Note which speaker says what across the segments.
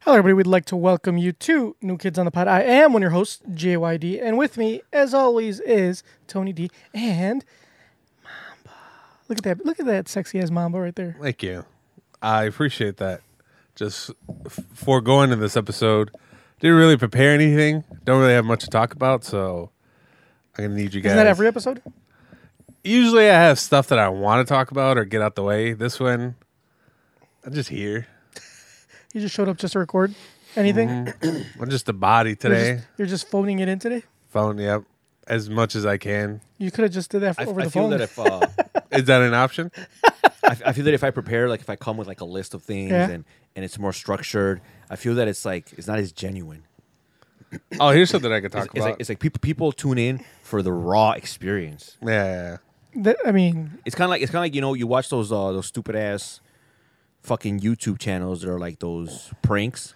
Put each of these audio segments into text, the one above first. Speaker 1: Hello, everybody. We'd like to welcome you to New Kids on the Pod. I am one of your hosts, JYD, and with me, as always, is Tony D and Mamba. Look at that! Look at that sexy ass Mamba right there.
Speaker 2: Thank you. I appreciate that. Just f- foregoing in this episode, didn't really prepare anything. Don't really have much to talk about, so I'm gonna need you guys.
Speaker 1: Isn't that every episode?
Speaker 2: Usually, I have stuff that I want to talk about or get out the way. This one, I'm just here.
Speaker 1: You just showed up just to record anything.
Speaker 3: Mm-hmm.
Speaker 2: I'm just a body
Speaker 1: You're
Speaker 2: today.
Speaker 1: just- you're just phoning it in today.
Speaker 2: Phone, yep, as much as I can.
Speaker 1: You could have just did that
Speaker 3: I,
Speaker 1: over
Speaker 3: I
Speaker 1: the
Speaker 3: feel
Speaker 1: phone.
Speaker 3: that if uh,
Speaker 2: Is that an option?
Speaker 3: I, I feel that if I prepare, like if I come with like a list of things
Speaker 1: Yeah.
Speaker 3: and and it's more structured, I feel that it's like it's not as genuine.
Speaker 2: Oh, here's something I could
Speaker 3: It's,
Speaker 2: talk
Speaker 3: it's
Speaker 2: about.
Speaker 3: like it's like people people tune in for the raw experience.
Speaker 2: yeah, yeah, yeah.
Speaker 1: That- I mean,
Speaker 3: It's kind of like it's kind of like you know you watch those uh, those stupid ass fucking YouTube channels that are like those pranks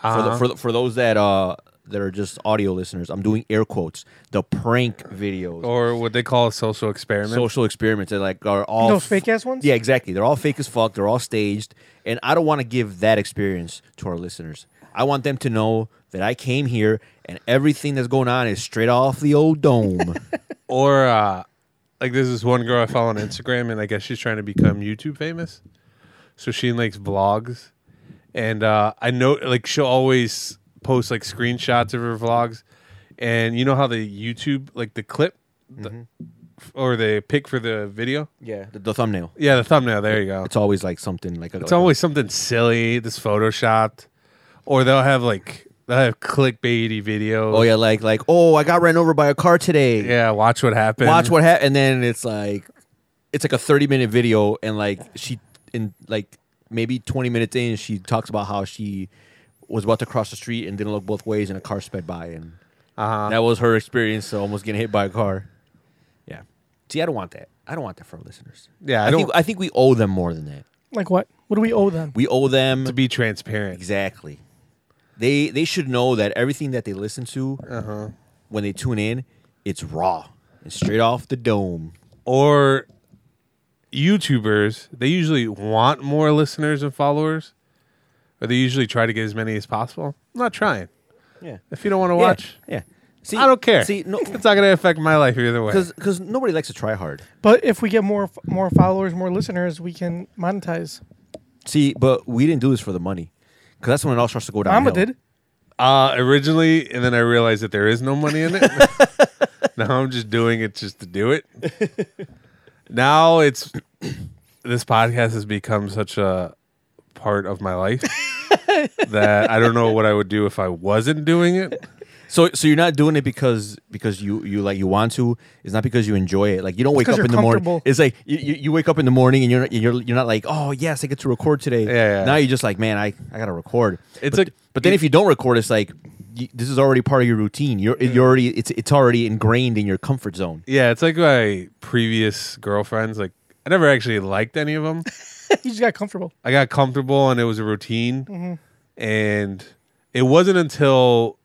Speaker 3: for the, for the, for those that uh that are just audio listeners. I'm doing air quotes. The prank videos.
Speaker 2: or what they call a social experiment.
Speaker 3: social experiments. They're like are all
Speaker 1: Those fake-ass ones?
Speaker 3: Yeah, exactly. They're all fake as fuck. They're all staged, and I don't want to give that experience to our listeners. I want them to know that I came here and everything that's going on is straight off the old dome.
Speaker 2: or uh, like there's this one girl I follow on Instagram, and I guess she's trying to become YouTube famous. So she makes vlogs, and uh, I know like she'll always post like screenshots of her vlogs, and you know how the YouTube like the clip the, or the pick for the video,
Speaker 3: Mm-hmm. yeah, the, the thumbnail.
Speaker 2: yeah, the thumbnail. There you go.
Speaker 3: It's always like something like a,
Speaker 2: It's always something silly that's photoshopped, or they'll have like they'll have clickbaity videos.
Speaker 3: oh yeah, like like oh I got ran over by a car today.
Speaker 2: yeah. Watch what happened.
Speaker 3: Watch what happened, and then it's like it's like a thirty minute video, and like she in like maybe twenty minutes in, she talks about how she was about to cross the street and didn't look both ways, and a car sped by, and
Speaker 2: Uh-huh.
Speaker 3: that was her experience. So almost getting hit by a car. Yeah. See, I don't want that. I don't want that for our listeners.
Speaker 2: Yeah, I
Speaker 3: I, think
Speaker 2: don't-
Speaker 3: I think we owe them more than that.
Speaker 1: like what? What do we owe them?
Speaker 3: We owe them
Speaker 2: to be transparent.
Speaker 3: Exactly. They they should know that everything that they listen to
Speaker 2: Uh-huh.
Speaker 3: when they tune in, it's raw and straight off the dome.
Speaker 2: or YouTubers, they usually want more listeners and followers, or they usually try to get as many as possible. I'm not trying.
Speaker 3: Yeah.
Speaker 2: If you don't want to watch,
Speaker 3: Yeah. See,
Speaker 2: I don't care.
Speaker 3: See, no,
Speaker 2: it's not going to affect my life either way.
Speaker 3: because nobody likes to try hard.
Speaker 1: But if we get more f- more followers, more listeners, we can monetize.
Speaker 3: See, but we didn't do this for the money, because that's when it all starts to go down.
Speaker 1: Mama did.
Speaker 2: Uh, originally, and then I realized that there is no money in it. now I'm just doing it just to do it. now it's this podcast has become such a part of my life that I don't know what I would do if I wasn't doing it.
Speaker 3: So, so you're not doing it because because you you like you want to. It's not because you enjoy it. Like you don't wake
Speaker 1: 'cause
Speaker 3: up
Speaker 1: you're
Speaker 3: in the morning.
Speaker 1: comfortable.
Speaker 3: It's like you, you you wake up in the morning and you're not- you're you're not like oh yes I get to record today.
Speaker 2: Yeah, yeah.
Speaker 3: Now you're just like man I I gotta record.
Speaker 2: It's
Speaker 3: but,
Speaker 2: like-
Speaker 3: but then if you don't record, it's like you, this is already part of your routine. You're you're already it's it's already ingrained in your comfort zone.
Speaker 2: Yeah, it's like my previous girlfriends. Like, I never actually liked any of them.
Speaker 1: You just got comfortable.
Speaker 2: I got comfortable and it was a routine. And it wasn't until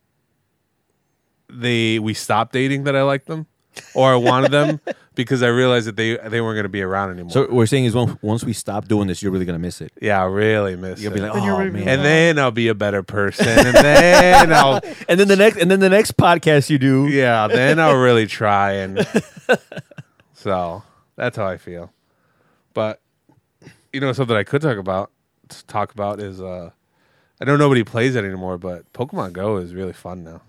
Speaker 2: they we stopped dating that I liked them or I wanted them because I realized that they they weren't going to be around anymore.
Speaker 3: So what we're saying is once once we stop doing this, you're really gonna miss it.
Speaker 2: yeah, I really miss
Speaker 3: You'll
Speaker 2: it.
Speaker 3: be like
Speaker 1: Then you're
Speaker 3: oh
Speaker 1: really
Speaker 3: man.
Speaker 1: gonna
Speaker 2: and then I'll be a better person. And then I'll
Speaker 3: and then the next and then the next podcast you do
Speaker 2: yeah, then I'll really try and so that's how I feel. But you know something I could talk about to talk about is uh I know nobody plays it anymore, but Pokemon Go is really fun now.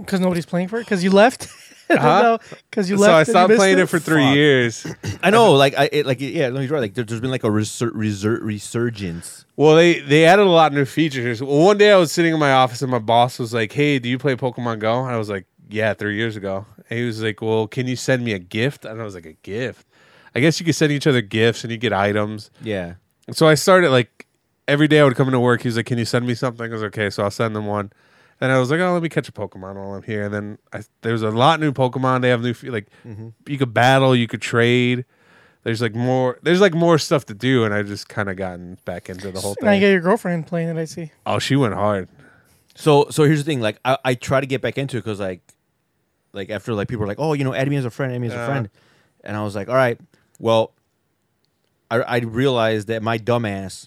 Speaker 1: Because nobody's playing for it. Because you left.
Speaker 2: Uh-huh.
Speaker 1: Because you
Speaker 2: so
Speaker 1: left.
Speaker 2: I
Speaker 1: and you
Speaker 2: stopped
Speaker 1: missed
Speaker 2: playing it for three
Speaker 3: Fuck.
Speaker 2: years.
Speaker 3: I know, like I it, like yeah, no, he's right. Like there, there's been like a resur- resur- resurgence.
Speaker 2: Well, they they added a lot of new features. Well, one day I was sitting in my office and my boss was like, "Hey, do you play Pokemon Go?" And I was like, "Yeah, three years ago." And he was like, "Well, can you send me a gift?" And I was like, "A gift? I guess you could send each other gifts and you get items."
Speaker 3: Yeah,
Speaker 2: So I started like every day I would come into work. He was like, "Can you send me something?" I was okay, so I'll send them one. And I was like, oh, let me catch a Pokemon while I'm here. And then I, there's a lot new Pokemon. They have new fe- like you could battle, you could trade. There's like more. There's like more stuff to do, and I just kind of gotten back into the whole
Speaker 1: And I
Speaker 2: thing.
Speaker 1: get your girlfriend playing it. I see.
Speaker 2: oh, she went hard.
Speaker 3: So so here's the thing. Like I, I try to get back into it because like like after like people are like, oh, you know, Eddie is a friend. Eddie is a
Speaker 2: Uh.
Speaker 3: friend. And I was like, all right, well, I I realized that my dumbass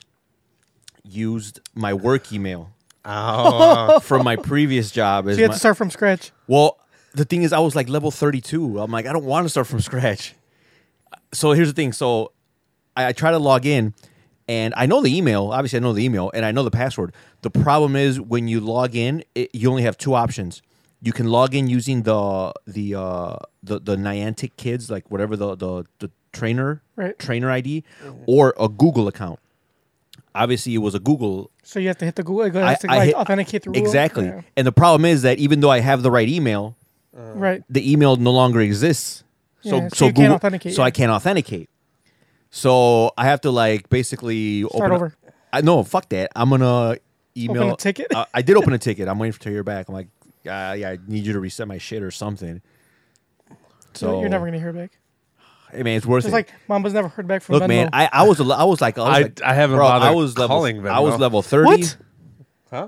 Speaker 3: used my work email
Speaker 2: Oh,
Speaker 3: from my previous job. As
Speaker 1: So you had
Speaker 3: my-
Speaker 1: to start from scratch.
Speaker 3: well, the thing is, I was like level 32. I'm like, I don't want to start from scratch. So here's the thing. So I, I try to log in, and I know the email. Obviously, I know the email, and I know the password. The problem is when you log in, it, you only have two options. You can log in using the the uh, the the Niantic Kids, like whatever the the, the trainer
Speaker 1: Right.
Speaker 3: trainer ID, or a Google account. Obviously, it was a Google
Speaker 1: So you have to hit the Google. it has to, like,
Speaker 3: hit-
Speaker 1: authenticate through Google.
Speaker 3: exactly.
Speaker 1: Yeah.
Speaker 3: And the problem is that even though I have the right email,
Speaker 1: Right.
Speaker 3: the email no longer exists. So
Speaker 1: Yeah, so
Speaker 3: so,
Speaker 1: you can't
Speaker 3: Google,
Speaker 1: authenticate,
Speaker 3: so
Speaker 1: yeah.
Speaker 3: I can't authenticate. So I have to like basically start open
Speaker 1: over.
Speaker 3: I no fuck that. I'm gonna email
Speaker 1: Open a ticket?
Speaker 3: I, I did open a ticket. I'm waiting for to hear back. I'm like, uh, yeah, I need you to reset my shit or something. So
Speaker 1: So you're never gonna hear back.
Speaker 3: Hey man, it's worth
Speaker 1: It's
Speaker 3: it.
Speaker 1: like Mamba's never heard back from
Speaker 3: Look
Speaker 1: Venmo.
Speaker 3: man, I, I was a, I was like I was
Speaker 2: I-
Speaker 3: like,
Speaker 2: I haven't
Speaker 3: bro,
Speaker 2: bothered
Speaker 3: I was level
Speaker 2: calling
Speaker 3: I was
Speaker 2: Venmo.
Speaker 3: level thirty.
Speaker 1: what?
Speaker 2: huh?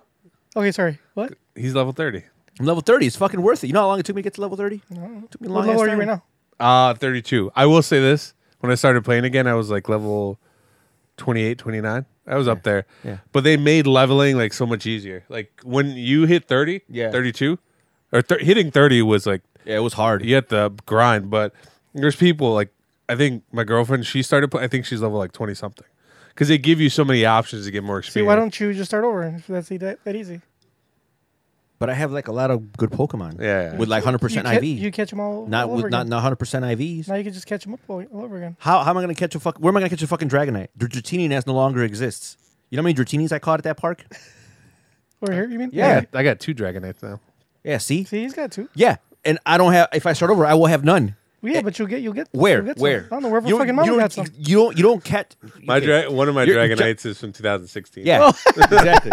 Speaker 1: Okay, sorry. What?
Speaker 2: He's level thirty.
Speaker 3: I'm level thirty. It's fucking worth it. You know how long it took me to get to level thirty? Took me a long
Speaker 1: What level
Speaker 3: ass
Speaker 1: are you
Speaker 3: time.
Speaker 1: right now?
Speaker 2: Uh, 32. I will say this. When I started playing again, I was like level 28, 29. I was up there.
Speaker 3: Yeah.
Speaker 2: But they made leveling like so much easier. Like when you hit 30,
Speaker 3: Yeah.
Speaker 2: 32, or thir- hitting 30 was like,
Speaker 3: Yeah, it was hard.
Speaker 2: you had to grind. But there's people like, I think my girlfriend, she started, pl- I think she's level like 20 something. Because they give you so many options to get more
Speaker 1: See,
Speaker 2: experience.
Speaker 1: why don't you just start over? If that's e- that, that easy.
Speaker 3: But I have like a lot of good Pokemon.
Speaker 2: Yeah, yeah.
Speaker 3: With like hundred
Speaker 1: You,
Speaker 3: percent
Speaker 1: ca-
Speaker 3: IV.
Speaker 1: you catch them all,
Speaker 3: not
Speaker 1: all
Speaker 3: with
Speaker 1: over
Speaker 3: not
Speaker 1: again.
Speaker 3: not hundred percent IVs.
Speaker 1: Now you can just catch them up all, all over again.
Speaker 3: How how am I gonna catch a fuck? Where am I gonna catch a fucking Dragonite? The Dratini Nest no longer exists. You know how many Dratinis I caught at that park?
Speaker 1: Over here, you mean?
Speaker 2: I
Speaker 3: Yeah.
Speaker 2: got, I got two Dragonites now.
Speaker 3: Yeah. See.
Speaker 1: See, he's got two.
Speaker 3: Yeah. And I don't have. If I start over, I will have none.
Speaker 1: Yeah, but you'll get you'll get
Speaker 3: Eh, Where?
Speaker 1: you'll get some.
Speaker 3: Where?
Speaker 1: I don't know where fucking mom
Speaker 3: you,
Speaker 1: got some.
Speaker 3: don't, you don't. You don't catch.
Speaker 2: My
Speaker 3: okay.
Speaker 2: dra- One of my
Speaker 3: You're-
Speaker 2: Dragonites is from 2016.
Speaker 3: Yeah.
Speaker 1: Oh.
Speaker 3: exactly.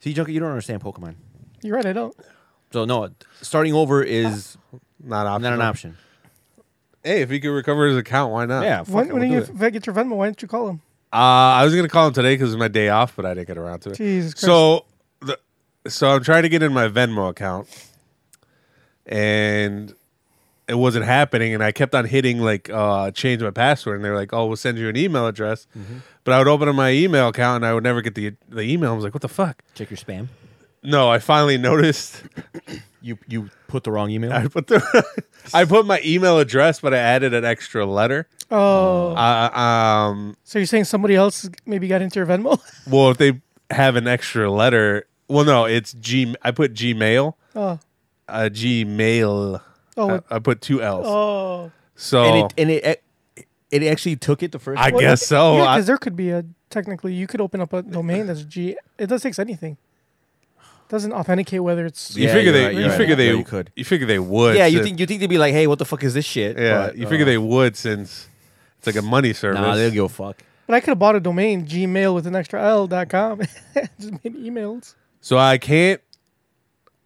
Speaker 3: See, Junkie, you don't understand Pokemon.
Speaker 1: You're right, I don't.
Speaker 3: So no, starting over is
Speaker 2: Not optional.
Speaker 3: not an option.
Speaker 2: Hey, if he could recover his account, why not?
Speaker 3: Yeah. Fuck
Speaker 1: When,
Speaker 3: it,
Speaker 1: when
Speaker 3: we'll
Speaker 1: you
Speaker 3: do it.
Speaker 1: f- get your Venmo, why don't you call him?
Speaker 2: Uh, I was gonna call him today because it's my day off, but I didn't get around to it.
Speaker 1: Jesus Christ.
Speaker 2: So, the, so I'm trying to get in my Venmo account, and it wasn't happening. And I kept on hitting like uh, change my password, and they're like, "Oh, we'll send you an email address." But I would open up my email account, and I would never get the the email. I was like, "What the fuck?"
Speaker 3: check your spam.
Speaker 2: No, I finally noticed.
Speaker 3: You you put the wrong email.
Speaker 2: I put the I put my email address, but I added an extra letter.
Speaker 1: Oh,
Speaker 2: Uh, um,
Speaker 1: so you're saying somebody else maybe got into your Venmo?
Speaker 2: Well, if they have an extra letter, well, no, it's G. I put Gmail,
Speaker 1: oh,
Speaker 2: uh, Gmail.
Speaker 1: Oh,
Speaker 2: I,
Speaker 1: it-
Speaker 2: I put two L's.
Speaker 1: oh.
Speaker 2: so
Speaker 3: and it and it eh, it actually took it the first.
Speaker 2: I
Speaker 3: one.
Speaker 2: guess so.
Speaker 1: yeah,
Speaker 2: I-
Speaker 1: because there could be a technically you could open up a domain that's G. It doesn't fix anything. Doesn't authenticate whether it's
Speaker 2: you
Speaker 3: Yeah,
Speaker 2: figure
Speaker 3: you're
Speaker 2: they,
Speaker 3: right,
Speaker 2: you
Speaker 3: you're right.
Speaker 2: figure they,
Speaker 3: Yeah,
Speaker 2: you
Speaker 3: you could.
Speaker 2: figure they would.
Speaker 3: Yeah, you
Speaker 2: since-
Speaker 3: think you think they'd be like, hey, what the fuck is this shit?
Speaker 2: yeah,
Speaker 3: But,
Speaker 2: you
Speaker 3: uh,
Speaker 2: figure they would since it's like a money service.
Speaker 3: Nah, they'll give a fuck.
Speaker 1: But I could have bought a domain, Gmail with an extra L dot com. Just made emails.
Speaker 2: So I can't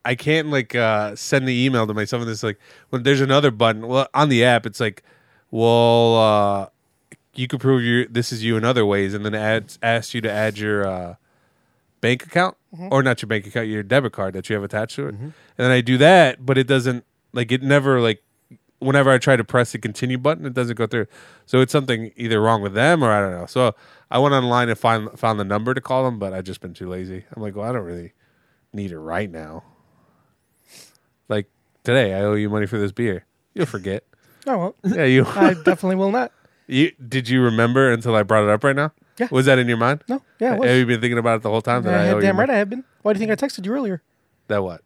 Speaker 2: I can't like uh send the email to myself and it's like well, there's another button. Well on the app it's like well uh you could prove you this is you in other ways and then it adds asks you to add your uh bank account
Speaker 1: Mm-hmm.
Speaker 2: or not your bank account, your debit card that you have attached to it. And then I do that, but it doesn't like it never like whenever I try to press the continue button, it doesn't go through. So it's something either wrong with them or I don't know. So I went online and find found the number to call them, but I've just been too lazy. I'm like, well, I don't really need it right now. Like today, I owe you money for this beer. You'll forget.
Speaker 1: No, I won't.
Speaker 2: yeah, you,
Speaker 1: I definitely will not.
Speaker 2: you. Did you remember until I brought it up right now?
Speaker 1: Yeah.
Speaker 2: Was that in your mind?
Speaker 1: No, yeah, it
Speaker 2: Have
Speaker 1: was.
Speaker 2: you been thinking about it the whole time? That
Speaker 1: I
Speaker 2: I,
Speaker 1: had
Speaker 2: owe you
Speaker 1: damn right
Speaker 2: money?
Speaker 1: I have been. Why do you think I texted you earlier
Speaker 2: That what?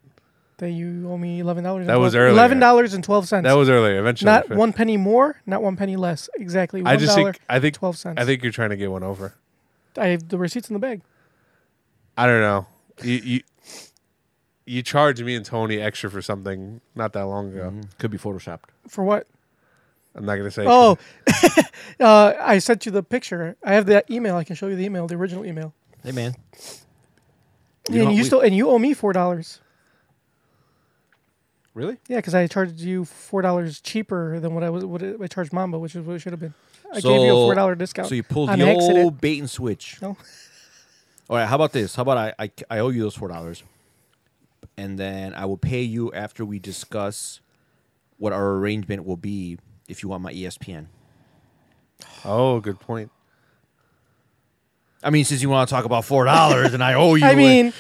Speaker 1: that you owe me eleven dollars?
Speaker 2: That was earlier.
Speaker 1: Eleven dollars and twelve cents.
Speaker 2: That was earlier. Eventually,
Speaker 1: not one penny more, not one penny less. Exactly.
Speaker 2: I just think. I think.
Speaker 1: twelve cents.
Speaker 2: I think you're trying to get one over.
Speaker 1: I have the receipts in the bag.
Speaker 2: I don't know. You you you charged me and Tony extra for something not that long ago.
Speaker 4: Mm-hmm.
Speaker 3: Hmm. Could be photoshopped.
Speaker 1: For what?
Speaker 2: I'm not gonna say.
Speaker 1: Oh, uh, I sent you the picture. I have that email. I can show you the email, the original email.
Speaker 3: Hey man,
Speaker 1: and
Speaker 3: know,
Speaker 1: you
Speaker 3: we-
Speaker 1: still and you owe me four dollars.
Speaker 3: Really?
Speaker 1: Yeah, because I charged you four dollars cheaper than what I was what I charged Mamba, which is what it should have been. I gave you a
Speaker 3: So-
Speaker 1: four dollar discount.
Speaker 3: So you pulled
Speaker 1: on
Speaker 3: the
Speaker 1: accident.
Speaker 3: old bait and switch.
Speaker 1: No.
Speaker 3: All right. How about this? How about I, I I owe you those four dollars, and then I will pay you after we discuss what our arrangement will be if you want my E ESPN.
Speaker 2: Oh, good point.
Speaker 3: I mean, since you want to talk about four dollars, and I owe you.
Speaker 1: I
Speaker 3: it.
Speaker 1: mean,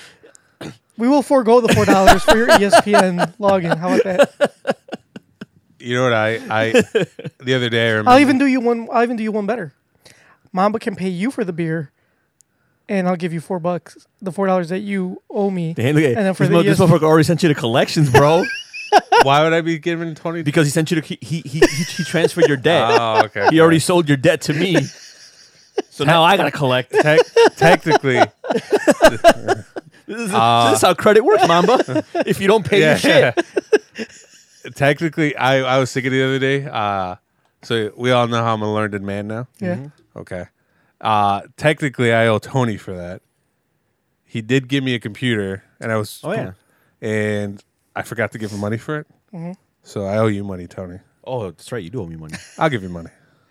Speaker 1: we will forego the four dollars for your E ESPN login. How about that?
Speaker 2: You know what I I the other day I remember
Speaker 1: I'll even do you one. I'll even do you one better. Mamba can pay you for the beer, and I'll give you four bucks. The four dollars that you owe me.
Speaker 4: Damn, look at
Speaker 1: and then for
Speaker 4: this,
Speaker 1: the E
Speaker 4: mo- this
Speaker 1: ESPN
Speaker 4: motherfucker already sent you the collections, bro.
Speaker 2: why would I be given twenty?
Speaker 4: because he sent you the he he he, he- he transferred your debt.
Speaker 3: Ah,
Speaker 2: oh, okay.
Speaker 4: he already sold your debt to me. So now I gotta collect. This
Speaker 2: Tec- technically,
Speaker 4: is,
Speaker 3: Ah.
Speaker 4: this is how credit works, Mamba. if you don't pay your shit,
Speaker 2: technically, I I was thinking the other day. Uh, so we all know how I'm a learned man now.
Speaker 1: Yeah.
Speaker 3: Mm-hmm.
Speaker 2: Okay. Uh, technically, I owe Tony for that. He did give me a computer, and I was
Speaker 3: Oh, yeah.
Speaker 2: and I forgot to give him money for it. So I owe you money, Tony.
Speaker 3: oh, that's right. You do owe me money
Speaker 2: I'll give you money.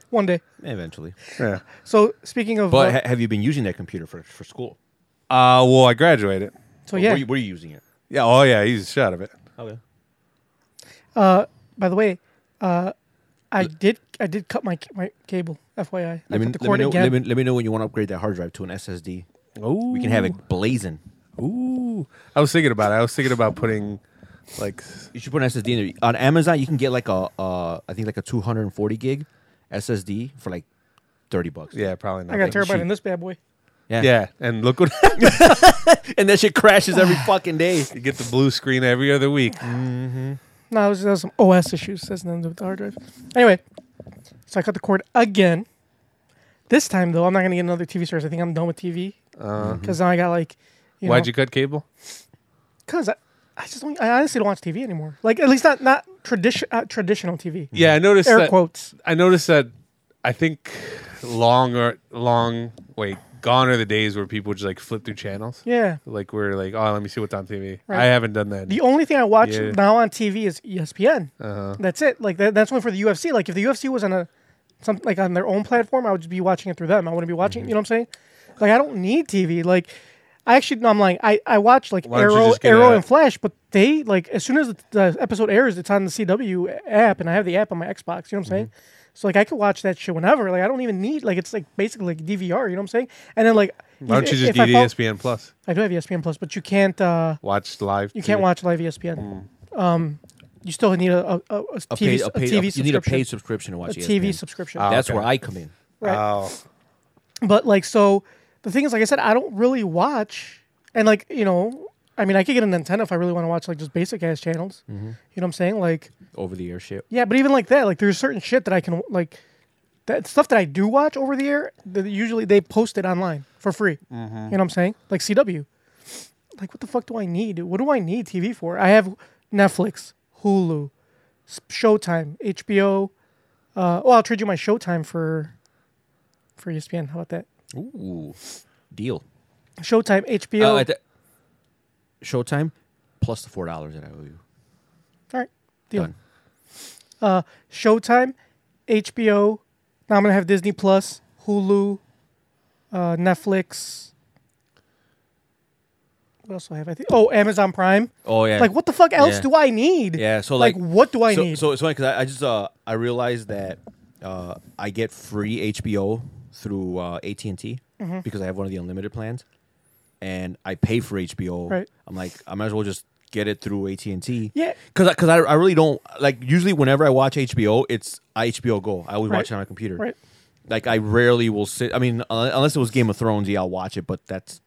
Speaker 1: one day.
Speaker 3: eventually.
Speaker 2: Yeah.
Speaker 1: So speaking of,
Speaker 3: But
Speaker 1: uh,
Speaker 3: ha- have you been using that computer for for school?
Speaker 2: Uh, well, I graduated.
Speaker 1: so
Speaker 3: Or
Speaker 1: yeah.
Speaker 3: Were you, were you using it?
Speaker 2: Yeah. Oh, yeah. He's shot of it.
Speaker 4: Oh,
Speaker 3: Okay.
Speaker 1: by the way, uh, I did I did cut my my cable. FYI, I
Speaker 3: Let
Speaker 1: put the
Speaker 3: me, let, me
Speaker 1: cord
Speaker 3: know,
Speaker 1: again.
Speaker 3: let, me, let me know when you want to upgrade that hard drive to an SSD.
Speaker 2: Oh,
Speaker 3: We can have it blazing.
Speaker 2: Ooh. I was thinking about it. I was thinking about putting, like,
Speaker 3: You should put an SSD in there. On Amazon, you can get like a, uh, I think like a 240 gig SSD for like 30 bucks.
Speaker 2: yeah, probably not.
Speaker 1: I got a terabyte
Speaker 3: cheap.
Speaker 1: in this bad boy.
Speaker 2: Yeah, and look what
Speaker 3: And that shit crashes every fucking day.
Speaker 2: you get the blue screen every other week.
Speaker 1: No, it was, that was some OS issues. That's nothing to do with the hard drive. Anyway, so I cut the cord again. This time though, I'm not gonna get another TV service. I think I'm done with TV because now I got like, you
Speaker 2: Why'd you cut cable?
Speaker 1: Because I, I just don't, I honestly don't watch TV anymore. Like at least not not tradition uh, traditional TV.
Speaker 2: Yeah, I noticed
Speaker 1: Air
Speaker 2: that.
Speaker 1: quotes.
Speaker 2: I noticed that. I think long or long wait gone are the days where people just like flip through channels.
Speaker 1: Yeah.
Speaker 2: Like we're like, oh, let me see what's on TV.
Speaker 1: Right.
Speaker 2: I haven't done that.
Speaker 1: The only thing I watch
Speaker 2: Yeah. Uh-huh.
Speaker 1: now on TV is E ESPN. That's it. Like that, that's only for the UFC. Like if the UFC was on a some like on their own platform, I would just be watching it through them. I wouldn't be
Speaker 2: Mm-hmm.
Speaker 1: watching. You know what I'm saying? Like I don't need TV. Like I actually, no, I'm like I I watch like
Speaker 2: Why don't you
Speaker 1: Arrow,
Speaker 2: just get
Speaker 1: Arrow,
Speaker 2: a-
Speaker 1: and Flash, but they like as soon as the, the episode airs, it's on the CW app, and I have the app on my Xbox. You know what I'm saying?
Speaker 2: Mm-hmm.
Speaker 1: So like I could watch that shit whenever. Like I don't even need like it's like basically like DVR. You know what I'm saying? And then like
Speaker 2: Why don't you just E
Speaker 1: if I
Speaker 2: get
Speaker 1: fall-
Speaker 2: ESPN Plus?
Speaker 1: I do have E ESPN Plus, but you can't. uh
Speaker 2: Watch live.
Speaker 1: you can't watch live ESPN. Um, you still need a, a, a, a
Speaker 3: Mm. A
Speaker 1: TV,
Speaker 3: paid- a
Speaker 1: a TV
Speaker 3: paid- a-
Speaker 1: subscription.
Speaker 3: you need a paid subscription Ah. to watch E
Speaker 1: A
Speaker 3: ESPN.
Speaker 1: TV subscription.
Speaker 3: That's
Speaker 2: okay.
Speaker 3: where I come in.
Speaker 1: right.
Speaker 2: Oh,
Speaker 1: But like, so the thing is, like I said, I don't really watch, and like you know, I mean, I could get an antenna if I really want to watch like just basic ass channels.
Speaker 3: Mm-hmm.
Speaker 1: You know what I'm saying? Like,
Speaker 3: Over the air shit.
Speaker 1: yeah, but even like that, like there's certain shit that I can like that stuff that I do watch over the air. That usually they post it online for free.
Speaker 3: Mm-hmm.
Speaker 1: You know what I'm saying? Like CW. Like what the fuck do I need? What do I need TV for? I have Netflix, Hulu, S- Showtime, HBO. Uh, oh, I'll trade you my Showtime for for E ESPN. How about that?
Speaker 3: Ooh. Deal.
Speaker 1: Showtime, HBO.
Speaker 3: Uh, I th- Showtime plus the four dollars that I owe you.
Speaker 1: All right, deal. Uh,
Speaker 3: Done.
Speaker 1: Showtime, HBO. Now I'm gonna have Disney Plus, Hulu, uh, Netflix. What else do I have? I think oh Amazon Prime.
Speaker 3: Oh yeah.
Speaker 1: Like what the fuck else
Speaker 3: Yeah.
Speaker 1: do I need?
Speaker 3: Yeah. So
Speaker 1: like,
Speaker 3: like,
Speaker 1: what do I
Speaker 3: so,
Speaker 1: need?
Speaker 3: So it's funny because I, I just uh I realized that uh I get free HBO through uh, AT and T
Speaker 1: Mm-hmm.
Speaker 3: because I have one of the unlimited plans, and I pay for HBO.
Speaker 1: Right.
Speaker 3: I'm like I might as well just get it through AT and T.
Speaker 1: Yeah.
Speaker 3: Because because I, I really don't like usually whenever I watch HBO it's I HBO Go I always
Speaker 1: Right.
Speaker 3: watch it on my computer.
Speaker 1: Right.
Speaker 3: Like I rarely will sit. I mean, un- unless it was Game of Thrones, yeah, I'll watch it. But that's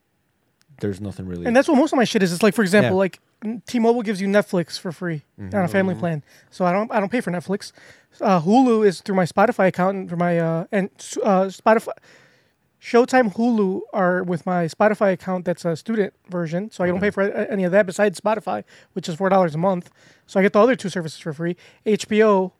Speaker 3: there's nothing really.
Speaker 1: And that's what most of my shit is. It's like for example,
Speaker 3: Yeah. Mm-hmm.
Speaker 1: like n- T-Mobile gives you Netflix for free on a family plan, so I don't I don't pay for Netflix. Uh, Hulu is through my Spotify account and through my uh, and uh, Spotify. Showtime, Hulu are with my Spotify account. That's a student version, so I don't pay for a- any of that besides Spotify, which is four dollars a month. So I get the other two services for free. HBO,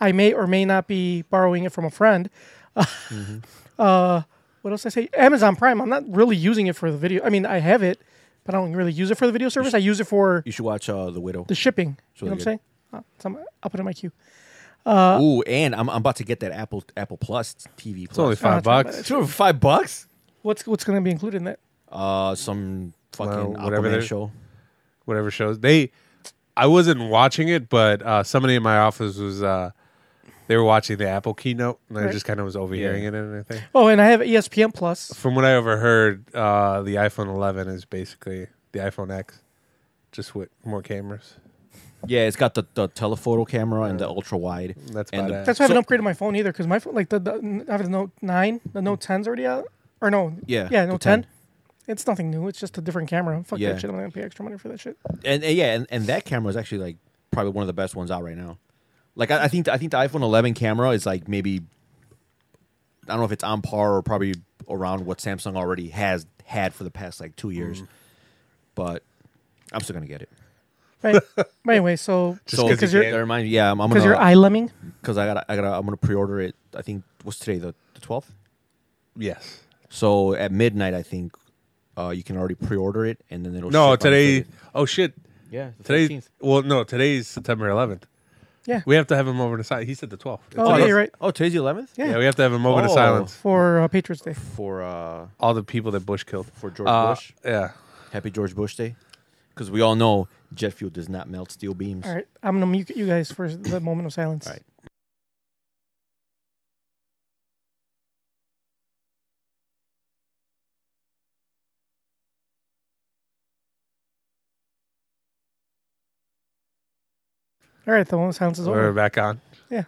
Speaker 1: I may or may not be borrowing it from a friend.
Speaker 3: Mm-hmm.
Speaker 1: Uh, what else I say? Amazon Prime. I'm not really using it for the video. I mean, I have it, but I don't really use it for the video service. I use it for
Speaker 3: You should watch uh, The Widow.
Speaker 1: the shipping.
Speaker 3: It's
Speaker 1: You know
Speaker 3: really
Speaker 1: what I'm saying? Uh, it's on my- I'll put it in my queue.
Speaker 3: Ooh, and I'm, I'm about to get that Apple Apple Plus TV.
Speaker 2: It's only
Speaker 3: Plus.
Speaker 2: five
Speaker 1: that's-
Speaker 2: bucks.
Speaker 3: Sure, for five bucks.
Speaker 1: What's what's going to be included in that?
Speaker 3: Uh, some fucking
Speaker 2: Well, whatever
Speaker 3: Aquaman
Speaker 2: they're-
Speaker 3: show.
Speaker 2: whatever shows they i wasn't watching it but uh somebody in my office was uh they were watching the apple keynote and i
Speaker 1: Right.
Speaker 2: just kind of was overhearing it and everything
Speaker 1: Oh, and I have ESPN Plus.
Speaker 2: from what i overheard uh the iphone 11 is basically the iphone x just with more cameras
Speaker 3: Yeah, it's got the, the telephoto camera and the ultra wide.
Speaker 2: That's
Speaker 3: and
Speaker 2: badass.
Speaker 1: That's why I
Speaker 3: so-
Speaker 1: haven't upgraded my phone either because my phone, like the, the I have the Note Nine, the Note 10's already out, or no?
Speaker 3: Yeah,
Speaker 1: yeah,
Speaker 3: the
Speaker 1: Note 10.
Speaker 3: 10.
Speaker 1: It's nothing new. It's just a different camera. Fuck
Speaker 3: Yeah.
Speaker 1: that shit. I'm not gonna pay extra money for that shit.
Speaker 3: and, and yeah, and, and that camera is actually like probably one of the best ones out right now. Like I, I think I think the iPhone 11 camera is like maybe I don't know if it's on par or probably around what Samsung already has had for the past like two years,
Speaker 2: Mm-hmm.
Speaker 3: but I'm still gonna get it.
Speaker 1: Right. but anyway, so
Speaker 2: Just
Speaker 3: so
Speaker 2: 'cause you
Speaker 3: that
Speaker 2: can.
Speaker 3: reminds me, yeah, I'm, I'm
Speaker 1: because you're
Speaker 3: gonna
Speaker 1: eye lemming,
Speaker 3: because I got I got I'm gonna pre-order it. I think what's today the the 12th.
Speaker 2: yes
Speaker 3: So at midnight, I think uh, you can already pre-order it, and then it'll ship
Speaker 2: no
Speaker 3: on the
Speaker 2: today
Speaker 3: 30th.
Speaker 2: oh shit
Speaker 3: Yeah, the
Speaker 2: today
Speaker 3: 13th.
Speaker 2: well no today's september 11th
Speaker 1: Yeah.
Speaker 2: we have to have him over to silence he said the 12th It's
Speaker 1: Oh,
Speaker 2: the
Speaker 1: yeah,
Speaker 2: 12th.
Speaker 1: you're right.
Speaker 3: Oh, today's the 11th.
Speaker 1: Yeah.
Speaker 2: yeah we have to have him over to
Speaker 3: Oh.
Speaker 2: silence
Speaker 1: for uh, Patriots Day.
Speaker 3: For uh,
Speaker 2: all the people that bush killed
Speaker 3: For George
Speaker 2: Uh,
Speaker 3: Bush?
Speaker 2: yeah
Speaker 3: Happy George Bush Day, because we all know jet fuel does not melt steel beams.
Speaker 1: All right, I'm gonna mute you guys for the moment of silence.
Speaker 3: All right.
Speaker 1: All right, the moment of silence is
Speaker 2: We're
Speaker 1: over.
Speaker 2: back on.
Speaker 1: Yeah.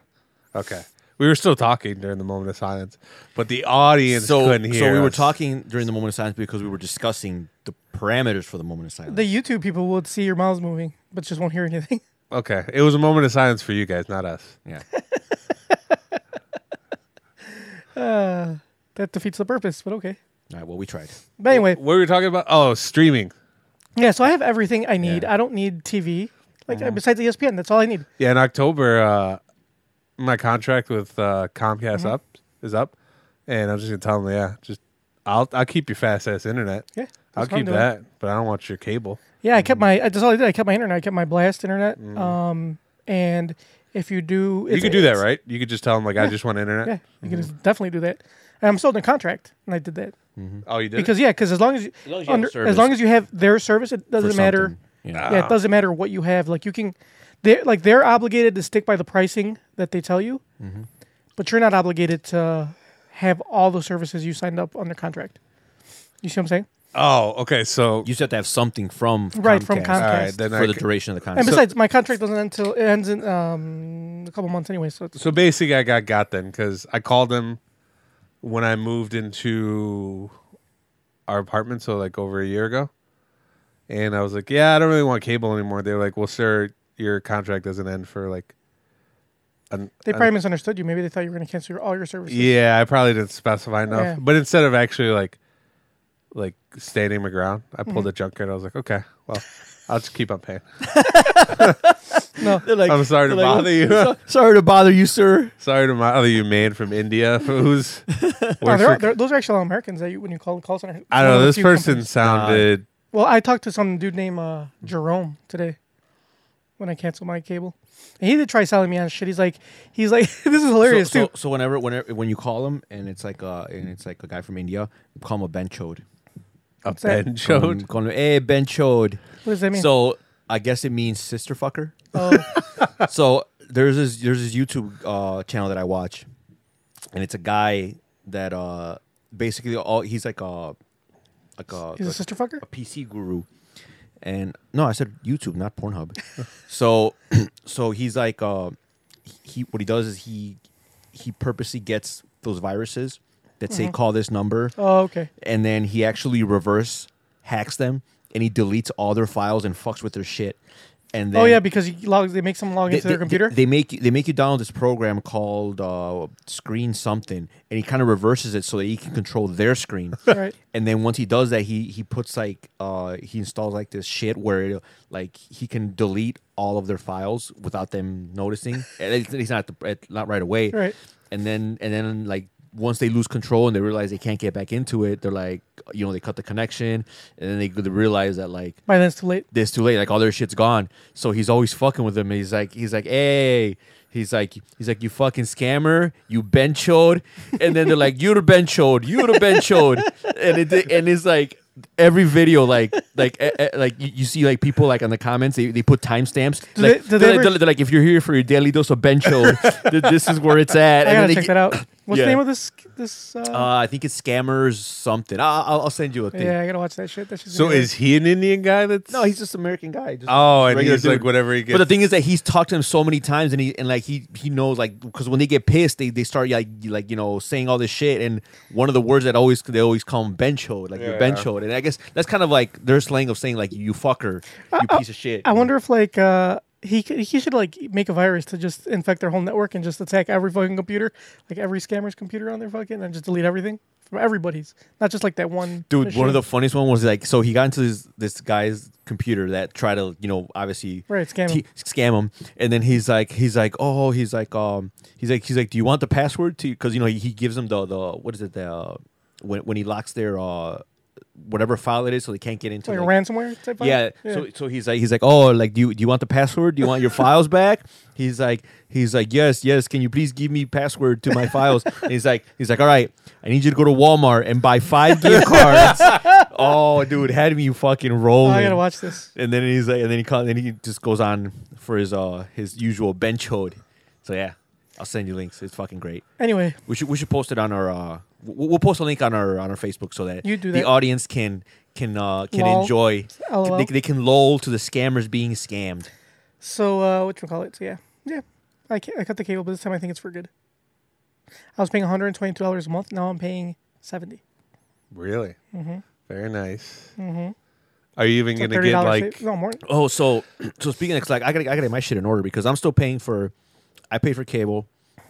Speaker 2: Okay. We were still talking during the moment of silence, but the audience
Speaker 3: So,
Speaker 2: couldn't hear.
Speaker 3: so we were
Speaker 2: us.
Speaker 3: talking during the moment of silence because we were discussing the parameters for the moment of silence.
Speaker 1: The YouTube people would see your mouths moving, but just won't hear anything.
Speaker 2: Okay, it was a moment of silence for you guys, not us.
Speaker 3: yeah,
Speaker 1: Uh, that defeats the purpose, but okay.
Speaker 3: all right. Well, we tried.
Speaker 1: But anyway,
Speaker 2: What were we talking about? Oh, streaming.
Speaker 1: yeah. So I have everything I need.
Speaker 3: Yeah.
Speaker 1: I don't need TV. Like
Speaker 2: Uh-huh.
Speaker 1: besides E ESPN, that's all I need.
Speaker 2: Yeah, in October, uh, my contract with uh, Comcast
Speaker 1: Mm-hmm.
Speaker 2: up is up, and I'm just gonna tell them, yeah, just I'll I'll keep your fast ass internet.
Speaker 1: Yeah,
Speaker 2: I'll
Speaker 1: that's what I'm
Speaker 2: keep
Speaker 1: doing.
Speaker 2: that, Mm-hmm. but I don't want your cable.
Speaker 1: Yeah, I kept my. That's all I did. I kept my internet. I kept my blast internet. Um, and if you do,
Speaker 2: Mm-hmm. you
Speaker 1: it's-
Speaker 2: could do that,
Speaker 1: it's-
Speaker 2: right? Mm-hmm. You could just tell them like I just want internet.
Speaker 1: Yeah, you can definitely do that. And I'm still in a contract, and I did that
Speaker 2: Oh, you did
Speaker 1: because yeah, because as long as you,
Speaker 4: long as you have
Speaker 1: under-
Speaker 4: the
Speaker 1: as
Speaker 4: service.
Speaker 1: long as you have their service, it
Speaker 3: for
Speaker 1: doesn't matter.
Speaker 3: something. Yeah.
Speaker 1: Yeah, it doesn't matter what you have. Like you can, they are like they're obligated to stick by the pricing that they tell you,
Speaker 2: Mm-hmm.
Speaker 1: but you're not obligated to have all the services you signed up under contract. You see what I'm saying?
Speaker 2: Oh, okay. So
Speaker 3: You just have to have something from
Speaker 1: Right, from
Speaker 2: all right,
Speaker 1: Comcast.
Speaker 2: then I
Speaker 3: for the
Speaker 2: c-
Speaker 3: duration of the contract.
Speaker 1: And besides, my contract doesn't end until it ends in um, a couple months anyway. So it's
Speaker 2: So basically, I got got then because I called him when I moved into our apartment, so like over a year ago, and I was like, "Yeah, I don't really want cable anymore." They were like, "Well, sir, your contract doesn't end for like." An,
Speaker 1: they
Speaker 2: an-
Speaker 1: probably misunderstood you. Maybe they thought you were going to cancel your, all your services.
Speaker 2: yeah, I probably didn't specify enough,
Speaker 1: Yeah.
Speaker 2: but instead of actually like like standing my ground, I pulled
Speaker 1: Mm-hmm.
Speaker 2: a junk card. I was like, "Okay, well." I'll just keep on paying.
Speaker 1: No,
Speaker 3: They're like-
Speaker 2: I'm sorry to
Speaker 3: they're like,
Speaker 2: bother you.
Speaker 3: "So- sorry to bother you, sir.
Speaker 2: Sorry to my other you man from India who's
Speaker 1: no
Speaker 2: works
Speaker 1: they're,
Speaker 2: for
Speaker 1: they're, those are actually all Americans that you when you call the call center.
Speaker 2: I
Speaker 1: One of
Speaker 2: don't know.
Speaker 1: the
Speaker 2: This
Speaker 1: few
Speaker 2: person
Speaker 1: companies-
Speaker 2: sounded.
Speaker 1: Well, I talked to some dude named uh, Jerome today when I canceled my cable. And he did try selling me on shit. He's like, he's like, this is hilarious
Speaker 3: so, so,
Speaker 1: too.
Speaker 3: so whenever, whenever when you call him and it's like uh and it's like a guy from India, call him a benchode.
Speaker 2: a
Speaker 1: that?
Speaker 2: Ben
Speaker 3: Call him,
Speaker 2: Chode.
Speaker 3: call him hey benchode.
Speaker 1: What does that mean?
Speaker 3: So I guess it means sister fucker.
Speaker 1: oh,
Speaker 3: so there's this there's this YouTube uh, channel that I watch, and it's a guy that uh basically all he's like a like a,
Speaker 1: he's a sister fucker.
Speaker 3: a PC guru, and no, I said YouTube, not Pornhub. so, so he's like, uh, he what he does is he he purposely gets those viruses that say
Speaker 1: Mm-hmm.
Speaker 3: call this number,
Speaker 1: Oh, okay.
Speaker 3: and then he actually reverse hacks them and he deletes all their files and fucks with their shit. And then
Speaker 1: Oh yeah, because he logs, they make someone log
Speaker 3: they-
Speaker 1: into their
Speaker 3: they-
Speaker 1: computer.
Speaker 3: They, make you, they make you download this program called uh, Screen Something, and he kind of reverses it so that he can control their screen.
Speaker 1: Right.
Speaker 3: And then once he does that, he he puts like uh, he installs like this shit where it, like he can delete all of their files without them noticing. At least at least not the, at- not right away.
Speaker 1: Right.
Speaker 3: And then and then like once they lose control and they realize they can't get back into it, they're like, you know, they cut the connection, and then they, they realize that like
Speaker 1: By then it's too late.
Speaker 3: this too late. Like all their shit's gone. So he's always fucking with them. And he's like, he's like, hey, he's like, he's like, you fucking scammer, you benchod. And then they're like, you're benchod, you're benchod. And it and it's like every video, like like eh, eh, like you, you see like people like on the comments, they, they put timestamps.
Speaker 1: they-
Speaker 3: Like,
Speaker 1: do they
Speaker 3: they're, like-
Speaker 1: ever-
Speaker 3: they're like- they're like, if you're here for your daily dose of benchod, th- this is where it's at.
Speaker 1: I
Speaker 3: And then
Speaker 1: gotta
Speaker 3: they
Speaker 1: check
Speaker 3: get-
Speaker 1: that out. What's the
Speaker 3: Yeah.
Speaker 1: name of this? This. Uh,
Speaker 3: Uh, I think it's scammers something. I, I'll, I'll send you a thing.
Speaker 1: yeah, I gotta watch that shit. That's just
Speaker 2: So is he an Indian guy? That's
Speaker 3: No, he's just American guy. Just
Speaker 2: oh, and
Speaker 3: regular
Speaker 2: he's like
Speaker 3: dude.
Speaker 2: whatever he gets.
Speaker 3: But the thing is that he's talked to him so many times, and he and like he he knows like because when they get pissed, they they start like y- like you know saying all this shit, and one of the words that always they always call him bench hold, like
Speaker 2: Yeah.
Speaker 3: you're bench hold, and I guess that's kind of like their slang of saying like you fucker, you piece of shit.
Speaker 1: I wonder if like uh, he could, he should like make a virus to just infect their whole network and just attack every fucking computer, like every scammer's computer on their fucking, and just delete everything from everybody's, not just like that one.
Speaker 3: Dude,
Speaker 1: machine.
Speaker 3: one of the funniest one was like, so he got into this, this guy's computer that tried to, you know, obviously
Speaker 1: Right, scam him.
Speaker 3: scam him, and then he's like, he's like, oh, he's like, um, he's like, he's like, do you want the password to? Because you know he, he gives him the the what is it the uh, when when he locks their uh whatever file it is, so they can't get into
Speaker 1: like a
Speaker 3: like-
Speaker 1: ransomware type. file?
Speaker 3: yeah, So so he's like he's like, oh, like do you do you want the password? Do you want your files back? He's like he's like yes yes. Can you please give me password to my files? And he's like he's like all right. I need you to go to Walmart and buy five gift cards. oh, dude, had me fucking
Speaker 1: Oh,
Speaker 3: rolling.
Speaker 1: I gotta watch this.
Speaker 3: And then he's like, and then he call, and he just goes on for his uh his usual bench hold. So yeah, I'll send you links. It's fucking great.
Speaker 1: Anyway,
Speaker 3: We should we should post it on our uh we'll, we'll post a link on our on our Facebook so that
Speaker 1: You do
Speaker 3: the
Speaker 1: that.
Speaker 3: audience can can uh can
Speaker 1: Lol.
Speaker 3: enjoy
Speaker 1: LOL.
Speaker 3: they, they can lull to the scammers being scammed.
Speaker 1: so uh, what you call it? So, yeah, yeah. I, ca- I cut the cable, but this time I think it's for good. I was paying 122 dollars a month. Now I'm paying 70.
Speaker 2: really?
Speaker 3: Mm-hmm.
Speaker 2: Very nice. Are you even
Speaker 1: So
Speaker 2: gonna get
Speaker 1: $30
Speaker 2: like?
Speaker 1: save- no more.
Speaker 3: Oh, so so speaking of like I gotta I gotta get my shit in order because I'm still paying for I pay for cable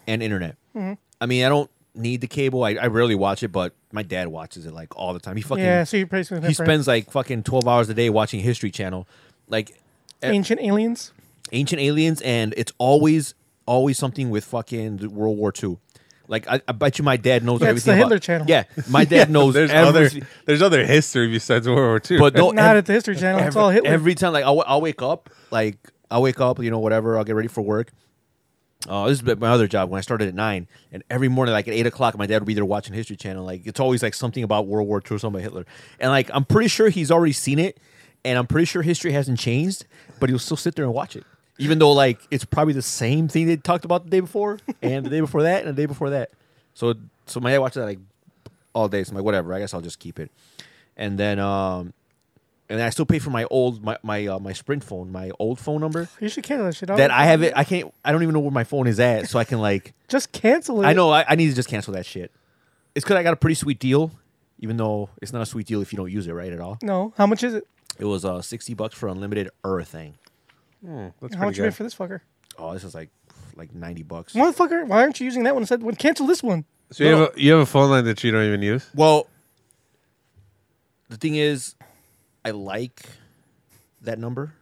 Speaker 3: and internet.
Speaker 1: Mm-hmm.
Speaker 3: I mean I don't need the cable. I, I rarely watch it, but my dad watches it like all the time. He fucking
Speaker 1: Yeah, so you're basically
Speaker 3: he spends like fucking twelve hours a day watching History Channel. Like
Speaker 1: ancient aliens.
Speaker 3: ancient aliens and it's always always something with fucking the World War II. Like I, I bet you my dad knows
Speaker 1: That's
Speaker 3: everything.
Speaker 1: the
Speaker 3: about-
Speaker 1: Hitler Channel.
Speaker 3: Yeah, my dad knows
Speaker 2: There's other
Speaker 3: every,
Speaker 2: there's other history besides World War II.
Speaker 3: But no,
Speaker 1: Not
Speaker 3: Oh, ev-
Speaker 1: at the History Channel. it's
Speaker 3: every-
Speaker 1: all Hitler.
Speaker 3: Every time, like I'll, I'll wake up, like I'll wake up, you know, whatever. I'll get ready for work. Uh, this is my other job when I started at nine, and every morning, like at eight o'clock, my dad would be there watching History Channel. Like it's always like something about World War II or something about Hitler, and like I'm pretty sure he's already seen it, and I'm pretty sure history hasn't changed, but he'll still sit there and watch it, even though like it's probably the same thing they talked about the day before, and the day before that, and the day before that. So so my dad watches that like all day. So I'm like whatever, I guess I'll just keep it, and then um and I still pay for my old my my uh, my Sprint phone, my old phone number
Speaker 1: you should cancel that shit out.
Speaker 3: that I have it. I can't. I don't even know where my phone is at, so I can like.
Speaker 1: just cancel it.
Speaker 3: I know I, I need to just cancel that shit. It's because I got a pretty sweet deal, even though it's not a sweet deal if you don't use it right at all.
Speaker 1: No, how much is it?
Speaker 3: It was uh sixty bucks for unlimited everything.
Speaker 2: That's
Speaker 1: How much
Speaker 2: pretty
Speaker 1: you pay
Speaker 2: good.
Speaker 1: for this fucker?
Speaker 3: Oh, this is like like ninety bucks.
Speaker 1: Motherfucker, why aren't you using that one instead? Well, cancel this one.
Speaker 2: so you have, a, you have a phone line that you don't even use.
Speaker 3: Well, the thing is, I like that number.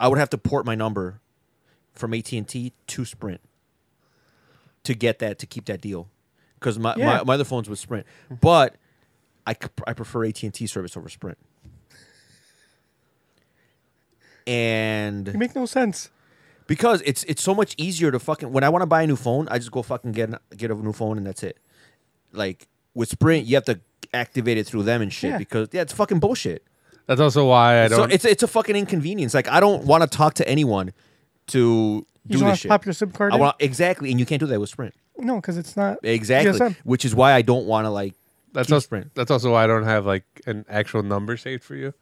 Speaker 3: I would have to port my number from AT and T to Sprint to get that to keep that deal because my,
Speaker 1: Yeah.
Speaker 3: my my other phone's with Sprint, but I c- I prefer AT and T service over Sprint.
Speaker 1: You
Speaker 3: And
Speaker 1: make no sense.
Speaker 3: because it's it's so much easier to fucking when I want to buy a new phone, I just go fucking get an, get a new phone and that's it. Like with Sprint, you have to activate it through them and shit
Speaker 1: Yeah.
Speaker 3: because yeah, it's fucking bullshit.
Speaker 2: That's also why I
Speaker 3: So
Speaker 2: don't.
Speaker 3: it's it's a fucking inconvenience. Like I don't want to talk to anyone to
Speaker 1: You
Speaker 3: do
Speaker 1: just
Speaker 3: this
Speaker 1: want to
Speaker 3: shit.
Speaker 1: pop your SIM card
Speaker 3: I
Speaker 1: in?
Speaker 3: want exactly, and you can't do that with Sprint.
Speaker 1: No, because it's not
Speaker 3: Exactly,
Speaker 1: GSM.
Speaker 3: which is why I don't want to like.
Speaker 2: that's
Speaker 3: keep
Speaker 2: also,
Speaker 3: Sprint.
Speaker 2: that's also why I don't have like an actual number saved for you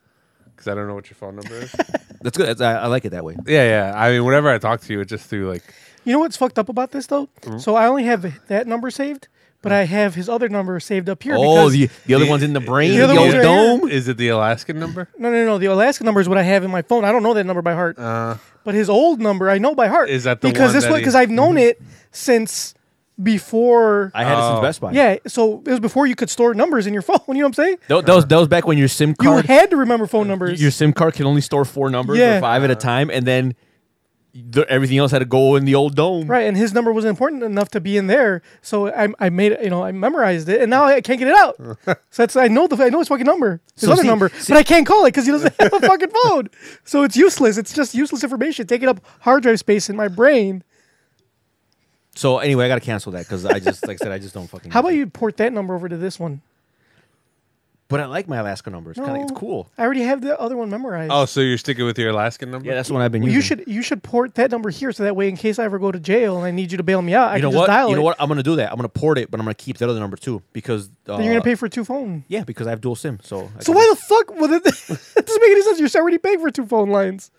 Speaker 2: because I don't know what your phone number is.
Speaker 3: That's good. That's- I, I like it that way.
Speaker 2: yeah, yeah. I mean, whenever I talk to you, it's just through like
Speaker 1: You know what's fucked up about this though?
Speaker 2: Mm-hmm.
Speaker 1: So I only have that number saved, but I have his other number saved up here.
Speaker 3: Oh,
Speaker 1: because,
Speaker 3: the, the other one's in the brain,
Speaker 1: The
Speaker 3: the,
Speaker 1: other ones
Speaker 3: old
Speaker 1: are
Speaker 3: dome.
Speaker 2: Is it the Alaskan number?
Speaker 1: no, no, no. The Alaska number is what I have in my phone. I don't know that number by heart,
Speaker 2: Uh,
Speaker 1: but his old number I know by heart.
Speaker 2: Is that the
Speaker 1: because
Speaker 2: one
Speaker 1: this
Speaker 2: that he- Mm-hmm.
Speaker 1: because I've known it since before.
Speaker 3: I had it
Speaker 2: Oh.
Speaker 3: since Best Buy.
Speaker 1: yeah, so it was before you could store numbers in your phone. You know what I'm saying?
Speaker 3: that, that was that was back when your SIM
Speaker 1: You
Speaker 3: card
Speaker 1: had to remember phone numbers.
Speaker 3: Your SIM card can only store four numbers
Speaker 1: Yeah.
Speaker 3: or five at a time, and then the, everything else had to go in the old dome.
Speaker 1: Right, and his number was important enough to be in there, so I, I made it. You know, I memorized it, and now I can't get it out. so that's I know the I know his fucking number, his
Speaker 3: So
Speaker 1: other
Speaker 3: see-
Speaker 1: number,
Speaker 3: see-
Speaker 1: but I can't call it because he doesn't have a fucking phone. So it's useless. It's just useless information taking up hard drive space in my brain.
Speaker 3: So anyway, I gotta cancel that because I just like I said I just don't fucking.
Speaker 1: How about
Speaker 3: use it.
Speaker 1: you port that number over to this one?
Speaker 3: But I like my Alaska number. It's kind of it's
Speaker 1: No.
Speaker 3: cool.
Speaker 1: I already have the other one memorized.
Speaker 2: Oh, so you're sticking with your Alaskan number?
Speaker 3: Yeah, that's the one I've been
Speaker 1: Well,
Speaker 3: using.
Speaker 1: you should you should port that number here so that way in case I ever go to jail and I need you to bail me out, I
Speaker 3: You
Speaker 1: can
Speaker 3: know
Speaker 1: just
Speaker 3: what?
Speaker 1: dial
Speaker 3: You know
Speaker 1: it.
Speaker 3: what? I'm gonna do that. I'm gonna port it, but I'm gonna keep that other number too because uh,
Speaker 1: Then you're gonna pay for two phone.
Speaker 3: Yeah, because I have dual SIM. So I
Speaker 1: So
Speaker 3: can
Speaker 1: why
Speaker 3: just-
Speaker 1: the fuck? Well, that, that doesn't make any sense. You're already paying for two phone lines.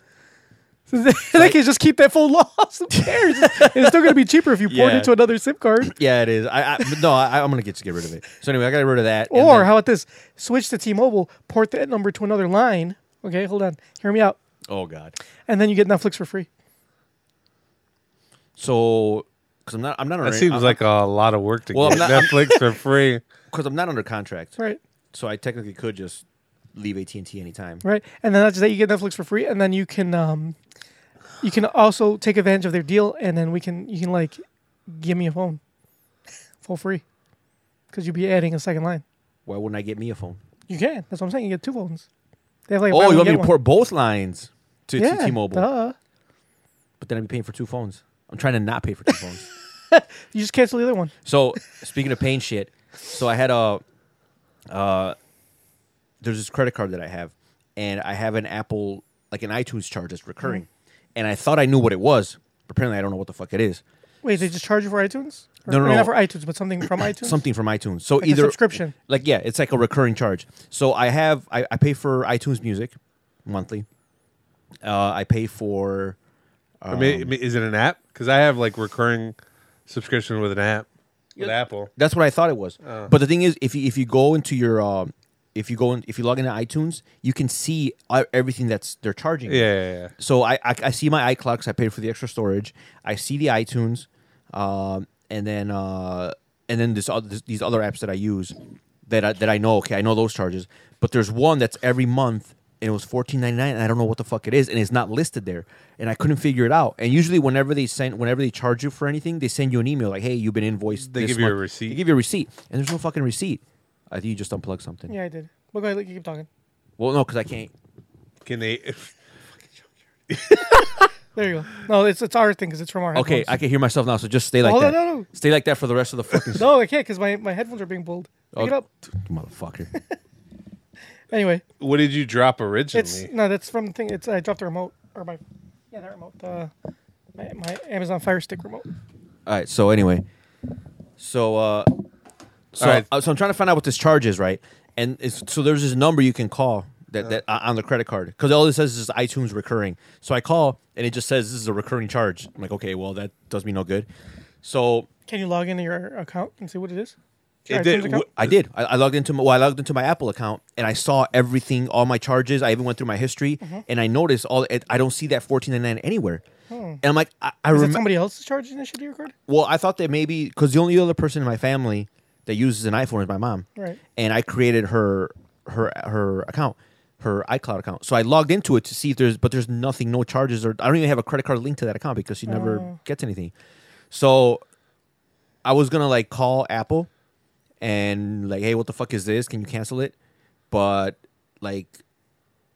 Speaker 1: So in that case, just keep that phone lost. Who cares? it's still gonna be cheaper if you port
Speaker 3: Yeah.
Speaker 1: it to another SIM card.
Speaker 3: Yeah, it is. I, I but no, I, I'm gonna get to get rid of it. So anyway, I got rid of that. and
Speaker 1: Or
Speaker 3: then-
Speaker 1: how about this? Switch to T-Mobile, port that number to another line. Okay, hold on. Hear me out.
Speaker 3: oh god.
Speaker 1: And then you get Netflix for free.
Speaker 3: So because I'm not, I'm not.
Speaker 2: That seems like a lot of work to
Speaker 3: Well,
Speaker 2: get
Speaker 3: I'm not-
Speaker 2: Netflix for free.
Speaker 3: because I'm not under contract,
Speaker 1: Right.
Speaker 3: so I technically could just leave AT and T anytime.
Speaker 1: Right. And then that's that you get Netflix for free and then you can um you can also take advantage of their deal and then we can you can like give me a phone for free. Cuz you'd be adding a second line.
Speaker 3: Why wouldn't I get me a phone?
Speaker 1: You can. That's what I'm saying. You get two phones. They have like a buy
Speaker 3: Oh,
Speaker 1: one,
Speaker 3: you want me
Speaker 1: get
Speaker 3: to
Speaker 1: one.
Speaker 3: port both lines to to
Speaker 1: yeah,
Speaker 3: T-Mobile,
Speaker 1: Duh.
Speaker 3: but then I'd be paying for two phones. I'm trying to not pay for two phones.
Speaker 1: You just cancel the other one.
Speaker 3: So speaking of pain shit, so I had a uh there's this credit card that I have and I have an Apple like an iTunes charge that's recurring.
Speaker 1: Mm-hmm.
Speaker 3: And I thought I knew what it was, but apparently I don't know what the fuck it is.
Speaker 1: Wait, they just charge you for iTunes? Or-
Speaker 3: No, no,
Speaker 1: I mean,
Speaker 3: no.
Speaker 1: Not for iTunes, but something from iTunes.
Speaker 3: Something from iTunes. So
Speaker 1: Like a
Speaker 3: either
Speaker 1: subscription.
Speaker 3: Like yeah, it's like a recurring charge. So I have I, I pay for iTunes music monthly. Uh, I pay for
Speaker 2: I mean, I mean, is it an app? Because I have like recurring subscription with an app with Apple.
Speaker 3: That's what I thought it was. But the thing is, if you if you go into your um, if you go in, if you log into iTunes, you can see uh, everything that's they're charging. you.
Speaker 2: Yeah, yeah, yeah.
Speaker 3: So I, I I see my iCloud 'cause I paid for the extra storage. I see the iTunes, um, and then uh, and then this, oth- this these other apps that I use that I, that I know. Okay, I know those charges, but there's one that's every month. And it was fourteen ninety nine, and I don't know what the fuck it is, and it's not listed there, and I couldn't figure it out. And usually, whenever they send, whenever they charge you for anything, they send you an email like, "Hey, you've been invoiced."
Speaker 2: They
Speaker 3: this
Speaker 2: give you a
Speaker 3: month."
Speaker 2: receipt.
Speaker 3: They give you a receipt, and there's no fucking receipt. I think you just unplug something.
Speaker 1: Yeah, I did. But go ahead, you keep talking.
Speaker 3: Well, no, because I can't.
Speaker 2: Can they?
Speaker 1: There you go. No, it's it's our thing because it's from our.
Speaker 3: Okay, I
Speaker 1: headphones.
Speaker 3: can hear myself now, so just stay like
Speaker 1: Hold
Speaker 3: that.
Speaker 1: on, no, no.
Speaker 3: Stay like that for the rest of the fucking
Speaker 1: no, I can't because my, my headphones are being pulled. Pick
Speaker 3: Oh,
Speaker 1: it up.
Speaker 3: t- motherfucker.
Speaker 1: Anyway,
Speaker 2: What did you drop
Speaker 1: it's
Speaker 2: originally?
Speaker 1: no, that's from the thing. It's I dropped the remote or my yeah, that remote. Uh, my, my Amazon Fire Stick remote.
Speaker 3: All right. So anyway, so uh, so
Speaker 2: All right.
Speaker 3: uh, so I'm trying to find out what this charge is, right? And it's, so there's this number you can call that, that uh, on the credit card because all it says is iTunes recurring. So I call and it just says this is a recurring charge. I'm like, okay, well that does me no good. So
Speaker 1: Can you log into your account and see what it is?
Speaker 2: It
Speaker 1: Your
Speaker 2: did-
Speaker 1: iTunes account?
Speaker 2: wh-
Speaker 3: I did. I, I logged into my well, I logged into my Apple account and I saw everything, all my charges. I even went through my history
Speaker 1: Mm-hmm.
Speaker 3: and I noticed all. It, I don't see that 14.99 anywhere. And I'm like, I, I
Speaker 1: Hmm. is it
Speaker 3: remember.
Speaker 1: somebody else is charging this shit to your card?
Speaker 3: Well, I thought that maybe because the only other person in my family that uses an iPhone is my mom,
Speaker 1: Right.
Speaker 3: And I created her her her account, her iCloud account. So I logged into it to see if there's, but there's nothing, no charges, or I don't even have a credit card linked to that account because she never gets anything. So I was gonna like call Apple and like, hey, what the fuck is this? Can you cancel it? But like,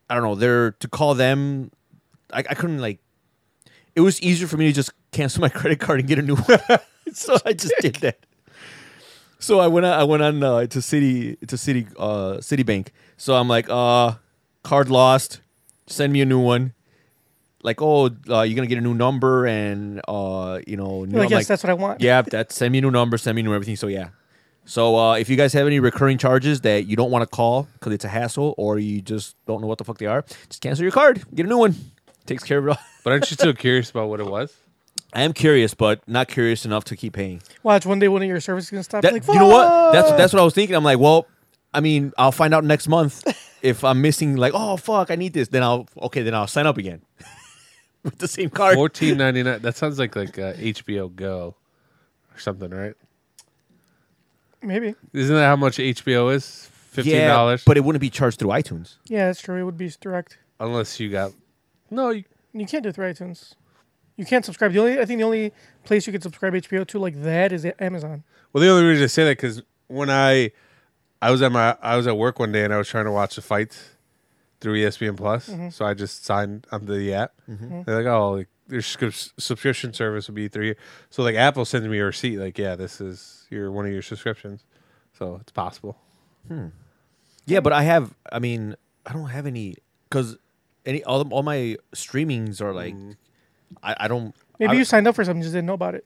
Speaker 3: I don't know. They're to call them. I, I couldn't like. It was easier for me to just cancel my credit card and get a new one. so I just did that. So I went on, I went on uh, to City to City uh, Citibank. So I'm like, uh, card lost. Send me a new one. Like, oh, uh, you're gonna get a new number, and uh, you know, new,
Speaker 1: You're like,
Speaker 3: I'm
Speaker 1: yes, that's what I want.
Speaker 3: yeah, that send me new number, send me new everything. So yeah. So uh, if you guys have any recurring charges that you don't want to call because it's a hassle or you just don't know what the fuck they are, just cancel your card, get a new one. Takes care of it all.
Speaker 2: But aren't you still curious about what it was?
Speaker 3: I am curious, but not curious enough to keep paying.
Speaker 1: Watch one day one of your services gonna stop.
Speaker 3: That,
Speaker 1: like,
Speaker 3: you know what?
Speaker 1: "Fuck!"
Speaker 3: That's that's what I was thinking. I'm like, well, I mean, I'll find out next month if I'm missing. Like, oh fuck, I need this. Then I'll okay. Then I'll sign up again with the same card.
Speaker 2: Fourteen ninety nine. That sounds like like uh, HBO Go or something, right?
Speaker 1: maybe.
Speaker 2: Isn't that how much HBO is? Fifteen
Speaker 3: yeah,
Speaker 2: dollars.
Speaker 3: but it wouldn't be charged through iTunes.
Speaker 1: Yeah, that's true. It would be direct.
Speaker 2: unless you got no, you,
Speaker 1: You can't do it through iTunes. You can't subscribe. The only I think the only place you can subscribe HBO to like that is Amazon.
Speaker 2: Well, the only reason I say that because when I I was at my I was at work one day and I was trying to watch the fights through E ESPN Plus,
Speaker 1: Mm-hmm.
Speaker 2: so I just signed onto the app. They're like, oh, like, your subs- subscription service will be three. So like Apple sends me a receipt, like, yeah, this is your one of your subscriptions, so it's possible.
Speaker 3: Yeah, but I have. I mean, I don't have any because any all, all my streamings are like, I, I don't.
Speaker 1: Mm. Maybe
Speaker 3: I,
Speaker 1: you signed up for something, just didn't know about it,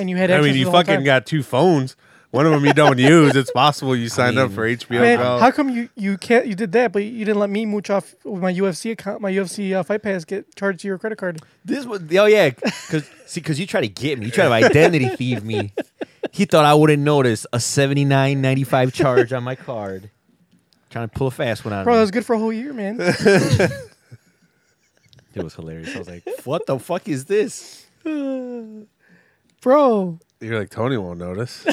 Speaker 1: and you had.
Speaker 2: I
Speaker 1: Access
Speaker 2: mean,
Speaker 1: to
Speaker 2: you
Speaker 1: the whole
Speaker 2: fucking
Speaker 1: time.
Speaker 2: got two phones. One of them you don't use. It's possible you signed up
Speaker 3: mean,
Speaker 2: for HBO.
Speaker 1: Man,
Speaker 2: Go.
Speaker 1: how come you you can't you did that, but you didn't let me mooch off with my UFC account, my UFC uh, fight pass get charged to your credit card?
Speaker 3: This was oh yeah, because see, because you try to get me, you try to identity thief me. He thought I wouldn't notice a seventy nine ninety five charge on my card. Trying to pull a fast one out.
Speaker 1: Bro,
Speaker 3: of
Speaker 1: that
Speaker 3: me.
Speaker 1: was good for a whole year, man.
Speaker 3: it was hilarious. I was like, "What the fuck is this?"
Speaker 1: Bro,
Speaker 2: You're like Tony won't notice.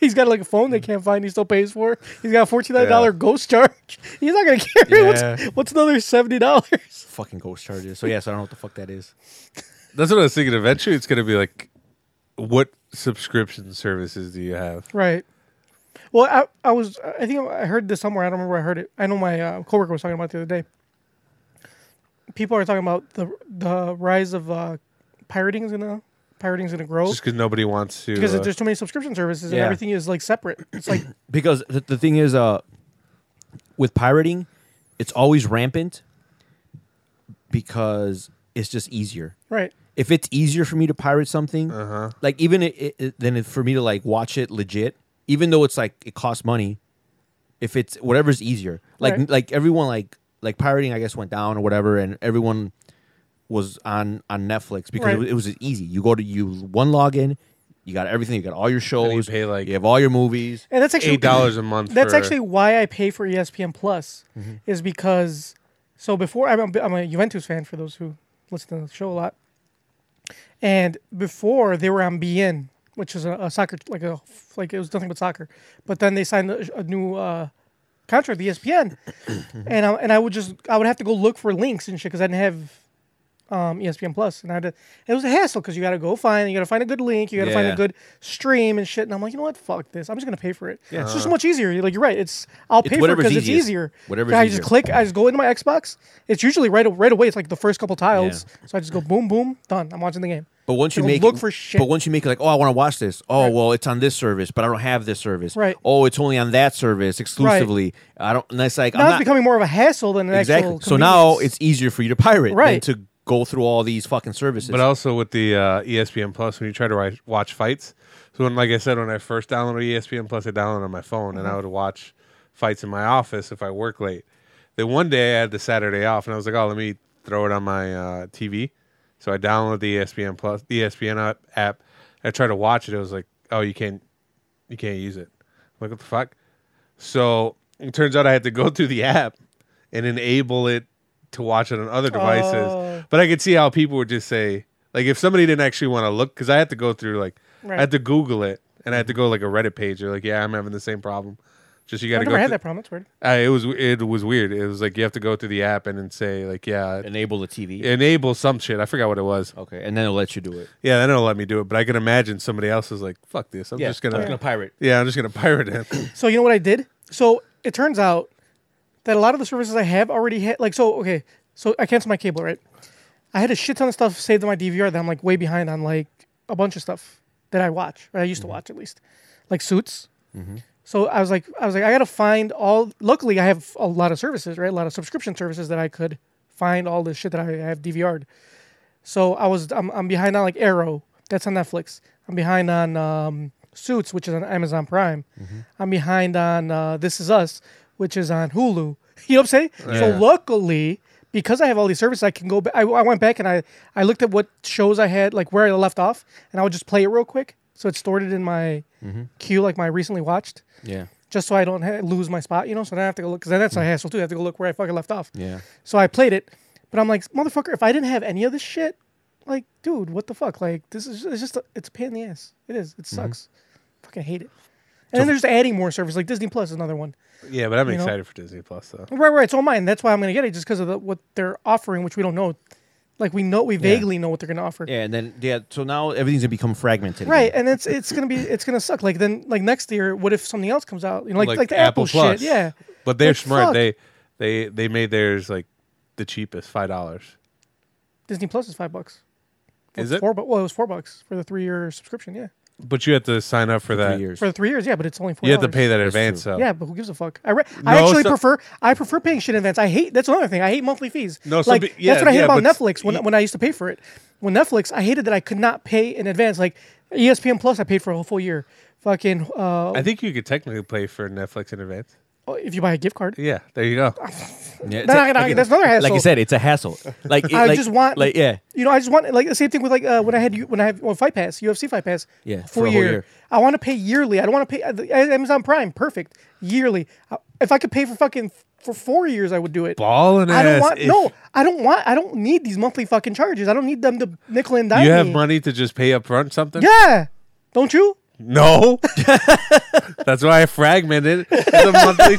Speaker 1: he's got like a phone they can't find. He still pays for. it. He's got a fourteen hundred dollar
Speaker 2: Mm. Yeah.
Speaker 1: ghost charge. He's not gonna carry. What's,
Speaker 2: Yeah.
Speaker 1: what's another seventy dollars?
Speaker 3: Fucking ghost charges. So yes, I don't know what the fuck that is.
Speaker 2: That's what I was thinking. Eventually, it's gonna be like, what subscription services do you have?
Speaker 1: Right. Well, I, I was I think I heard this somewhere. I don't remember where I heard it. I know my uh, coworker was talking about it the other day. People are talking about the the rise of uh, pirating is gonna pirating is gonna grow
Speaker 2: Just because nobody wants to.
Speaker 1: because
Speaker 2: uh,
Speaker 1: there's too many subscription services and
Speaker 3: yeah.
Speaker 1: everything is like separate. It's like
Speaker 3: because the, the thing is uh with pirating it's always rampant because it's just easier
Speaker 1: right.
Speaker 3: if it's easier for me to pirate something
Speaker 2: Uh-huh.
Speaker 3: like even it, it, it- than it, for me to like watch it legit even though it's like it costs money if it's whatever's easier like
Speaker 1: Right.
Speaker 3: like everyone like like pirating i guess went down or whatever and everyone was on on netflix because
Speaker 1: Right.
Speaker 3: it, was, it was easy you go to you one login you got everything you got all your shows
Speaker 2: pay, like,
Speaker 3: you have all your movies
Speaker 1: And that's actually
Speaker 2: eight dollars a month.
Speaker 1: That's
Speaker 2: for-
Speaker 1: actually why I pay for E ESPN Plus, is because so before I'm a, I'm a Juventus fan for those who listen to the show a lot, and before they were on BN, which is a, a soccer like a like it was nothing but soccer, but then they signed a, a new uh, contract with ESPN, and I, and I would just I would have to go look for links and shit because I didn't have. Um, ESPN Plus, and I had to, it was a hassle because you got to go find, you got to find a good link, you got to find a
Speaker 3: Yeah.
Speaker 1: good stream and shit. And I'm like, you know what? Fuck this. I'm just gonna pay for it. Yeah. It's just so much easier. You're like, you're right. It's I'll pay for it
Speaker 3: Uh-huh. whatever's
Speaker 1: because it's
Speaker 3: easiest.
Speaker 1: easier.
Speaker 3: Whatever's
Speaker 1: yeah, I
Speaker 3: easier.
Speaker 1: just click. I just go into my Xbox. It's usually right right away. It's like the first couple tiles. So I just go boom boom done. I'm watching the game.
Speaker 3: But once you
Speaker 1: It'll
Speaker 3: make
Speaker 1: look for shit.
Speaker 3: But once you make it like, oh, I want to watch this. Oh, well, it's on this service, but I don't have this service.
Speaker 1: Right.
Speaker 3: Oh, it's only on that service exclusively. I don't. And it's like
Speaker 1: now
Speaker 3: I'm
Speaker 1: it's
Speaker 3: not
Speaker 1: becoming more of a hassle than an
Speaker 3: exactly.
Speaker 1: actual.
Speaker 3: So now
Speaker 1: convenience.
Speaker 3: it's easier for you to pirate
Speaker 1: Right.
Speaker 3: than to go through all these fucking services.
Speaker 2: But also with the uh, ESPN Plus, when you try to ri- watch fights, so when, like I said, when I first downloaded E ESPN Plus, I downloaded it on my phone, and I would watch fights in my office if I work late. Then one day I had the Saturday off, and I was like, "Oh, let me throw it on my uh, TV." So I downloaded the E ESPN Plus, the ESPN app- app. I tried to watch it. It was like, "Oh, you can't, you can't use it." I'm like, what the fuck? So it turns out I had to go through the app and enable it to watch it on other devices.
Speaker 1: Oh.
Speaker 2: But I could see how people would just say, like, if somebody didn't actually want to look, because I had to go through, like,
Speaker 1: Right. Mm-hmm.
Speaker 2: I had to Google it and I had to go like a Reddit page. Or like, yeah, I'm having the same problem. Just you got
Speaker 1: I've
Speaker 2: to go.
Speaker 1: never had
Speaker 2: through-
Speaker 1: that problem. That's weird.
Speaker 2: Uh, it was it was weird. It was like you have to go through the app and then say like, yeah,
Speaker 3: enable the TV.
Speaker 2: enable some shit. I forgot what it was.
Speaker 3: Okay, and then it'll let you do it.
Speaker 2: Yeah, then it'll let me do it. But I can imagine somebody else is like, fuck this. I'm
Speaker 3: Yeah,
Speaker 2: just gonna.
Speaker 3: I'm just gonna pirate.
Speaker 2: Yeah, I'm just gonna pirate it.
Speaker 1: So you know what I did? So it turns out that a lot of the services I have already hit. Like so, okay. So I canceled my cable, right? I had a shit ton of stuff saved on my DVR that I'm like way behind on, like a bunch of stuff that I watch, or I used to watch at least, like Suits. So I was like, I was like, I gotta find all. Luckily, I have a lot of services, right? A lot of subscription services that I could find all the shit that I have DVR'd. So I was, I'm, I'm behind on like Arrow, that's on Netflix. I'm behind on um, Suits, which is on Amazon Prime. I'm behind on uh, This Is Us, which is on Hulu. You know what I'm saying? So
Speaker 2: Yeah.
Speaker 1: luckily, because I have all these services, I can go. Ba- I, I went back and I, I looked at what shows I had, like where I left off, and I would just play it real quick. So it's stored it in my queue, like my recently watched
Speaker 3: Yeah.
Speaker 1: just so I don't ha- lose my spot, you know. So then I have to go look because that's a hassle too. I have to go look where I fucking left off.
Speaker 3: Yeah.
Speaker 1: So I played it, but I'm like, motherfucker, if I didn't have any of this shit, like, dude, what the fuck? Like, this is it's just a, it's a pain in the ass. It is.
Speaker 2: Mm-hmm.
Speaker 1: It sucks. Fucking hate it. And then there's adding more service like Disney Plus is another one.
Speaker 2: yeah, but I'm
Speaker 1: You know?
Speaker 2: excited for Disney Plus though.
Speaker 1: Right, right. So mine. That's why I'm gonna get it just because of the, what they're offering, which we don't know Like we know, we vaguely know what they're gonna offer.
Speaker 3: Yeah, and then yeah, so now everything's gonna become fragmented. again.
Speaker 1: Right, and it's it's gonna be it's gonna suck. Like then, like next year, what if something else comes out? You know, like like, the Apple, shit. Yeah,
Speaker 2: But they're
Speaker 1: Like,
Speaker 2: smart.
Speaker 1: fuck.
Speaker 2: They they they made theirs like the cheapest, five dollars.
Speaker 1: Disney Plus is five bucks. Well,
Speaker 2: Is
Speaker 1: it's
Speaker 2: it?
Speaker 1: Four, bu- well, it was four bucks for the three year subscription. Yeah,
Speaker 2: But you have to sign up for,
Speaker 3: Three
Speaker 2: that.
Speaker 3: years.
Speaker 1: for the three years. Yeah, but it's only four.
Speaker 2: You have to pay that
Speaker 3: That's
Speaker 2: advance
Speaker 3: true.
Speaker 2: though.
Speaker 1: Yeah, but who gives a fuck? I re- I
Speaker 2: Oh. No,
Speaker 1: actually
Speaker 2: so-
Speaker 1: prefer I prefer paying shit in advance. I hate that's another thing. I hate monthly fees.
Speaker 2: No, so
Speaker 1: like
Speaker 2: be- yeah,
Speaker 1: that's what I hate
Speaker 2: yeah,
Speaker 1: about
Speaker 2: but-
Speaker 1: Netflix when when I used to pay for it. When Netflix, I hated that I could not pay in advance. Like E ESPN Plus, I paid for a whole full year. Fucking uh,
Speaker 2: I think you could technically pay for Netflix in advance.
Speaker 1: if you buy a gift card,
Speaker 2: Yeah, there you go.
Speaker 3: Yeah, it's
Speaker 1: No, no,
Speaker 3: a-
Speaker 1: no, that's another
Speaker 3: Like I
Speaker 1: hassle.
Speaker 3: said, it's a hassle. Like it-
Speaker 1: I
Speaker 3: like-
Speaker 1: just want
Speaker 3: like yeah.
Speaker 1: You know, I just want like the same thing with like uh, when I had you when I have well, Fight Pass, UFC Fight Pass.
Speaker 3: Yeah,
Speaker 1: full
Speaker 3: for a whole
Speaker 1: year.
Speaker 3: year.
Speaker 1: I want to pay yearly. I don't want to pay uh, the- uh, Amazon Prime. Perfect yearly. Uh, If I could pay for fucking for four years, I would do it.
Speaker 2: Ballin'
Speaker 1: I don't
Speaker 2: ass.
Speaker 1: want
Speaker 2: If
Speaker 1: no. I don't want. I don't need these monthly fucking charges. I don't need them to nickel and dime
Speaker 2: You have
Speaker 1: me.
Speaker 2: money to just pay up front something?
Speaker 1: Yeah, don't you?
Speaker 2: No. That's why I fragmented the monthly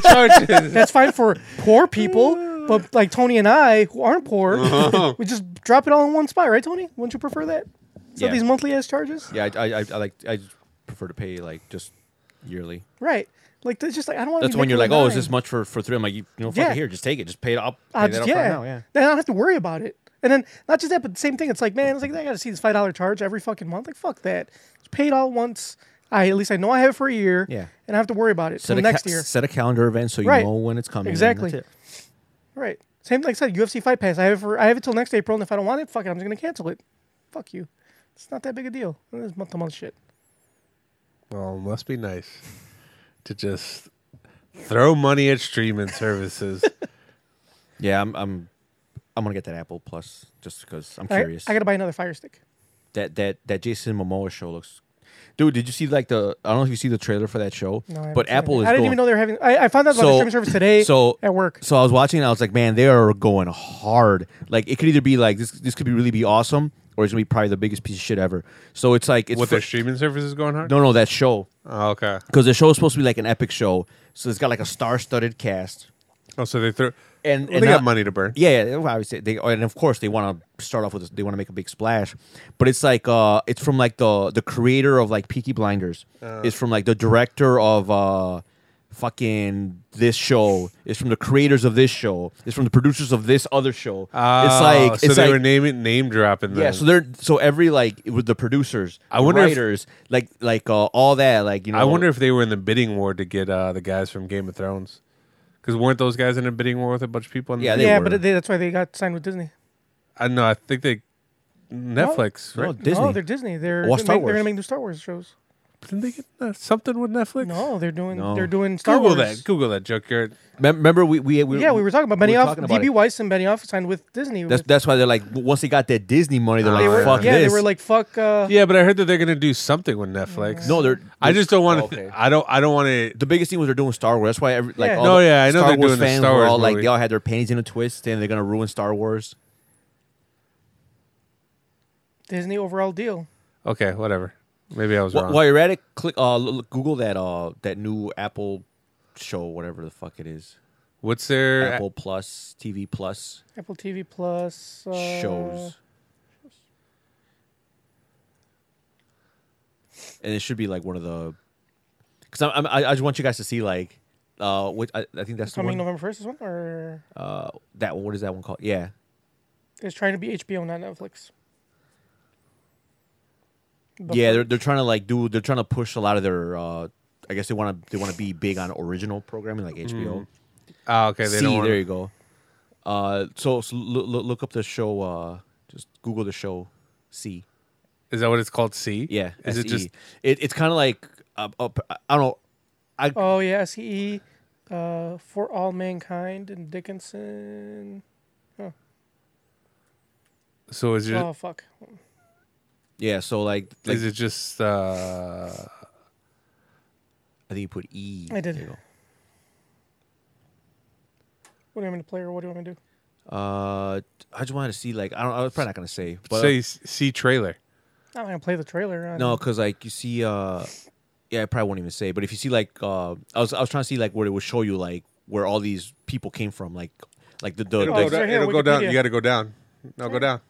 Speaker 2: charges.
Speaker 1: That's fine for poor people, but like Tony and I, who aren't
Speaker 3: Uh-huh.
Speaker 1: poor, we just drop it all in one spot, right, Tony? Wouldn't you prefer that? So
Speaker 3: Yeah.
Speaker 1: these monthly ass charges.
Speaker 3: Yeah, I, I, I, I like I just prefer to pay like just yearly.
Speaker 1: Right. Like that's just like I don't want.
Speaker 3: That's when you're like, oh, is this much for for three? I'm like, you, you know, fuck
Speaker 1: Yeah.
Speaker 3: it here, just take it, just pay it up.
Speaker 1: I
Speaker 3: pay that
Speaker 1: just
Speaker 3: up
Speaker 1: yeah.
Speaker 3: front now, yeah.
Speaker 1: Then I don't have to worry about it. And then not just that, but the same thing. It's like man, it's like I got to see this five dollar charge every fucking month. Like fuck that. Just pay it all once. I at least I know I have it for a year.
Speaker 3: Yeah.
Speaker 1: And I have to worry about it
Speaker 3: Set
Speaker 1: till
Speaker 3: a
Speaker 1: next
Speaker 3: ca-
Speaker 1: year.
Speaker 3: Set a calendar event so you
Speaker 1: Right.
Speaker 3: know when it's coming. and
Speaker 1: Exactly.
Speaker 3: that's it.
Speaker 1: Right. Same like I said, UFC Fight Pass. I have it for I have it till next April, and if I don't want it, fuck it, I'm just gonna cancel it. Fuck you. It's not that big a deal. It's month to month shit.
Speaker 2: Well, it must be nice to just throw money at streaming services.
Speaker 3: Yeah, I'm I'm I'm gonna get that Apple Plus just because I'm
Speaker 1: All right,
Speaker 3: curious.
Speaker 1: I gotta buy another Fire Stick.
Speaker 3: that that that Jason Momoa show looks. Dude, did you see like the? I don't know if you see the trailer for that show,
Speaker 1: No, I haven't
Speaker 3: but
Speaker 1: seen
Speaker 3: Apple
Speaker 1: it.
Speaker 3: is.
Speaker 1: I didn't
Speaker 3: going,
Speaker 1: even know they were having. I, I found out about the streaming service today.
Speaker 3: So
Speaker 1: at work.
Speaker 3: So I was watching and I was like, man, they are going hard. Like it could either be like this this could be really be awesome or it's gonna be probably the biggest piece of shit ever. So it's like it's
Speaker 2: what
Speaker 3: fir-
Speaker 2: their streaming service is going hard?
Speaker 3: no no that show.
Speaker 2: Oh, okay.
Speaker 3: Because the show is supposed to be like an epic show. So it's got like a star studded cast.
Speaker 2: Oh, so they threw.
Speaker 3: And,
Speaker 2: Well,
Speaker 3: and
Speaker 2: they got
Speaker 3: not-
Speaker 2: money to burn.
Speaker 3: Yeah, yeah, well, obviously they oh, and of course they want to start off with this, they want to make a big splash, but it's like uh it's from like the the creator of like Peaky Blinders.
Speaker 2: Uh.
Speaker 3: it's from like the director of uh fucking this show. It's from the creators of this show. It's from the producers of this other show. it's
Speaker 2: Oh,
Speaker 3: like
Speaker 2: so
Speaker 3: it's
Speaker 2: they
Speaker 3: like
Speaker 2: were naming name dropping. Them.
Speaker 3: yeah, so they're so every like with the producers,
Speaker 2: I wonder if-
Speaker 3: writers, like like uh, all that, like you know.
Speaker 2: I wonder if they were in the bidding war to get uh, the guys from Game of Thrones, because weren't those guys in a bidding war with a bunch of people? In
Speaker 3: Yeah,
Speaker 2: the
Speaker 3: they
Speaker 1: yeah,
Speaker 3: were.
Speaker 1: but they, that's why they got signed with Disney.
Speaker 2: I know. I think they Netflix.
Speaker 3: no,
Speaker 2: right?
Speaker 3: Disney.
Speaker 1: No, Oh, they're Disney. They're
Speaker 3: Watch
Speaker 1: they're,
Speaker 3: Star
Speaker 1: make- they're gonna
Speaker 3: Wars.
Speaker 1: make new Star Wars shows.
Speaker 2: Didn't they get uh, something with Netflix?
Speaker 1: No, they're doing
Speaker 3: No.
Speaker 1: they're doing Star
Speaker 2: Google
Speaker 1: Wars.
Speaker 2: that. Google that, joke. Garrett.
Speaker 3: Mem- Remember we we, we
Speaker 1: Yeah, we were talking about
Speaker 3: we were
Speaker 1: Benioff,
Speaker 3: talking about
Speaker 1: DB
Speaker 3: it.
Speaker 1: Weiss and Benioff signed with Disney.
Speaker 3: That's that's why they're like w- once they got that Disney money, they're
Speaker 2: They
Speaker 3: like
Speaker 2: were-
Speaker 3: fuck
Speaker 1: yeah,
Speaker 3: this.
Speaker 1: they were like fuck. Uh,
Speaker 2: Yeah, but I heard that they're gonna do something with Netflix.
Speaker 3: no, they're. Oh,
Speaker 2: I just don't want to.
Speaker 3: Okay.
Speaker 2: I don't. I don't want to.
Speaker 3: the biggest thing was they're doing Star Wars. That's why every like
Speaker 1: Yeah.
Speaker 3: all
Speaker 2: No,
Speaker 3: the
Speaker 2: yeah, I know
Speaker 3: Star
Speaker 2: they're
Speaker 3: Wars
Speaker 2: doing the
Speaker 3: fans
Speaker 2: Star
Speaker 3: were
Speaker 2: Wars
Speaker 3: all like
Speaker 2: movie.
Speaker 3: they all had their panties in a twist and they're gonna ruin Star Wars.
Speaker 1: Disney overall deal.
Speaker 2: Okay, whatever. Maybe I was
Speaker 3: Wh-
Speaker 2: wrong.
Speaker 3: while you're at it, click uh l- l- Google that uh that new Apple show, whatever the fuck it is,
Speaker 2: What's their
Speaker 3: Apple Plus TV Plus
Speaker 1: Apple TV Plus uh,
Speaker 3: shows. And it should be like one of the, because I'm, I'm, I I just want you guys to see like, uh, what I, I think that's the
Speaker 1: coming
Speaker 3: one.
Speaker 1: November first. This one or
Speaker 3: uh, that what is that one called? Yeah,
Speaker 1: it's trying to be HBO, not Netflix. The
Speaker 3: yeah.
Speaker 1: fuck?
Speaker 3: They're, they're trying to like do. They're trying to push a lot of their. Uh, I guess they want to. They want to be big on original programming like HBO.
Speaker 2: Oh, okay. They
Speaker 3: See,
Speaker 2: don't
Speaker 3: there
Speaker 2: want
Speaker 3: you go. Uh, so, so look, look up the show. Uh, just Google the show. C.
Speaker 2: Is that what it's called? C.
Speaker 3: Yeah. E.
Speaker 2: Is it
Speaker 3: SE.
Speaker 2: just?
Speaker 3: It, it's kind of like up, up. I don't know. I
Speaker 1: Oh yeah, SEE, uh, for all mankind and Dickinson.
Speaker 2: So is it?
Speaker 1: Oh fuck.
Speaker 3: yeah. So like, like
Speaker 2: is it just? uh
Speaker 3: I think you put E.
Speaker 1: I did.
Speaker 3: There you
Speaker 1: What do you want me to play or what do you want me to do?
Speaker 3: go. Uh, I just wanted to see like I don't. I was probably not gonna say, but uh,
Speaker 2: Say s- C trailer.
Speaker 1: I'm not gonna play the trailer. I
Speaker 3: No, because like you see, uh, yeah, I probably won't even say. But if you see like, uh, I was I was trying to see like where it would show you like where all these people came from, like like the the,
Speaker 1: Oh,
Speaker 3: the
Speaker 1: it's right here on
Speaker 2: go down.
Speaker 1: Wikipedia.
Speaker 2: You got to go down. No, go down.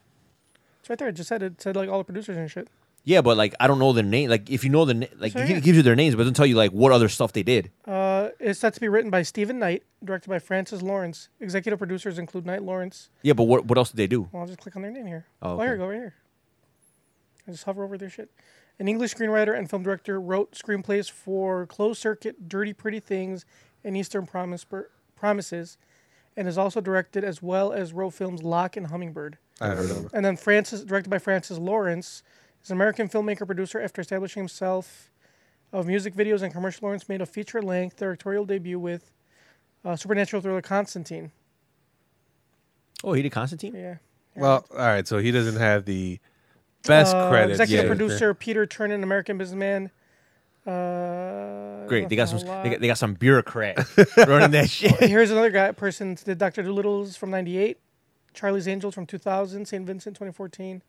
Speaker 1: right there. It just said it, said like all the producers and shit.
Speaker 3: Yeah, but like I don't know their name. Like if you know the na- like
Speaker 1: So,
Speaker 3: it gi-
Speaker 1: yeah.
Speaker 3: it gives you their names, but it doesn't tell you like what other stuff they did.
Speaker 1: Uh, it's set to be written by Stephen Knight, directed by Francis Lawrence. Executive producers include Knight Lawrence.
Speaker 3: Yeah, but what what else did they do?
Speaker 1: Well, I'll just click on their name here.
Speaker 3: Oh,
Speaker 1: Oh,
Speaker 3: okay.
Speaker 1: here, go right here. I just hover over their shit. An English screenwriter and film director wrote screenplays for Closed Circuit, Dirty Pretty Things, and Eastern Promise, Promises, and has also directed as well as wrote films Lock and Hummingbird.
Speaker 2: I don't remember.
Speaker 1: And then Francis, directed by Francis Lawrence, is an American filmmaker producer. After establishing himself of music videos and commercial, Lawrence made a feature-length directorial debut with uh, supernatural thriller Constantine.
Speaker 3: Oh, he did Constantine.
Speaker 1: Yeah.
Speaker 2: Well, all right. So he doesn't have the best
Speaker 1: Uh,
Speaker 2: credit.
Speaker 1: Executive
Speaker 2: yeah.
Speaker 1: producer Peter Chernin, American businessman. Uh,
Speaker 3: Great, they got some
Speaker 1: a lot.
Speaker 3: they got, they got some bureaucrat running that shit.
Speaker 1: Here's another guy person did Doctor Doolittle's from '98, Charlie's Angels from 2000, St. Vincent 2014.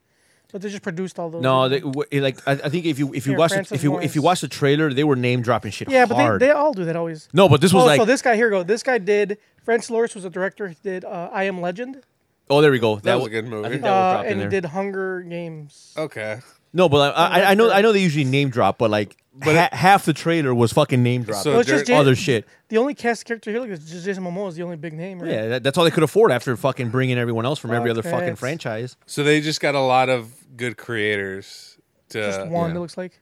Speaker 1: But they just produced all those.
Speaker 3: No, they, w- it, like I, I think if you if you
Speaker 1: Here,
Speaker 3: watch the,
Speaker 1: Francis
Speaker 3: if you if you
Speaker 1: Lawrence.
Speaker 3: watch the trailer, they were name dropping shit
Speaker 1: yeah, but
Speaker 3: hard.
Speaker 1: they, they all do that always.
Speaker 3: no, but this was
Speaker 1: oh,
Speaker 3: like
Speaker 1: so this guy here we go. This guy did. Francis Lawrence was a director. He did uh, I Am Legend,
Speaker 3: oh there we go. That,
Speaker 2: was
Speaker 3: w-
Speaker 2: a good movie.
Speaker 3: I think that was
Speaker 1: uh,
Speaker 3: dropped in
Speaker 1: and he
Speaker 3: there.
Speaker 1: did Hunger Games.
Speaker 2: Okay.
Speaker 3: No, but I, I, I know I know they usually name drop, but like ha- half the trailer was fucking name drop.
Speaker 2: So Well, it's
Speaker 1: just Jan-
Speaker 3: other shit.
Speaker 1: The only cast character here like is Jason Momoa is the only big name. Right?
Speaker 3: Yeah, that, that's all they could afford after fucking bringing everyone else from every other
Speaker 1: Okay,
Speaker 3: fucking
Speaker 1: it's-
Speaker 3: franchise.
Speaker 2: So they just got a lot of good creators. To,
Speaker 1: just one.
Speaker 3: yeah.
Speaker 1: It looks like.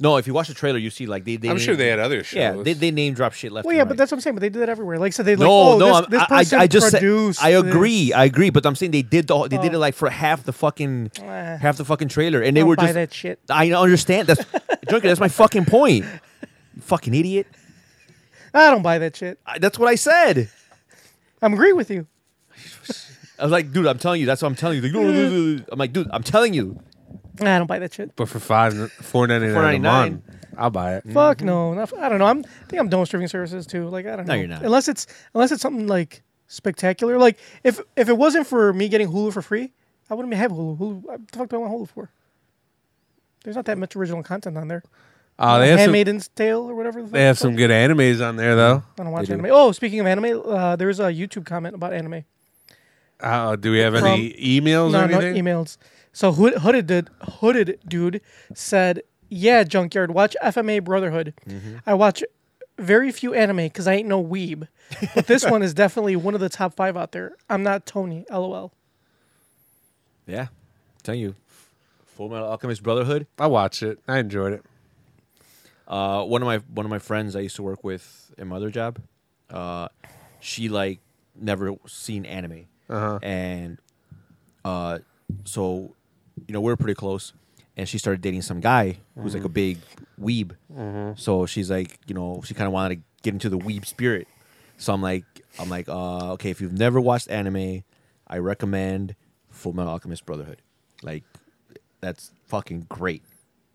Speaker 3: No, if you watch the trailer, you see like they. they
Speaker 2: I'm
Speaker 3: name-
Speaker 2: sure they had other shows.
Speaker 3: Yeah, they, they name drop shit left.
Speaker 1: Well,
Speaker 3: and
Speaker 1: yeah,
Speaker 3: right.
Speaker 1: but that's what I'm saying. But they do that everywhere. Like, so they like,
Speaker 3: no,
Speaker 1: oh,
Speaker 3: no.
Speaker 1: this, this
Speaker 3: I'm,
Speaker 1: person
Speaker 3: I, I, I just said-
Speaker 1: produced.
Speaker 3: I
Speaker 1: this."
Speaker 3: agree, I agree. But I'm saying they did the whole- they did
Speaker 1: Oh.
Speaker 3: it like for half the fucking
Speaker 1: Eh.
Speaker 3: half the fucking trailer, and they
Speaker 1: I don't
Speaker 3: were
Speaker 1: buy
Speaker 3: just.
Speaker 1: that shit.
Speaker 3: I understand that's junkie. That's my fucking point. You fucking idiot.
Speaker 1: I don't buy that shit.
Speaker 3: I, that's what I said.
Speaker 1: I'm agree with you.
Speaker 3: I was like, dude, I'm telling you. That's what I'm telling you. Like, I'm like, dude, I'm telling you.
Speaker 1: I don't buy that shit.
Speaker 2: But for five four ninety nine a
Speaker 3: $4.99.
Speaker 2: month, I'll buy it.
Speaker 1: Fuck no. not- I don't know. I'm, I think I'm done with streaming services too. Like I don't
Speaker 3: Mm-hmm. No,
Speaker 1: know.
Speaker 3: you're not.
Speaker 1: Unless it's unless it's something like spectacular. Like if if it wasn't for me getting Hulu for free, I wouldn't have Hulu. Hulu. What the fuck do I want Hulu for? There's not that much original content on there.
Speaker 2: Uh, they have some,
Speaker 1: Handmaiden's Tale or whatever. The
Speaker 2: they have some good animes on there though.
Speaker 1: I don't watch
Speaker 3: They do.
Speaker 1: anime. Oh, speaking of anime, uh, there was a YouTube comment about anime.
Speaker 2: Uh, do we have any emails or
Speaker 1: No, no
Speaker 2: anything?
Speaker 1: emails. So Hood- hooded dude, hooded dude said, "Yeah, junkyard, watch FMA Brotherhood.
Speaker 2: Mm-hmm.
Speaker 1: I watch very few anime because I ain't no weeb, but this one is definitely one of the top five out there. I'm not Tony, lol.
Speaker 3: Yeah, telling you. Full Metal Alchemist Brotherhood.
Speaker 2: I watched it. I enjoyed it.
Speaker 3: Uh, one of my one of my friends I used to work with in my other job, uh, she like never seen anime,
Speaker 2: Uh-huh.
Speaker 3: and uh, so you know we are pretty close, and she started dating some guy who's like a big weeb. So she's like, you know, she kind of wanted to get into the weeb spirit. So I'm like, I'm like, uh, okay, if you've never watched anime, I recommend Full Metal Alchemist Brotherhood. Like, that's fucking great.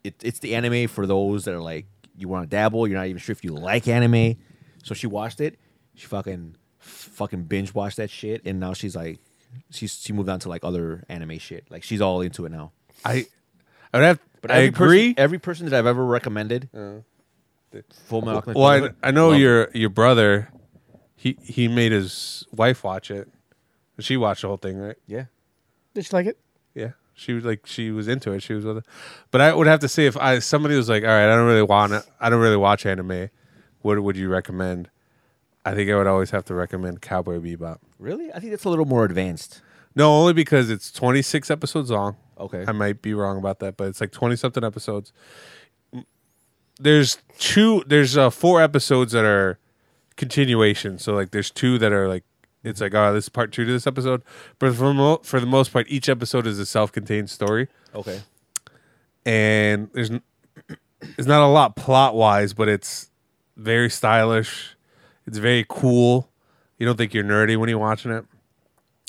Speaker 3: It, it's the anime for those that are like you want to dabble. You're not even sure if you like anime. So she watched it. She fucking fucking binge watched that shit, and now she's like, she's she moved on to like other anime shit. Like she's all into it now.
Speaker 2: I I would have. I
Speaker 3: every person-
Speaker 2: agree. Uh,
Speaker 3: every person that I've ever recommended, Full Metal Alchemist.
Speaker 2: well, I,
Speaker 3: Brotherhood,
Speaker 2: I know
Speaker 3: loved it.
Speaker 2: your your brother. He he made his wife watch it. She watched the whole thing, right?
Speaker 3: Yeah.
Speaker 1: Did you like it?
Speaker 2: Yeah, she was like she was into it. She was with it. But I would have to say if I somebody was like, all right, I don't really want to, I don't really watch anime. What would you recommend? I think I would always have to recommend Cowboy Bebop.
Speaker 3: Really? I think that's a little more advanced.
Speaker 2: No, only because it's 26 episodes long.
Speaker 3: Okay.
Speaker 2: I might be wrong about that, but it's like 20 something episodes. There's two, there's uh, four episodes that are continuation. So, like, there's two that are like, it's like, oh, this is part two to this episode. But for, mo- for the most part, each episode is a self contained story.
Speaker 3: Okay.
Speaker 2: And there's, n- it's not a lot plot wise, but it's very stylish. It's very cool. You don't think you're nerdy when you're watching it.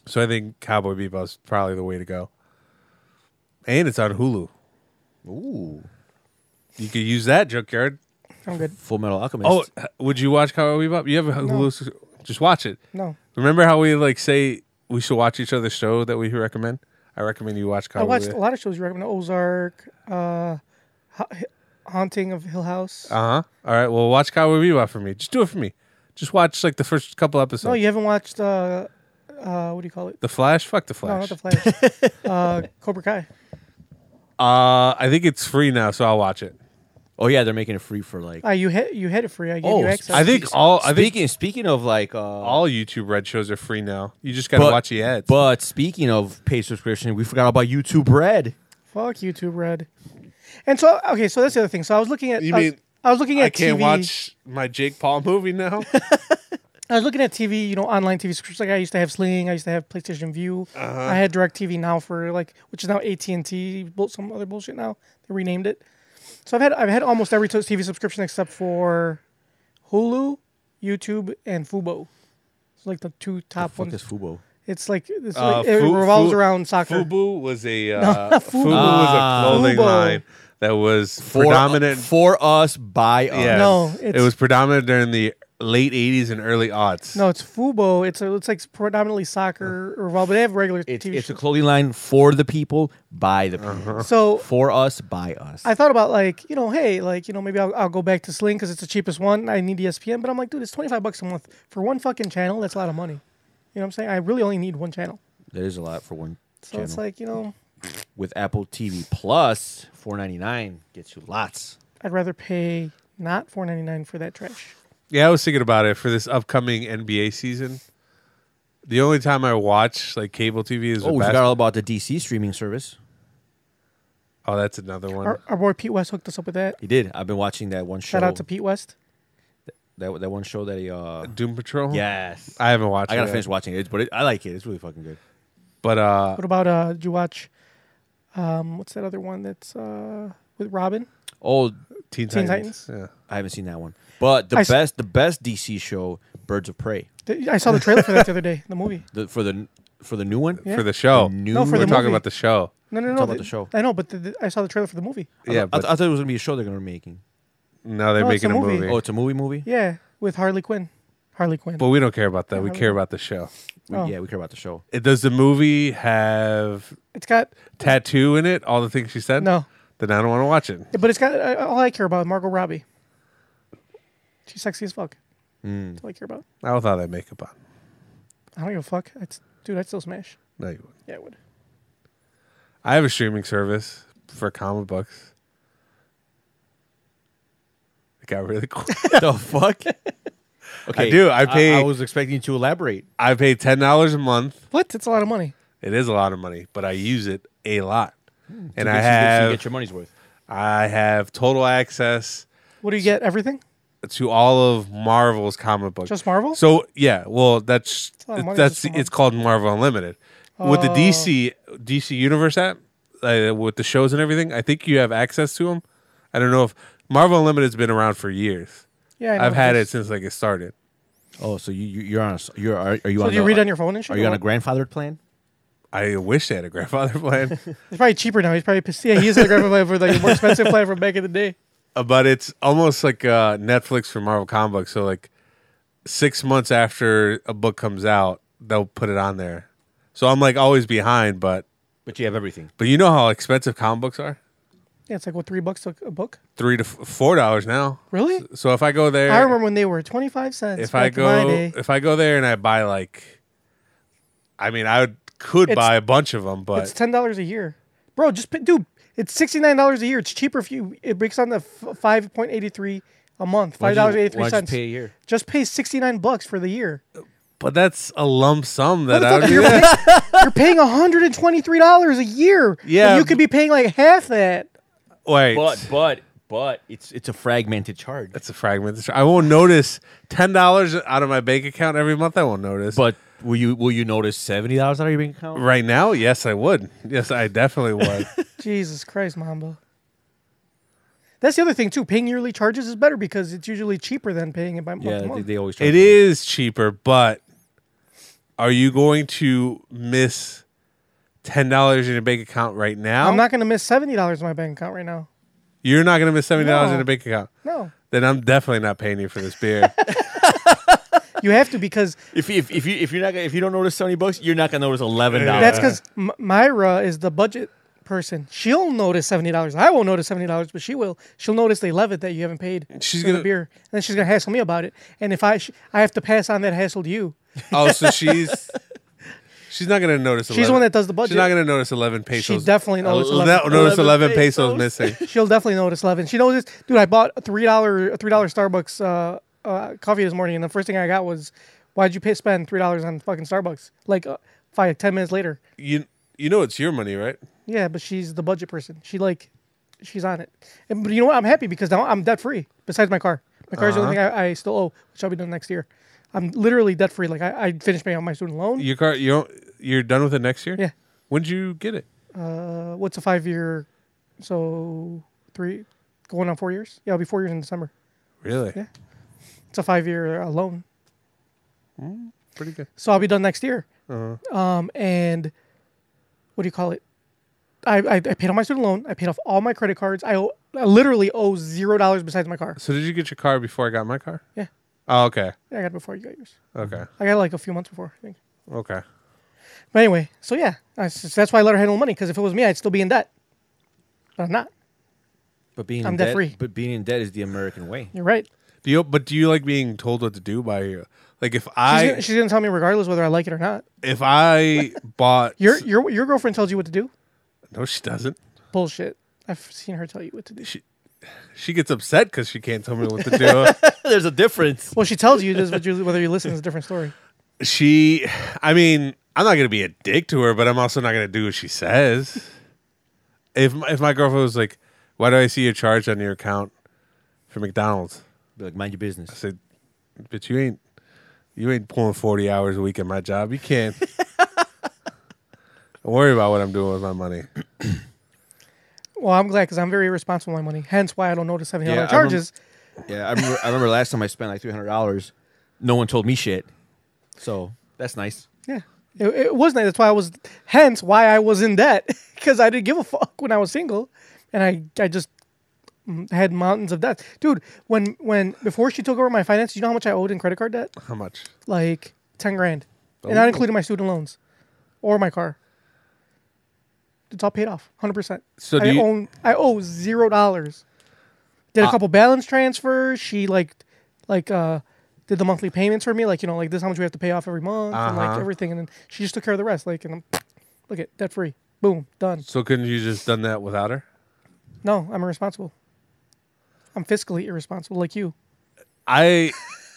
Speaker 2: So I think Cowboy Bebop's probably the way to go. And it's on Hulu.
Speaker 3: Ooh.
Speaker 2: You could use that junkyard.
Speaker 1: I'm good.
Speaker 3: Full Metal Alchemist.
Speaker 2: Oh, h- would you watch Cowboy Bebop? You have a Hulu. s- Just watch it.
Speaker 1: No,
Speaker 2: Remember how we like say we should watch each other's show that we recommend? I recommend you watch
Speaker 1: I
Speaker 2: Cowboy.
Speaker 1: watched a lot of shows. You recommend Ozark, uh, Ha- Haunting of Hill House.
Speaker 2: Uh huh. All right. Well, watch Cowboy Bebop for me. Just do it for me. Just watch like the first couple episodes.
Speaker 1: no, you haven't watched uh, uh, what do you call it?
Speaker 2: The Flash? Fuck the Flash.
Speaker 1: No, not the Flash. uh, Cobra Kai.
Speaker 2: Uh, I think it's free now, so I'll watch it.
Speaker 3: Oh yeah, they're making it free for like.
Speaker 1: Uh, you had you had it free. I gave you access.
Speaker 2: Oh, I think all- I think-
Speaker 3: speaking speaking of like uh,
Speaker 2: All YouTube Red shows are free now. You just gotta watch the ads.
Speaker 3: But speaking of paid subscription, we forgot about YouTube Red.
Speaker 1: Fuck YouTube Red. And so okay, so that's the other thing. So I was looking at.
Speaker 2: You
Speaker 1: I was,
Speaker 2: mean
Speaker 1: I was looking at
Speaker 2: I can't
Speaker 1: TV.
Speaker 2: watch my Jake Paul movie now.
Speaker 1: I was looking at TV, you know, online TV subscriptions. Like I used to have Sling, I used to have PlayStation View.
Speaker 2: Uh-huh.
Speaker 1: I had DirecTV now for like, which is now AT and T, some other bullshit now. They renamed it. So I've had I've had almost every to- TV subscription except for Hulu, YouTube, and Fubo. It's like the two top
Speaker 3: Fuck
Speaker 1: ones.
Speaker 3: this Fubo.
Speaker 1: It's like it's
Speaker 2: Uh,
Speaker 1: like, it
Speaker 2: Fu-
Speaker 1: revolves
Speaker 2: Fu-
Speaker 1: around soccer.
Speaker 2: Fubu was a uh, Fubu
Speaker 1: Ah.
Speaker 2: was a clothing
Speaker 1: Fubo.
Speaker 2: line that was
Speaker 3: For,
Speaker 2: predominant.
Speaker 3: for us by us.
Speaker 2: yes.
Speaker 1: No,
Speaker 2: it
Speaker 1: it's-
Speaker 2: was predominant during the late '80s and early aughts.
Speaker 1: No, it's Fubo. It's a, it's like predominantly soccer or well, but they have regular
Speaker 3: Uh. It's,
Speaker 1: TV.
Speaker 3: it's a
Speaker 1: shows.
Speaker 3: clothing line for the people by the people.
Speaker 2: Uh-huh.
Speaker 1: so
Speaker 3: For us by us.
Speaker 1: I thought about like, you know, hey, like, you know, maybe I'll, I'll go back to Sling because it's the cheapest one. I need E ESPN, but I'm like, dude, it's 25 bucks a month for one fucking channel. That's a lot of money. You know what I'm saying? I really only need one channel.
Speaker 3: That is a lot for one
Speaker 1: So
Speaker 3: channel.
Speaker 1: it's like, you know,
Speaker 3: With Apple TV Plus, four ninety nine gets you lots.
Speaker 1: I'd rather pay not 4.99 for that trash.
Speaker 2: Yeah, I was thinking about it for this upcoming NBA season. The only time I watch like cable TV is
Speaker 3: Oh, we
Speaker 2: with
Speaker 3: forgot
Speaker 2: bas-
Speaker 3: all about the DC streaming service.
Speaker 2: oh, that's another one.
Speaker 1: Our, our boy Pete West hooked us up with that.
Speaker 3: He did. I've been watching that one show.
Speaker 1: Shout out to Pete West.
Speaker 3: that that one show that he. Uh,
Speaker 2: Doom Patrol.
Speaker 3: yes, I,
Speaker 2: I haven't watched.
Speaker 3: gotta
Speaker 2: it.
Speaker 3: finish watching it, but it, I like it. It's really fucking good.
Speaker 2: But uh,
Speaker 1: What about uh? Did you watch? Um, what's that other one that's uh with Robin?
Speaker 3: Oh,
Speaker 2: Teen,
Speaker 1: Teen
Speaker 2: Titans.
Speaker 3: I haven't seen that one, but the
Speaker 1: I s-
Speaker 3: best the best DC show, Birds of Prey,
Speaker 1: Th- I saw the trailer for that the other day. The movie.
Speaker 3: the, for the for the new one.
Speaker 2: Yeah. for the show.
Speaker 3: The new-
Speaker 1: No, for
Speaker 2: We're
Speaker 1: the
Speaker 2: talking
Speaker 1: movie.
Speaker 2: about the show.
Speaker 1: No, no, no.
Speaker 3: talking about the show.
Speaker 1: I know, but the, the, I saw the trailer for the movie.
Speaker 3: I,
Speaker 2: yeah,
Speaker 3: thought- I,
Speaker 2: but
Speaker 3: thought it was gonna be a show they're gonna be making.
Speaker 2: no, they're
Speaker 1: No, it's
Speaker 2: making
Speaker 1: a
Speaker 2: a
Speaker 1: movie.
Speaker 2: movie.
Speaker 3: Oh, it's a movie movie.
Speaker 1: Yeah, with Harley Quinn. Harley Quinn.
Speaker 2: But we don't care about that. We
Speaker 1: Harley
Speaker 2: care about the show.
Speaker 3: We-
Speaker 1: Oh.
Speaker 3: Yeah, we care about the show.
Speaker 2: It- Does the movie have
Speaker 1: It's got
Speaker 2: tattoo in it? All the things she said.
Speaker 1: No.
Speaker 2: Then I don't want to watch it.
Speaker 1: Yeah, But it's got uh, all I care about is Margot Robbie. She's sexy as fuck.
Speaker 2: Hmm.
Speaker 1: That's all I care about.
Speaker 2: Not with all that makeup on.
Speaker 1: I don't give a fuck. That's, dude, I'd still smash.
Speaker 2: No, you wouldn't.
Speaker 1: Yeah, I would.
Speaker 2: I have a streaming service for comic books. It got really quick.
Speaker 3: the fuck? Okay,
Speaker 2: do. I
Speaker 3: I,
Speaker 2: pay-
Speaker 3: was expecting you to elaborate.
Speaker 2: I pay ten dollars a month.
Speaker 1: What? That's a lot of money.
Speaker 2: It is a lot of money, but I use it a lot. And I
Speaker 3: So this is- this you
Speaker 2: have
Speaker 3: get your money's worth.
Speaker 2: I have total access
Speaker 1: What do you get? Everything?
Speaker 2: to all of Marvel's comic books.
Speaker 1: Just Marvel?
Speaker 2: So yeah, well that's
Speaker 1: a lot of money
Speaker 2: that's
Speaker 1: just for
Speaker 2: it's called Marvel Unlimited. With the DC DC Universe app, uh, with the shows and everything, I think you have access to them. I don't know if Marvel Unlimited's been around for years.
Speaker 1: Yeah, I know
Speaker 2: I've had it
Speaker 1: this.
Speaker 2: since like it started.
Speaker 3: Oh, so you, you you're on a s- you're are, are you
Speaker 1: So
Speaker 3: on
Speaker 1: do you
Speaker 3: the- uh,
Speaker 1: read on your phone and shit?
Speaker 3: Are you
Speaker 1: or
Speaker 3: on a
Speaker 1: what?
Speaker 3: grandfathered plan?
Speaker 2: I wish they had a grandfather plan,
Speaker 1: It's probably cheaper now. He's probably pissed. Yeah, he is on a grandfather plan for the more expensive plan from back in the day.
Speaker 2: Uh, but it's almost like uh, Netflix for Marvel comic books. So like six months after a book comes out, they'll put it on there. So I'm like always behind, but
Speaker 3: But you have everything.
Speaker 2: but you know how expensive comic books are.
Speaker 1: Yeah, it's like, what, three bucks a, a book?
Speaker 2: three to f- four dollars now.
Speaker 1: Really?
Speaker 2: So if I go there,
Speaker 1: I remember when they were 25 cents.
Speaker 2: if I
Speaker 1: back in my
Speaker 2: go
Speaker 1: day.
Speaker 2: if I go there and I buy like, I mean, I would, could
Speaker 1: It's-
Speaker 2: buy a bunch of them,
Speaker 1: It's
Speaker 2: but
Speaker 1: ten dollars a year, bro. Just pay, dude, it's sixty nine dollars a year. It's cheaper if you it breaks down to five point eighty three a month,
Speaker 3: Why
Speaker 1: five
Speaker 3: don't
Speaker 1: dollars
Speaker 3: you-
Speaker 1: eighty three
Speaker 3: why don't you
Speaker 1: cents.
Speaker 3: pay a year?
Speaker 1: Just pay sixty nine bucks for the year.
Speaker 2: but that's a lump sum that
Speaker 1: But it's
Speaker 2: I would
Speaker 1: like
Speaker 2: do
Speaker 1: you're,
Speaker 2: that.
Speaker 1: pay- you're paying hundred and twenty three dollars a year. when
Speaker 2: Yeah,
Speaker 1: you could be paying like half that.
Speaker 2: Wait,
Speaker 3: But but but it's it's a fragmented charge.
Speaker 2: that's a fragment. I won't notice ten dollars out of my bank account every month. I won't notice.
Speaker 3: But will you will you notice seventy dollars out of your bank account?
Speaker 2: right now, yes, I would. Yes, I definitely would.
Speaker 1: Jesus Christ, Mamba. That's the other thing too. Paying yearly charges is better because it's usually cheaper than paying it by month.
Speaker 3: Yeah,
Speaker 1: to
Speaker 3: they,
Speaker 1: month.
Speaker 3: they always. Charge
Speaker 2: it is cheaper, but are you going to miss ten dollars in your bank account right now?
Speaker 1: I'm not going to miss seventy dollars in my bank account right now.
Speaker 2: You're not going to miss seventy dollars
Speaker 1: No.
Speaker 2: in a bank account.
Speaker 1: No,
Speaker 2: Then I'm definitely not paying you for this beer.
Speaker 1: you have to because
Speaker 3: If, if if you if you're not gonna, if you don't notice seventy bucks, you're not gonna notice eleven
Speaker 2: Oh,
Speaker 3: dollars.
Speaker 1: That's because M- Myra is the budget person. She'll notice seventy dollars. I won't notice seventy dollars, but she will. She'll notice the eleven that you haven't paid.
Speaker 2: She's
Speaker 1: for the
Speaker 2: gonna-
Speaker 1: beer, and then she's gonna hassle me about it. And if I, sh- I have to pass on that hassle to you.
Speaker 2: oh, so she's She's not gonna notice.
Speaker 1: She's the one that does the budget.
Speaker 2: She's not gonna notice eleven pesos.
Speaker 1: She definitely knows.
Speaker 2: Ele-
Speaker 1: 11.
Speaker 2: notice
Speaker 4: 11
Speaker 2: eleven pesos missing.
Speaker 1: She'll definitely notice eleven. She noticed, dude. I bought a three dollar a three dollar Starbucks uh, uh, coffee this morning, and the first thing I got was, "Why'd you pay, spend three dollars on fucking Starbucks?" Like uh, five ten minutes later.
Speaker 2: You you know it's your money, right?
Speaker 1: Yeah, but she's the budget person. She like, she's on it. And, but you know what? I'm happy because now I'm debt free. Besides my car, my car's the only thing I, I still owe, which I'll be done next year. I'm literally debt free. Like I, I finished paying off my student loan.
Speaker 2: Your car. You don't, you're done with it next year.
Speaker 1: Yeah.
Speaker 2: When'd you get it?
Speaker 1: Uh, what's a five year? So three, going on four years. Yeah, it'll be four years in December.
Speaker 2: Really? Yeah.
Speaker 1: It's a five year uh, loan.
Speaker 2: Pretty good.
Speaker 1: so I'll be done next year. Um, and what do you call it? I, I, I paid off my student loan. I paid off all my credit cards. I, owe, I literally owe zero dollars besides my car.
Speaker 2: So did you get your car before I got my car?
Speaker 1: Yeah.
Speaker 2: Oh, okay.
Speaker 1: I got it before you got yours.
Speaker 2: Okay.
Speaker 1: I got it like a few months before, I think.
Speaker 2: Okay.
Speaker 1: But anyway, so yeah, that's, that's why I let her handle money because if it was me, I'd still be in debt. But I'm not.
Speaker 3: But being
Speaker 1: I'm
Speaker 3: in debt,
Speaker 1: debt-free.
Speaker 3: but being in debt is the American way.
Speaker 1: You're right.
Speaker 2: Do you? But do you like being told what to do by you? Like if
Speaker 1: She's,
Speaker 2: I
Speaker 1: gonna, she's gonna tell me regardless whether I like it or not.
Speaker 2: if I bought
Speaker 1: Your your your girlfriend tells you what to do.
Speaker 2: no, she doesn't.
Speaker 1: Bullshit. I've seen her tell you what to do.
Speaker 2: She gets upset because she can't tell me what to do.
Speaker 4: There's a difference.
Speaker 1: Well, she tells you this, but you, whether you listen is a different story.
Speaker 2: she, I mean, I'm not gonna be a dick to her, but I'm also not gonna do what she says. If my- if my girlfriend was like, "Why do I see a charge on your account for McDonald's?"
Speaker 3: Be like mind your
Speaker 2: I
Speaker 3: business.
Speaker 2: said, "But you ain't you ain't pulling 40 hours a week at my job. You can't." Don't worry about what I'm doing with my money.
Speaker 1: Well, I'm glad because I'm very responsible with my money. Hence why I don't notice seventy
Speaker 2: Yeah,
Speaker 1: dollars
Speaker 2: I'm-
Speaker 1: charges.
Speaker 3: Yeah, I remember, I remember last time I spent like three hundred dollars. No one told me shit. So that's nice.
Speaker 1: yeah, it, it was nice. That's why I was. Hence why I was in debt because I didn't give a fuck when I was single, and I I just mm, had mountains of debt, dude. When when before she took over my finances, you know how much I owed in credit card debt?
Speaker 2: How much?
Speaker 1: Like ten grand, and not
Speaker 2: Ooh.
Speaker 1: including my student loans or my car. It's all paid off, hundred percent.
Speaker 2: So do
Speaker 1: I
Speaker 2: you- Uh,
Speaker 1: own I owe zero dollars. Did a couple balance transfers. She like like uh did the monthly payments for me, like you know, like this is how much we have to pay off every month and like
Speaker 2: Uh-huh.
Speaker 1: everything, and then she just took care of the rest. Like and I'm look at debt free. Boom, done.
Speaker 2: So couldn't you just done that without her?
Speaker 1: No, I'm irresponsible. I'm fiscally irresponsible, like you.
Speaker 2: I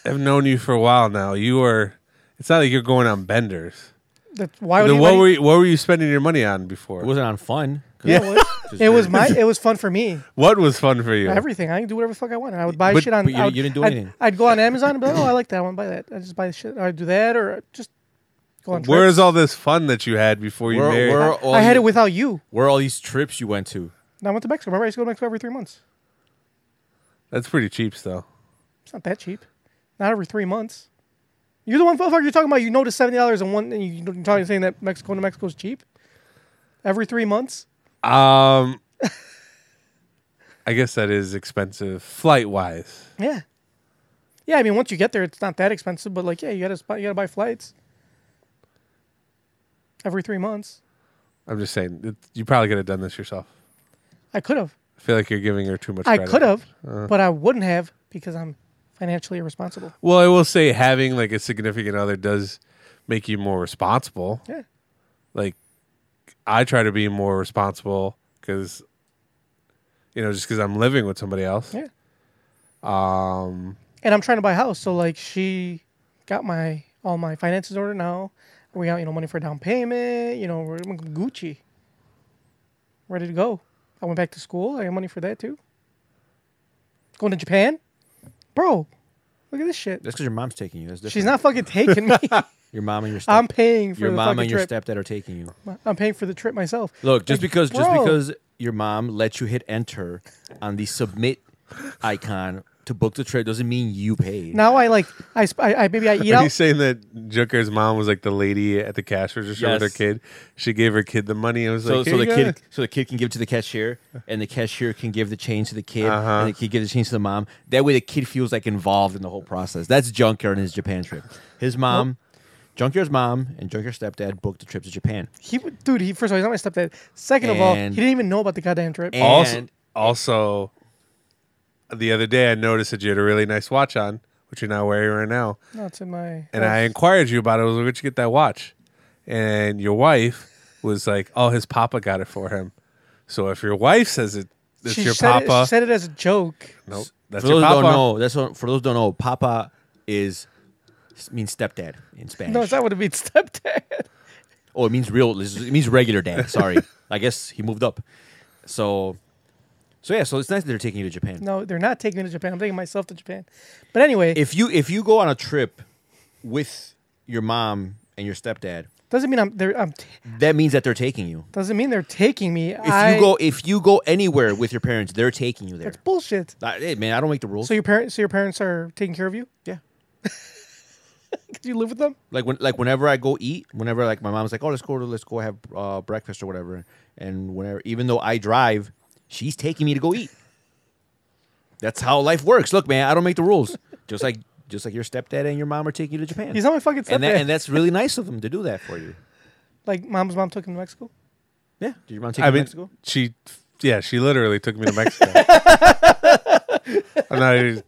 Speaker 2: have known you for a while now. You are. It's not like you're going on benders.
Speaker 1: That's why would
Speaker 2: Then what
Speaker 1: anybody-
Speaker 2: were you, what were you spending your money on before?
Speaker 3: It wasn't on fun. 'cause
Speaker 1: Yeah, it was-
Speaker 3: just
Speaker 1: it was
Speaker 3: very-
Speaker 1: my it was fun for me.
Speaker 2: what was fun for you?
Speaker 1: Everything. I can do whatever the fuck I want. I would buy
Speaker 3: But-
Speaker 1: shit on.
Speaker 3: but you
Speaker 1: I
Speaker 3: didn't-
Speaker 1: would-
Speaker 3: you didn't do
Speaker 1: I'd-
Speaker 3: anything.
Speaker 1: I'd go on Amazon and be like, oh, I like that. I want to buy that. I just buy the shit. I do that or just go on.
Speaker 2: Where
Speaker 1: trips.
Speaker 2: is all this fun that you had before you
Speaker 3: Where-
Speaker 2: married?
Speaker 3: where- all
Speaker 1: I had
Speaker 3: you-
Speaker 1: it without you.
Speaker 3: Where are all these trips you went to?
Speaker 1: And I went to Mexico. Remember, I used to go to Mexico every three months.
Speaker 2: That's pretty cheap, though.
Speaker 1: It's not that cheap. Not every three months. You're the one motherfucker you're talking about. You notice seventy dollars in one, and you- you're talking saying that Mexico to Mexico is cheap. Every three months.
Speaker 2: Um, I guess that is expensive flight wise.
Speaker 1: Yeah. Yeah, I mean, once you get there, it's not that expensive. But like, yeah, you gotta sp- you gotta buy flights every three months.
Speaker 2: I'm just saying it, you probably could have done this yourself.
Speaker 1: I could have.
Speaker 2: I feel like you're giving her too much.
Speaker 1: I
Speaker 2: credit.
Speaker 1: could have,
Speaker 3: Uh-huh.
Speaker 1: but I wouldn't have because I'm financially irresponsible.
Speaker 2: Well, I will say having like a significant other does make you more responsible.
Speaker 1: Yeah.
Speaker 2: Like I try to be more responsible cuz you know, just cuz I'm living with somebody else.
Speaker 1: Yeah. Um, and I'm trying to buy a house, so like she got my all my finances in order now. We got you know money for down payment. You know we're I'm Gucci, ready to go. I went back to school. I got money for that too. Going to Japan, bro. Look at this shit.
Speaker 3: That's because your mom's taking you. That's different.
Speaker 1: She's not fucking taking me.
Speaker 3: your mom and your step.
Speaker 1: I'm paying for
Speaker 3: your
Speaker 1: the
Speaker 3: mom
Speaker 1: fucking
Speaker 3: and your
Speaker 1: trip.
Speaker 3: stepdad are taking you.
Speaker 1: I'm paying for the trip myself.
Speaker 3: Look, just
Speaker 1: Like,
Speaker 3: because just
Speaker 1: bro.
Speaker 3: because your mom let you hit enter on the submit icon to book the trip doesn't mean you paid.
Speaker 1: Now I like I, sp- I, I maybe I eat
Speaker 2: Are you
Speaker 1: out.
Speaker 2: saying that Joker's mom was like the lady at the cash register with her
Speaker 3: Yes.
Speaker 2: kid? She gave her kid the money. and was
Speaker 3: So,
Speaker 2: like,
Speaker 3: so
Speaker 2: "Here
Speaker 3: the
Speaker 2: you
Speaker 3: kid
Speaker 2: go."
Speaker 3: so the kid can give to the cashier and the cashier can give the change to the kid
Speaker 2: Uh-huh.
Speaker 3: and the kid gives the change to the mom. That way the kid feels like involved in the whole process. That's Junkyard and his Japan trip. His mom, Junkyard's mom and Junkyard's stepdad booked the trip to Japan.
Speaker 1: He would- dude, he first of all, he's not my stepdad. Second of all, he
Speaker 3: And-
Speaker 1: didn't even know about the goddamn trip.
Speaker 3: And-
Speaker 2: Also, also, the other day I noticed that you had a really nice watch on, which you're not wearing right now.
Speaker 1: no, it's in my.
Speaker 2: And I inquired you about it. I was like, where'd you get that watch? and your wife was like, "Oh, his papa got it for him." So if your wife says it, it's
Speaker 1: she
Speaker 2: your
Speaker 1: said It,
Speaker 2: papa.
Speaker 1: she said it as a joke.
Speaker 2: nope, that's
Speaker 3: for those
Speaker 2: your
Speaker 3: who
Speaker 2: papa.
Speaker 3: don't know, that's what, for those who don't know, Papa is means stepdad in Spanish.
Speaker 1: No, is that what it means, stepdad?
Speaker 3: Oh, it means real. It means regular dad. Sorry, I guess he moved up. So, so yeah. So it's nice that they're taking you to Japan.
Speaker 1: No, they're not taking me to Japan. I'm taking myself to Japan. But anyway,
Speaker 3: If you if you go on a trip with your mom and your stepdad,
Speaker 1: doesn't mean I'm. They're, I'm t-
Speaker 3: that means that they're taking you.
Speaker 1: doesn't mean they're taking me.
Speaker 3: If you go if you go anywhere with your parents, they're taking you there.
Speaker 1: it's bullshit.
Speaker 3: I, hey, man, I don't make the rules.
Speaker 1: So your parents, so your parents are taking care of you.
Speaker 3: yeah.
Speaker 1: Do you live with them?
Speaker 3: Like when like whenever I go eat, whenever like my mom's like, oh, let's go to let's go have uh, breakfast or whatever, and whenever even though I drive, she's taking me to go eat. That's how life works. Look, man, I don't make the rules. Just like just like your stepdad and your mom are taking you to Japan.
Speaker 1: He's not my fucking stepdad.
Speaker 3: and that, and that's really nice of them to do that for you.
Speaker 1: like mom's mom took him to Mexico.
Speaker 3: Yeah. Did your mom take you
Speaker 2: I
Speaker 3: to
Speaker 2: mean,
Speaker 3: Mexico?
Speaker 2: she, yeah, she literally took me to Mexico. I'm not even-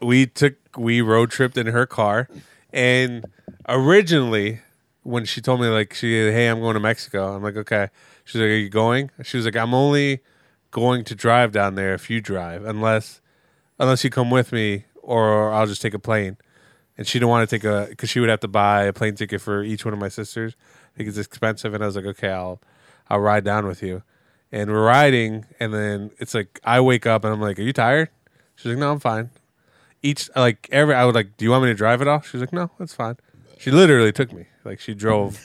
Speaker 2: we took we road tripped in her car, and originally when she told me like she hey I'm going to Mexico I'm like okay she's like are you going she was like I'm only going to drive down there if you drive unless unless you come with me or I'll just take a plane. And she didn't want to take a because she would have to buy a plane ticket for each one of my sisters. I think it's expensive, and I was like, okay, I'll I'll ride down with you. And we're riding, and then it's like I wake up and I'm like, are you tired? She's like, no, I'm fine. Each like every I would like, do you want me to drive it off? She's like, no, that's fine. She literally took me like she drove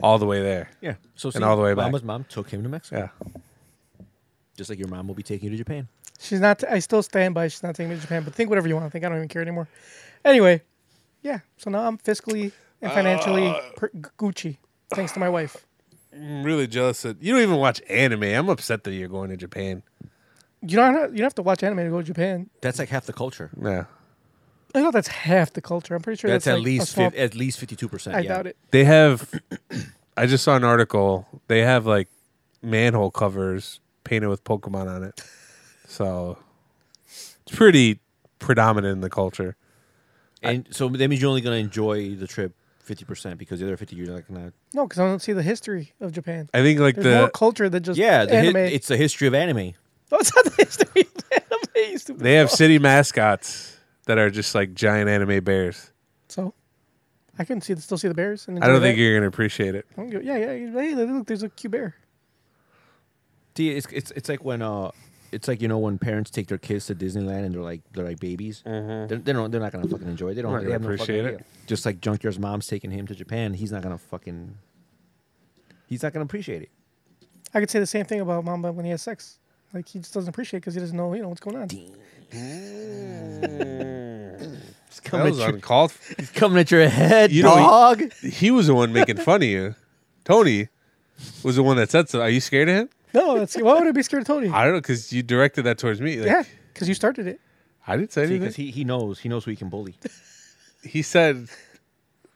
Speaker 2: all the way there.
Speaker 3: Yeah. So
Speaker 2: all the way back.
Speaker 3: Mama's mom took him to Mexico.
Speaker 2: Yeah,
Speaker 3: Just like your mom will be taking you to Japan.
Speaker 1: She's not. I still stand by. She's not taking me to Japan. But think whatever you want. to Think I don't even care anymore. Anyway, yeah. So now I'm fiscally and financially per- Gucci, thanks to my wife.
Speaker 2: I'm really jealous that you don't even watch anime. I'm upset that you're going to Japan.
Speaker 1: You don't. Have, you don't have to watch anime to go to Japan.
Speaker 3: That's like half the culture.
Speaker 2: Yeah,
Speaker 1: I know that's half the culture. I'm pretty sure that's,
Speaker 3: That's, at
Speaker 1: like, a
Speaker 3: least
Speaker 1: small-
Speaker 3: fif- at least fifty two percent.
Speaker 1: I doubt it.
Speaker 2: They have. I just saw an article. They have like manhole covers painted with Pokemon on it, so it's pretty predominant in the culture.
Speaker 3: And so that means you're only going to enjoy the trip fifty percent because the other fifty you're like not.
Speaker 1: No, because I don't see the history of Japan.
Speaker 2: I think like
Speaker 1: There's more
Speaker 2: the
Speaker 1: culture than just
Speaker 3: Yeah, the hi-
Speaker 1: anime.
Speaker 3: it's the history of anime.
Speaker 1: No, it's not the history of anime. You stupid.
Speaker 2: they have city mascots that are just like giant anime bears.
Speaker 1: so I couldn't see. Still see the bears. And
Speaker 2: I don't
Speaker 1: enjoy
Speaker 2: think
Speaker 1: that.
Speaker 2: you're gonna appreciate it.
Speaker 1: I don't give- Yeah, yeah. Hey, look, there's a cute bear.
Speaker 3: See, it's it's it's like when uh, it's like you know when parents take their kids to Disneyland and they're like they're like babies. They're, they don't they're not going to fucking enjoy. Mm-hmm. It. They don't
Speaker 2: Not
Speaker 3: they
Speaker 2: gonna
Speaker 3: have no fucking
Speaker 2: appreciate it.
Speaker 3: idea. Just like Junkyard's mom's taking him to Japan, he's not going to fucking. He's not going to appreciate it.
Speaker 1: I could say the same thing about Mamba when he has sex. Like he just doesn't appreciate because he doesn't know you know what's going on.
Speaker 3: He's
Speaker 2: That
Speaker 3: coming,
Speaker 2: was
Speaker 3: at your,
Speaker 2: uncalled. for.
Speaker 3: he's coming at your head,
Speaker 2: You know, he-
Speaker 3: dog.
Speaker 2: He was the one making fun of you. Tony was the one that said so. Are you scared of him?
Speaker 1: No, that's why would I be scared of Tony?
Speaker 2: I don't know because you directed that towards me. Like,
Speaker 1: yeah, because you started it.
Speaker 2: I didn't say anything.
Speaker 3: Because he, he knows he knows who he can bully.
Speaker 2: he said,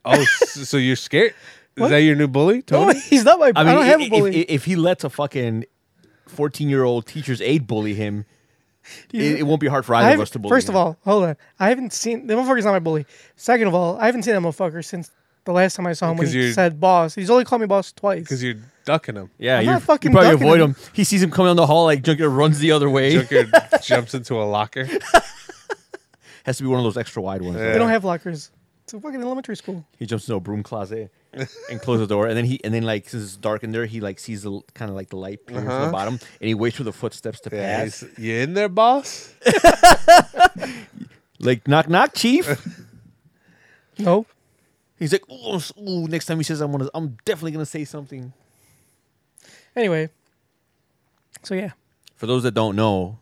Speaker 2: "Oh, s- so you're scared? Is
Speaker 1: What?
Speaker 2: that your new bully,
Speaker 1: No,
Speaker 2: Tony?"
Speaker 1: he's not my. I,
Speaker 3: I mean,
Speaker 1: don't have
Speaker 3: i-
Speaker 1: a bully.
Speaker 3: If, if he lets a fucking fourteen-year-old teacher's aide bully him, it, it won't be hard for
Speaker 1: I
Speaker 3: either of us
Speaker 1: haven't-
Speaker 3: to bully.
Speaker 1: first of
Speaker 3: him.
Speaker 1: all, hold on. I haven't seen the motherfucker's not my bully. Second of all, I haven't seen that motherfucker since the last time I saw him when
Speaker 2: 'Cause
Speaker 1: he
Speaker 2: you're-
Speaker 1: said boss. He's only called me boss twice.
Speaker 2: Because you're ducking him.
Speaker 3: yeah,
Speaker 1: I'm
Speaker 3: you're,
Speaker 1: not fucking
Speaker 3: you probably
Speaker 1: ducking
Speaker 3: avoid
Speaker 1: him.
Speaker 3: him. He sees him coming down the hall like Junker runs the other way.
Speaker 2: Joker jumps into a locker.
Speaker 3: Has to be one of those extra wide ones.
Speaker 1: they
Speaker 3: though.
Speaker 1: don't have lockers. It's a fucking elementary school.
Speaker 3: He jumps into a broom closet and closes the door, and then he and then like since it's dark in there, he like sees the kind of like the light peering from the bottom, and he waits for the footsteps to
Speaker 2: Yeah,
Speaker 3: pass.
Speaker 2: he's- you in there, boss?
Speaker 3: Like knock knock, chief.
Speaker 1: No,
Speaker 3: He's like, ooh, s- ooh, next time he says I'm gonna, I'm definitely gonna say something.
Speaker 1: Anyway, so yeah,
Speaker 3: For those that don't know,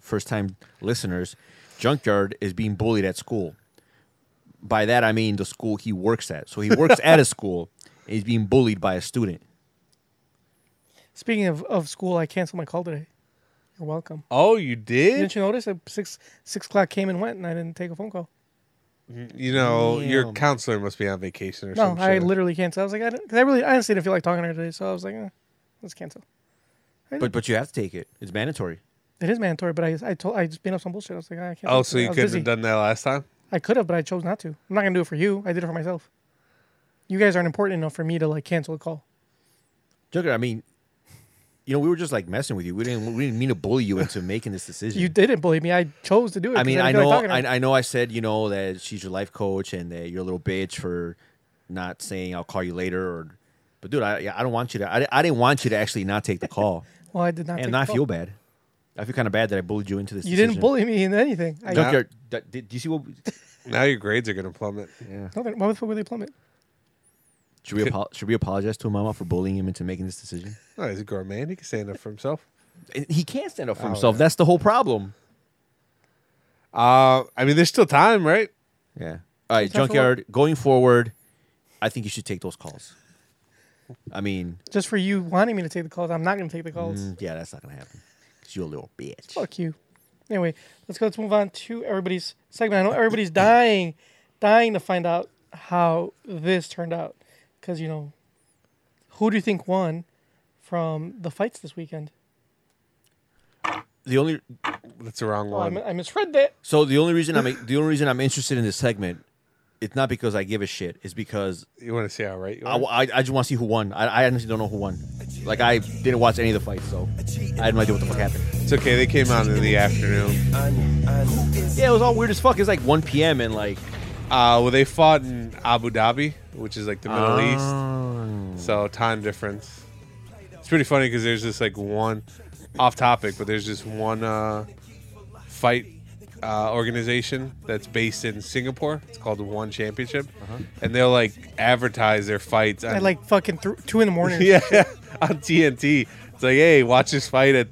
Speaker 3: first time listeners, Junkyard is being bullied at school. By that I mean the school he works at. So he works at a school. And he's being bullied by a student.
Speaker 1: speaking of, of school, I canceled my call today. You're welcome.
Speaker 2: Oh, you did?
Speaker 1: Didn't you notice that six six o'clock came and went, and I didn't take a phone call?
Speaker 2: You know, your
Speaker 3: Damn.
Speaker 2: counselor must be on vacation or
Speaker 1: No,
Speaker 2: something.
Speaker 1: I literally canceled. I was like, I didn't, cause I really, I honestly didn't feel like talking to her today, so I was like, eh, let's cancel.
Speaker 3: But but you have to take it. It's mandatory.
Speaker 1: It is mandatory, but I, I told, I just made up some bullshit. I was like, "Ah, I can't.
Speaker 2: Oh,
Speaker 1: do it
Speaker 2: so
Speaker 1: today.
Speaker 2: you
Speaker 1: I was
Speaker 2: couldn't
Speaker 1: busy.
Speaker 2: have done that last time?
Speaker 1: I could have, but I chose not to. I'm not gonna do it for you. I did it for myself. You guys aren't important enough for me to like cancel a call.
Speaker 3: Joker, I mean, you know, we were just like messing with you. We didn't we didn't mean to bully you into making this decision.
Speaker 1: You didn't believe me. I chose to do it.
Speaker 3: I
Speaker 1: 'cause
Speaker 3: mean,
Speaker 1: didn't
Speaker 3: I
Speaker 1: feel
Speaker 3: know,
Speaker 1: like talking to her.
Speaker 3: I, I know, I said you know that she's your life coach and that you're a little bitch for not saying I'll call you later. Or, but dude, I yeah, I don't want you to. I, di- I didn't want you to actually not take the call
Speaker 1: well, I did not. take
Speaker 3: and
Speaker 1: the
Speaker 3: not
Speaker 1: call.
Speaker 3: feel bad. I feel kind of bad that I bullied you into this.
Speaker 1: You didn't
Speaker 3: decision.
Speaker 1: bully me into anything. I,
Speaker 3: Joker, d- did, do you see what?
Speaker 2: Now your grades are gonna plummet.
Speaker 1: No, then why the fuck would they plummet?
Speaker 3: Should we apo- should we apologize to Mama for bullying him into making this decision?
Speaker 2: Oh, he's a grown man. He can stand up for himself.
Speaker 3: He can't stand up for
Speaker 2: Oh,
Speaker 3: himself.
Speaker 2: yeah.
Speaker 3: That's the whole problem.
Speaker 2: Uh, I mean, there's still time, right?
Speaker 3: Yeah. All
Speaker 1: Time
Speaker 3: right,
Speaker 1: for what?
Speaker 3: junkyard. Going forward, I think you should take those calls. I mean,
Speaker 1: Just for you wanting me to take the calls, I'm not going to take the calls.
Speaker 3: mm, yeah, that's not gonna happen. Cause you're a little bitch.
Speaker 1: Fuck you. Anyway, let's go. Let's move on to everybody's segment. I know everybody's dying, dying to find out how this turned out. Because, you know, who do you think won from the fights this weekend?
Speaker 3: The only
Speaker 2: That's the wrong
Speaker 1: Oh, I,
Speaker 2: one.
Speaker 1: mi- I misread that.
Speaker 3: so the only reason I'm the only reason I'm interested in this segment, it's not because I give a shit. It's because
Speaker 2: you want to see how right? You
Speaker 3: I,
Speaker 2: are?
Speaker 3: I, I just want to see who won. I, I honestly don't know who won. Like I didn't watch any of the fights, so I had no idea what the fuck happened.
Speaker 2: it's okay. They came out in the afternoon.
Speaker 3: Yeah, it was all weird as fuck. It's like 1 p.m. and like
Speaker 2: Uh, well, they fought in Abu Dhabi, which is like the Middle
Speaker 1: Oh.
Speaker 2: East, so time difference. It's pretty funny because there's this like one off topic, but there's this one uh, fight uh, organization that's based in Singapore. It's called One Championship, and they'll like advertise their fights. On,
Speaker 1: At Uh-huh. like fucking th- two in the morning.
Speaker 2: yeah, on TNT. It's like, hey, watch this fight at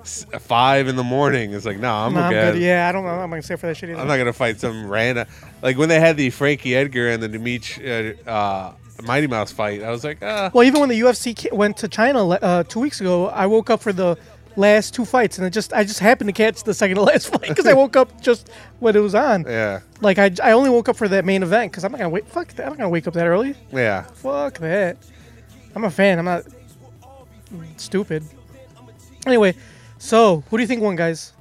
Speaker 2: s- five in the morning. It's like, no, I'm
Speaker 1: Nah, I'm
Speaker 2: okay.
Speaker 1: good. Yeah, I don't. I'm not gonna stay for that shit either.
Speaker 2: I'm not gonna fight some random. Like when they had the Frankie Edgar and the Dimitri uh, uh, Mighty Mouse fight, I was like, ah,
Speaker 1: Well, even when the UFC ca- went to China le- uh, two weeks ago, I woke up for the last two fights, and it just I just happened to catch the second to last fight because I woke up just when it was on.
Speaker 2: yeah,
Speaker 1: Like I, I only woke up for that main event because I'm not gonna wait. Fuck that! I'm not gonna wake up that early.
Speaker 2: yeah.
Speaker 1: Fuck that! I'm a fan. I'm not stupid. Anyway, so who do you think won, guys?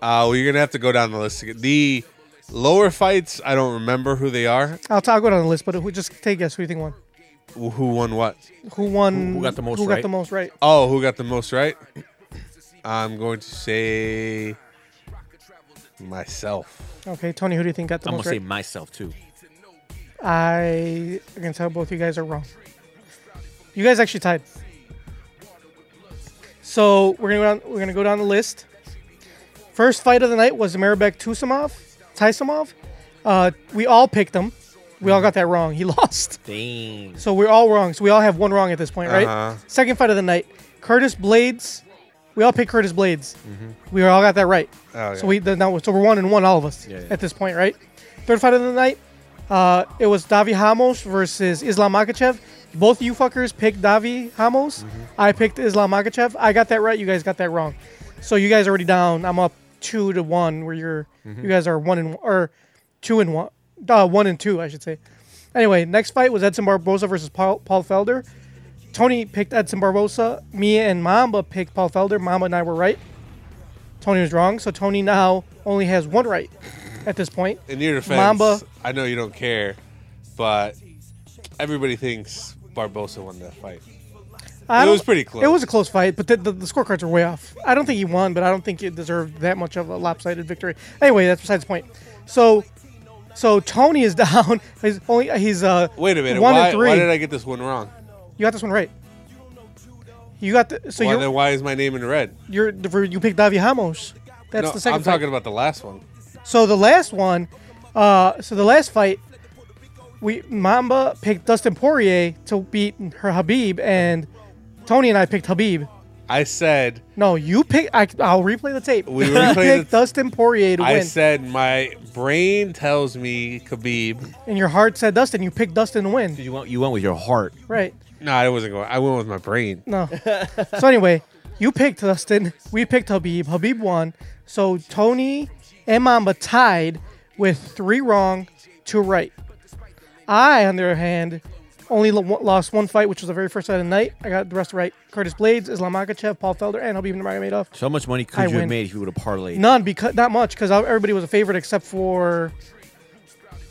Speaker 2: Uh, well, you're gonna have to go down the list. again. The lower fights, I don't remember who they are.
Speaker 1: I'll, t- I'll go down the list, but who, just take a guess. Who do you think won?
Speaker 2: Who won what?
Speaker 1: Who won?
Speaker 3: Who- who got the most
Speaker 1: Who got
Speaker 3: right?
Speaker 1: the most right?
Speaker 2: Oh, who got the most right? I'm going to say myself.
Speaker 1: Okay, Tony. Who do you think got the
Speaker 3: I'm gonna
Speaker 1: most
Speaker 3: say
Speaker 1: right?
Speaker 3: myself too.
Speaker 1: I I can tell both you guys are wrong. You guys actually tied. So we're gonna go down, we're gonna go down the list. First fight of the night was Maribek Tusimov, Tysimov. Uh, we all picked him. We all got that wrong. He lost.
Speaker 3: Dang.
Speaker 1: So we're all wrong. So we all have one wrong at this point, right?
Speaker 2: Uh-huh.
Speaker 1: Second fight of the night, Curtis Blades. We all picked Curtis Blades. We all got that right.
Speaker 2: Mm-hmm. Oh, yeah.
Speaker 1: So we then now so we're one and one, all of us
Speaker 3: yeah.
Speaker 1: at this point, right? Third fight of the night, uh, it was Davi Hamos versus Islam Makachev. Both of you fuckers picked Davi Hamos.
Speaker 2: Mm-hmm.
Speaker 1: I picked Islam Makachev. I got that right. You guys got that wrong. So you guys are already down. I'm up two to one. Where you're,
Speaker 2: Mm-hmm.
Speaker 1: you guys are one and or two and one, uh, one and two, I should say. Anyway, next fight was Edson Barboza versus Paul, Paul Felder. Tony picked Edson Barboza. Me and Mamba picked Paul Felder. Mamba and I were right. Tony was wrong. So Tony now only has one right at this point.
Speaker 2: In your defense,
Speaker 1: Mamba.
Speaker 2: I know you don't care, but everybody thinks Barbosa won that fight.
Speaker 1: I
Speaker 2: It
Speaker 1: don't-
Speaker 2: was pretty close.
Speaker 1: It was a close fight, but the, the, the scorecards were way off. I don't think he won, but I don't think it deserved that much of a lopsided victory. Anyway, that's besides the point. So, so Tony is down. He's only he's uh.
Speaker 2: Wait a minute.
Speaker 1: One
Speaker 2: why,
Speaker 1: and three.
Speaker 2: why did I get this one wrong?
Speaker 1: You got this one right. You got the so
Speaker 2: Why,
Speaker 1: you're,
Speaker 2: then why is my name in red?
Speaker 1: you're you picked Davi Hamos. That's
Speaker 2: no,
Speaker 1: the second.
Speaker 2: I'm
Speaker 1: fight.
Speaker 2: talking about the last one.
Speaker 1: So the last one, uh, so the last fight, we Mamba picked Dustin Poirier to beat her Habib, and Tony and I picked Habib.
Speaker 2: I said
Speaker 1: No, you pick. I, I'll replay the tape.
Speaker 2: We
Speaker 1: You
Speaker 2: replay the-
Speaker 1: picked Dustin Poirier to
Speaker 2: I
Speaker 1: win,
Speaker 2: said my brain tells me Khabib.
Speaker 1: and your heart said Dustin. You picked Dustin to win,
Speaker 3: You went you went with your heart.
Speaker 1: right?
Speaker 2: No, I wasn't going. I went with my brain.
Speaker 1: No. so anyway, you picked Dustin. We picked Habib. Habib won. So Tony and Mamba tied with three wrong, two right. I, on the other hand, only lo- lost one fight, which was the very first fight of the night. I got the rest right. Curtis Blades, Islam Makhachev, Paul Felder, and Habib Nurmagomedov.
Speaker 3: So how much money could
Speaker 1: I
Speaker 3: you
Speaker 1: win.
Speaker 3: have made if you would have parlayed?
Speaker 1: None, because not much, because everybody was a favorite except for.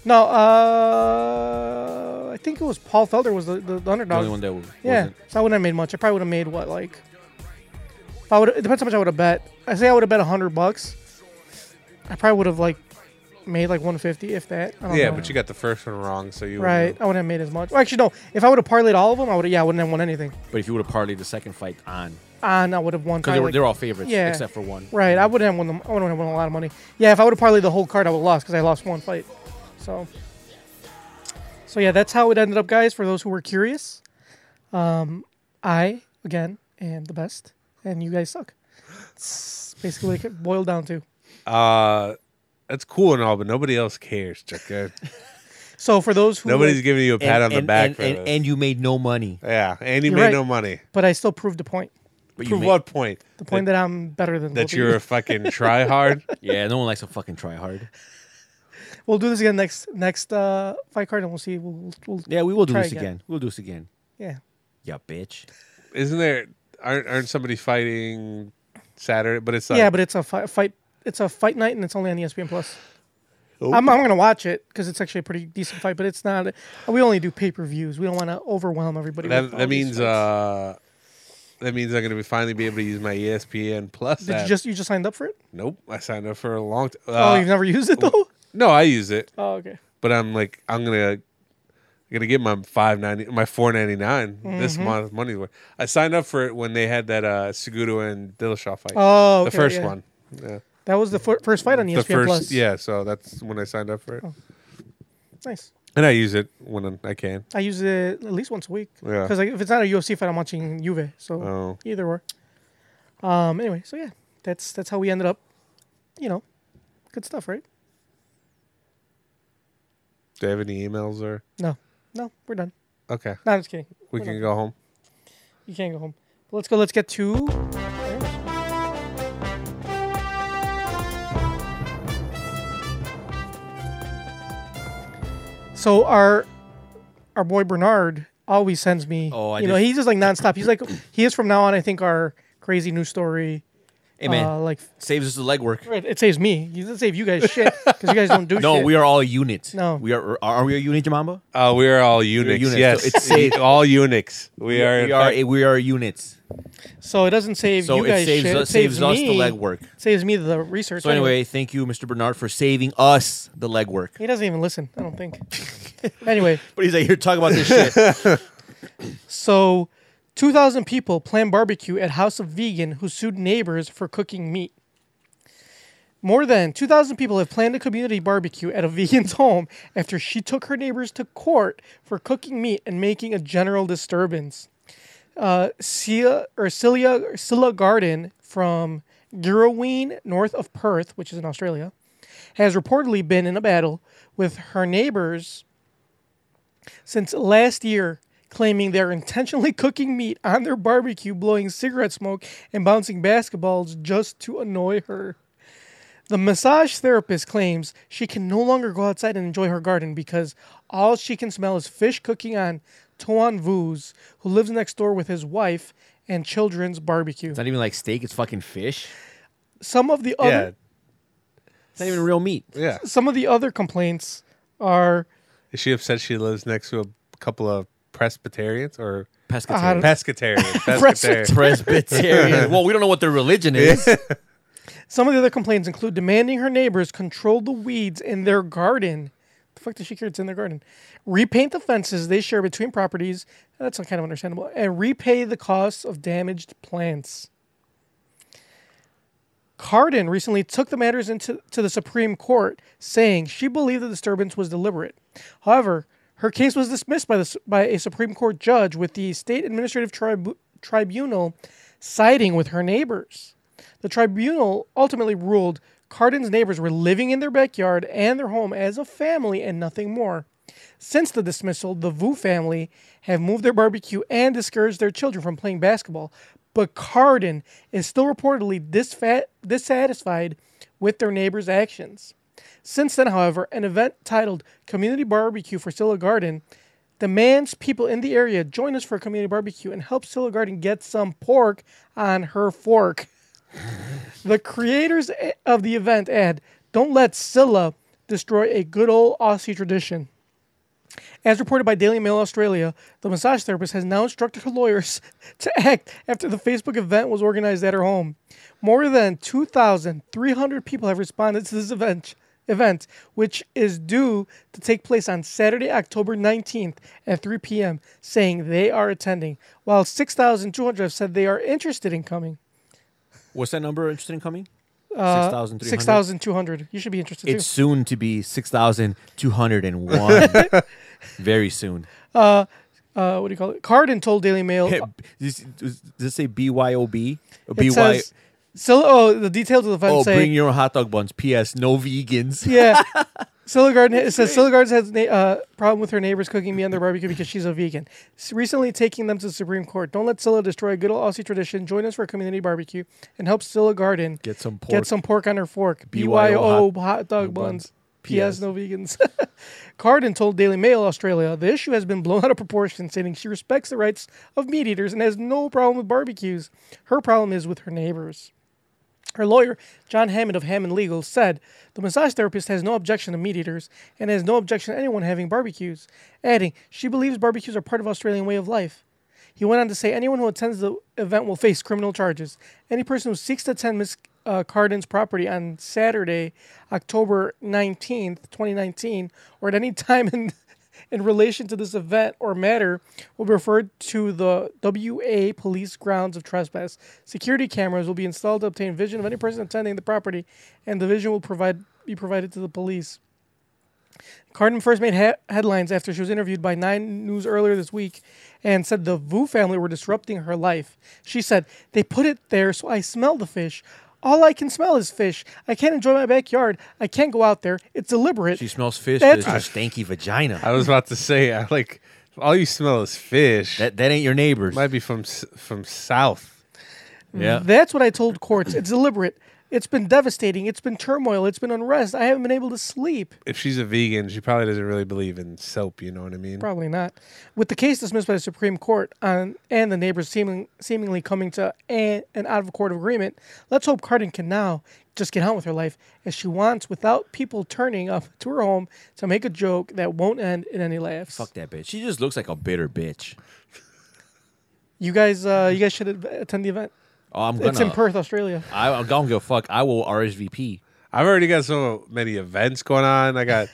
Speaker 1: No, uh, I think it was Paul Felder was the, the, the
Speaker 3: The
Speaker 1: underdog.
Speaker 3: only one that was
Speaker 1: yeah,
Speaker 3: wasn't.
Speaker 1: so I wouldn't have made much. I probably would have made what like. If I would, it depends how much I would have bet. I say I would have bet hundred bucks. I probably would have like made like one fifty if that. I don't
Speaker 2: Yeah,
Speaker 1: know.
Speaker 2: but you got the first one wrong, so you
Speaker 1: Oh, right. I wouldn't have made as much. Well, actually, no. If I would have parlayed all of them, I would. Yeah, I wouldn't have won anything.
Speaker 3: But if you would have parlayed the second fight on,
Speaker 1: And I would have won.
Speaker 3: because
Speaker 1: probably,
Speaker 3: they
Speaker 1: like-
Speaker 3: were they're all favorites
Speaker 1: yeah.
Speaker 3: except for one.
Speaker 1: Right, I wouldn't have won them. I wouldn't have won a lot of money. Yeah, if I would have parlayed the whole card, I would have lost because I lost one fight. So, so yeah, that's how it ended up, guys. For those who were curious, um, I again am the best, and you guys suck. It's basically what it boiled down to.
Speaker 2: Uh, that's cool and all, but nobody else cares, Chuck.
Speaker 1: So for those who
Speaker 2: Nobody's giving you a pat
Speaker 3: And-
Speaker 2: on the
Speaker 3: and-
Speaker 2: back
Speaker 3: and,
Speaker 2: for
Speaker 3: and,
Speaker 2: this.
Speaker 3: and you made no money.
Speaker 2: yeah, and you
Speaker 1: You're
Speaker 2: made
Speaker 1: right.
Speaker 2: no money.
Speaker 1: but I still proved a point.
Speaker 3: But you
Speaker 2: Prove
Speaker 3: made-
Speaker 2: what point?
Speaker 1: The point that, I'm better than both of
Speaker 2: That you're
Speaker 1: you.
Speaker 2: a fucking try hard.
Speaker 3: Yeah, no one likes to fucking try hard.
Speaker 1: We'll do this again next next uh, fight card, and we'll see. We'll, we'll, we'll
Speaker 3: Yeah, we will do
Speaker 1: Try
Speaker 3: this
Speaker 1: again.
Speaker 3: again. We'll do this again.
Speaker 1: yeah.
Speaker 3: Yeah, bitch.
Speaker 2: Isn't there? Aren't aren't somebody fighting Saturday? But it's uh, like
Speaker 1: Yeah, but it's a fi- fight. It's a fight night, and it's only on E ESPN Plus. I'm, I'm gonna watch it because it's actually a pretty decent fight, but it's not. We only do pay per views. We don't want to overwhelm everybody.
Speaker 2: that
Speaker 1: with all
Speaker 2: that
Speaker 1: these
Speaker 2: means
Speaker 1: fights.
Speaker 2: uh, that means I'm gonna be finally be able to use my E ESPN Plus.
Speaker 1: Did
Speaker 2: app.
Speaker 1: you just you just signed up for it?
Speaker 2: Nope, I signed up for a long time.
Speaker 1: oh, you've never used it though.
Speaker 2: No, I use it,
Speaker 1: Oh, okay.
Speaker 2: but I'm like I'm gonna gonna get my five ninety, my four ninety this
Speaker 1: Mm-hmm.
Speaker 2: month money. worth. I signed up for it when they had that uh Segudo and Dillashaw fight.
Speaker 1: Oh,
Speaker 2: the
Speaker 1: okay,
Speaker 2: first
Speaker 1: yeah.
Speaker 2: one. Yeah,
Speaker 1: That was the fir- first fight on E ESPN
Speaker 2: the first.
Speaker 1: Plus. Oh.
Speaker 2: Yeah, so that's when I signed up for it,
Speaker 1: nice.
Speaker 2: and I use it when I can.
Speaker 1: I use it at least once a week.
Speaker 2: Yeah.
Speaker 1: Because like, if it's not a UFC fight, I'm watching Juve. So
Speaker 2: Oh.
Speaker 1: either or. Um. Anyway, so yeah, that's that's how we ended up. You know, good stuff, right?
Speaker 2: Do you have any emails or?
Speaker 1: No, no, we're done.
Speaker 2: Okay,
Speaker 1: No, I'm just kidding.
Speaker 2: we
Speaker 1: We're
Speaker 2: can
Speaker 1: done.
Speaker 2: go home.
Speaker 1: You can't go home. But let's go. Let's get to. So our our boy Bernard always sends me.
Speaker 3: Oh, I
Speaker 1: you know
Speaker 3: just-
Speaker 1: he's just like nonstop. He's like he is from now on. I think our crazy news story.
Speaker 3: Hey man,
Speaker 1: uh, like
Speaker 3: saves us the legwork.
Speaker 1: it saves me. He doesn't save you guys shit because you guys don't do
Speaker 3: No,
Speaker 1: shit.
Speaker 3: we are all a unit.
Speaker 1: No.
Speaker 3: we are. Are, are we a unit, Jamamba?
Speaker 2: Uh, we are all Unix.
Speaker 3: Unix, so
Speaker 2: yes,
Speaker 3: it's safe.
Speaker 2: all Unix. We, are.
Speaker 3: We are. We are units.
Speaker 1: so it doesn't save
Speaker 3: So
Speaker 1: you
Speaker 3: it
Speaker 1: guys
Speaker 3: saves
Speaker 1: shit.
Speaker 3: us-
Speaker 1: it saves,
Speaker 3: saves us the
Speaker 1: me-
Speaker 3: legwork.
Speaker 1: Saves me the research.
Speaker 3: So anyway, thank you, Mr. Bernard, for saving us the legwork.
Speaker 1: He doesn't even listen, I don't think. anyway,
Speaker 3: But he's like, here, talk about this shit.
Speaker 1: so 2,000 people plan barbecue at House of Vegan who sued neighbors for cooking meat. More than 2,000 people have planned a community barbecue at a vegan's home after she took her neighbors to court for cooking meat and making a general disturbance. Uh, Cia, or Cilia, or Cilla Garden from Girraween, north of Perth, which is in Australia, has reportedly been in a battle with her neighbors since last year, claiming they're intentionally cooking meat on their barbecue, blowing cigarette smoke, and bouncing basketballs just to annoy her. The massage therapist claims she can no longer go outside and enjoy her garden because all she can smell is fish cooking on Toan Vuz, who lives next door with his wife and children's barbecue.
Speaker 3: It's not even like steak. It's fucking fish.
Speaker 1: Some of the other
Speaker 2: yeah,
Speaker 3: It's not even real meat.
Speaker 2: yeah.
Speaker 1: some of the other complaints are
Speaker 2: Is she upset she lives next to a couple of Presbyterians or
Speaker 3: Pescatarian.
Speaker 2: pescatarians? Pescatarian.
Speaker 3: Presbyterian. well, we don't know what their religion is.
Speaker 1: Some of the other complaints include demanding her neighbors control the weeds in their garden. The fuck does she care it's in their garden? Repaint the fences they share between properties. That's kind of understandable. And repay the costs of damaged plants. Cardin recently took the matters into to the Supreme Court, saying she believed the disturbance was deliberate. However, her case was dismissed by the s- by a Supreme Court judge, with the state administrative tribu- tribunal siding with her neighbors. The tribunal ultimately ruled Cardin's neighbors were living in their backyard and their home as a family and nothing more. Since the dismissal, the Vu family have moved their barbecue and discouraged their children from playing basketball. But Cardin is still reportedly disfa- dissatisfied with their neighbors' actions. Since then, however, an event titled Community Barbecue for Silla Garden demands people in the area join us for a community barbecue and help Silla Garden get some pork on her fork. The creators a- of the event add, "Don't let Scylla destroy a good old Aussie tradition." As reported by Daily Mail Australia, the massage therapist has now instructed her lawyers to act after the Facebook event was organized at her home. More than 2,300 people have responded to this event, event, which is due to take place on Saturday, October 19th at 3 p.m., saying they are attending, while 6,200 have said they are interested in coming.
Speaker 3: What's that number interested in coming?
Speaker 1: Uh,
Speaker 3: Six thousand three
Speaker 1: 6,200.
Speaker 3: hundred.
Speaker 1: You should be interested
Speaker 3: It's
Speaker 1: too.
Speaker 3: soon to be 6,201. Very soon.
Speaker 1: Uh, what do you call it? Cardin told Daily Mail.
Speaker 3: Hey, Does, does this say BYOB? Or
Speaker 1: It
Speaker 3: BY
Speaker 1: says, Sil- oh, the details of the event
Speaker 3: Oh,
Speaker 1: say.
Speaker 3: bring your own hot dog buns. P.S. No vegans.
Speaker 1: yeah. Silligarden it says Silligarden has a uh, problem with her neighbors cooking me on their barbecue because she's a vegan. S- Recently taking them to the Supreme Court. Don't let Scylla destroy a good old Aussie tradition. Join us for a community barbecue and help Scylla Garden
Speaker 3: Get some pork.
Speaker 1: get some pork on her fork.
Speaker 3: BYO
Speaker 1: BYO
Speaker 3: hot-
Speaker 1: hot dog buns.
Speaker 3: buns.
Speaker 1: P.S.
Speaker 3: PS.
Speaker 1: No vegans. Cardin told Daily Mail Australia the issue has been blown out of proportion, stating she respects the rights of meat eaters and has no problem with barbecues. Her problem is with her neighbors. Her lawyer, John Hammond of Hammond Legal, said the massage therapist has no objection to meat eaters and has no objection to anyone having barbecues, adding, she believes barbecues are part of Australian way of life. He went on to say anyone who attends the event will face criminal charges. Any person who seeks to attend Miss uh, Cardin's property on Saturday, October 19th, 2019, or at any time in in relation to this event or matter will be referred to the WA police grounds of trespass. Security cameras will be installed to obtain vision of any person attending the property, and the vision will provide be provided to the police. Cardin first made ha- headlines after she was interviewed by Nine News earlier this week and said the Vu family were disrupting her life. She said, They put it there so I smell the fish. All I can smell is fish. I can't enjoy my backyard. I can't go out there. It's deliberate.
Speaker 3: She smells fish.
Speaker 1: That's-
Speaker 3: That's her stanky vagina.
Speaker 2: I was about to say, I like all you smell is fish.
Speaker 3: that, that ain't your neighbors.
Speaker 2: Might be from s- from south.
Speaker 3: yeah.
Speaker 1: That's what I told courts. It's deliberate. It's been devastating. It's been turmoil. It's been unrest. I haven't been able to sleep.
Speaker 2: If she's a vegan, she probably doesn't really believe in soap. You know what I mean?
Speaker 1: Probably not. With the case dismissed by the Supreme Court on, and the neighbors seeming, seemingly coming to an, an out of court agreement, let's hope Cardin can now just get on with her life as she wants without people turning up to her home to make a joke that won't end in any laughs.
Speaker 3: Fuck that bitch. She just looks like a bitter bitch.
Speaker 1: You guys, uh, you guys should ad- attend the event.
Speaker 3: Oh, I'm gonna.
Speaker 1: It's in Perth, Australia.
Speaker 3: I, I don't give a fuck. I will RSVP.
Speaker 2: I've already got so many events going on. I got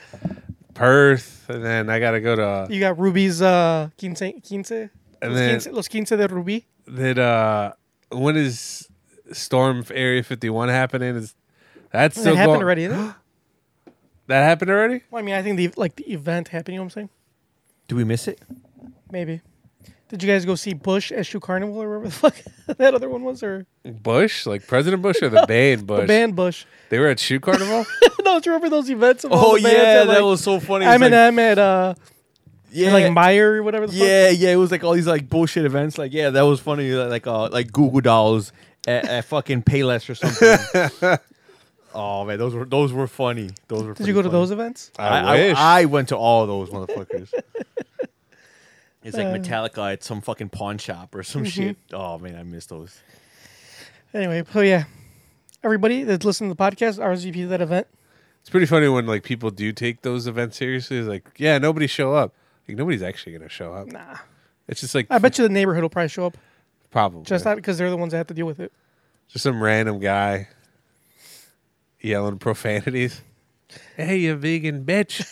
Speaker 2: Perth, and then I got to go to
Speaker 1: You got Ruby's uh, quince, quince, and
Speaker 2: then-
Speaker 1: los quince de Ruby.
Speaker 2: that. Uh, when is Storm Area Fifty One happening? Is that's still
Speaker 1: that happened
Speaker 2: going-
Speaker 1: already, isn't it?
Speaker 2: That happened already.
Speaker 1: Well, I mean, I think the like the event happened. You know what I'm saying?
Speaker 3: Do we miss it?
Speaker 1: Maybe. Did you guys go see Bush at Shoe Carnival or whatever the fuck that other one was, or
Speaker 2: Bush, like President Bush or the band Bush?
Speaker 1: the band Bush?
Speaker 2: They were at shoe carnival.
Speaker 1: no, do you remember those events? Of
Speaker 3: Oh,
Speaker 1: all the bands at, Oh, like,
Speaker 3: so funny. It's like-
Speaker 1: Eminem at uh,
Speaker 3: yeah,
Speaker 1: like Meyer or whatever the
Speaker 3: yeah, yeah. It was like all these like bullshit events. Like yeah, that was funny. Like uh, like Google Dolls at, at fucking Payless or something. oh man, those were those were funny. Those were.
Speaker 1: fuck. Did you go to those events?
Speaker 2: I, wish.
Speaker 3: I, went to all those motherfuckers. It's like Metallica at some fucking pawn shop or some shit. Oh man, I miss those.
Speaker 1: Anyway, so yeah, everybody that's listening to the podcast, RSVP to that event.
Speaker 2: It's pretty funny when like people do take those events seriously. It's like, yeah, nobody show up. Like nobody's actually gonna show up.
Speaker 1: Nah,
Speaker 2: It's just like
Speaker 1: I bet you the neighborhood will probably show up
Speaker 2: probably
Speaker 1: just not because they're the ones that have to deal with it.
Speaker 2: just some random guy yelling profanities. Hey, you vegan bitch!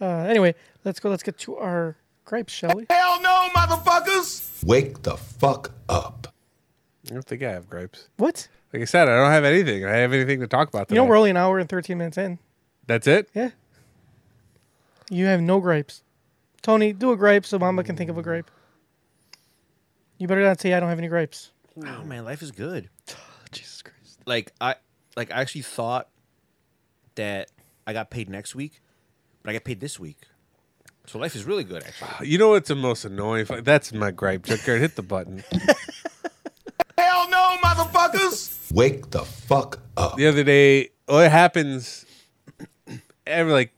Speaker 1: Uh, anyway, let's go. Let's get to our gripes, shall we?
Speaker 5: Hell no, motherfuckers!
Speaker 6: Wake the fuck up.
Speaker 2: I don't think I have gripes.
Speaker 1: What?
Speaker 2: Like I said, I don't have anything. I have anything to talk about.
Speaker 1: You know,
Speaker 2: today.
Speaker 1: we're only an hour and 13 minutes in.
Speaker 2: That's it.
Speaker 1: Yeah. You have no gripes. Tony, do a gripe so Mama can think of a gripe. You better not say I don't have any gripes.
Speaker 3: Oh man, life is good.
Speaker 1: Jesus Christ.
Speaker 3: like I like I actually thought that I got paid next week, but I got paid this week. So life is really good actually.
Speaker 2: You know what's the most annoying? fu- That's my gripe. Junkert, hit the button.
Speaker 5: Hell no, motherfuckers!
Speaker 6: Wake the fuck up.
Speaker 2: the other day well it happens every like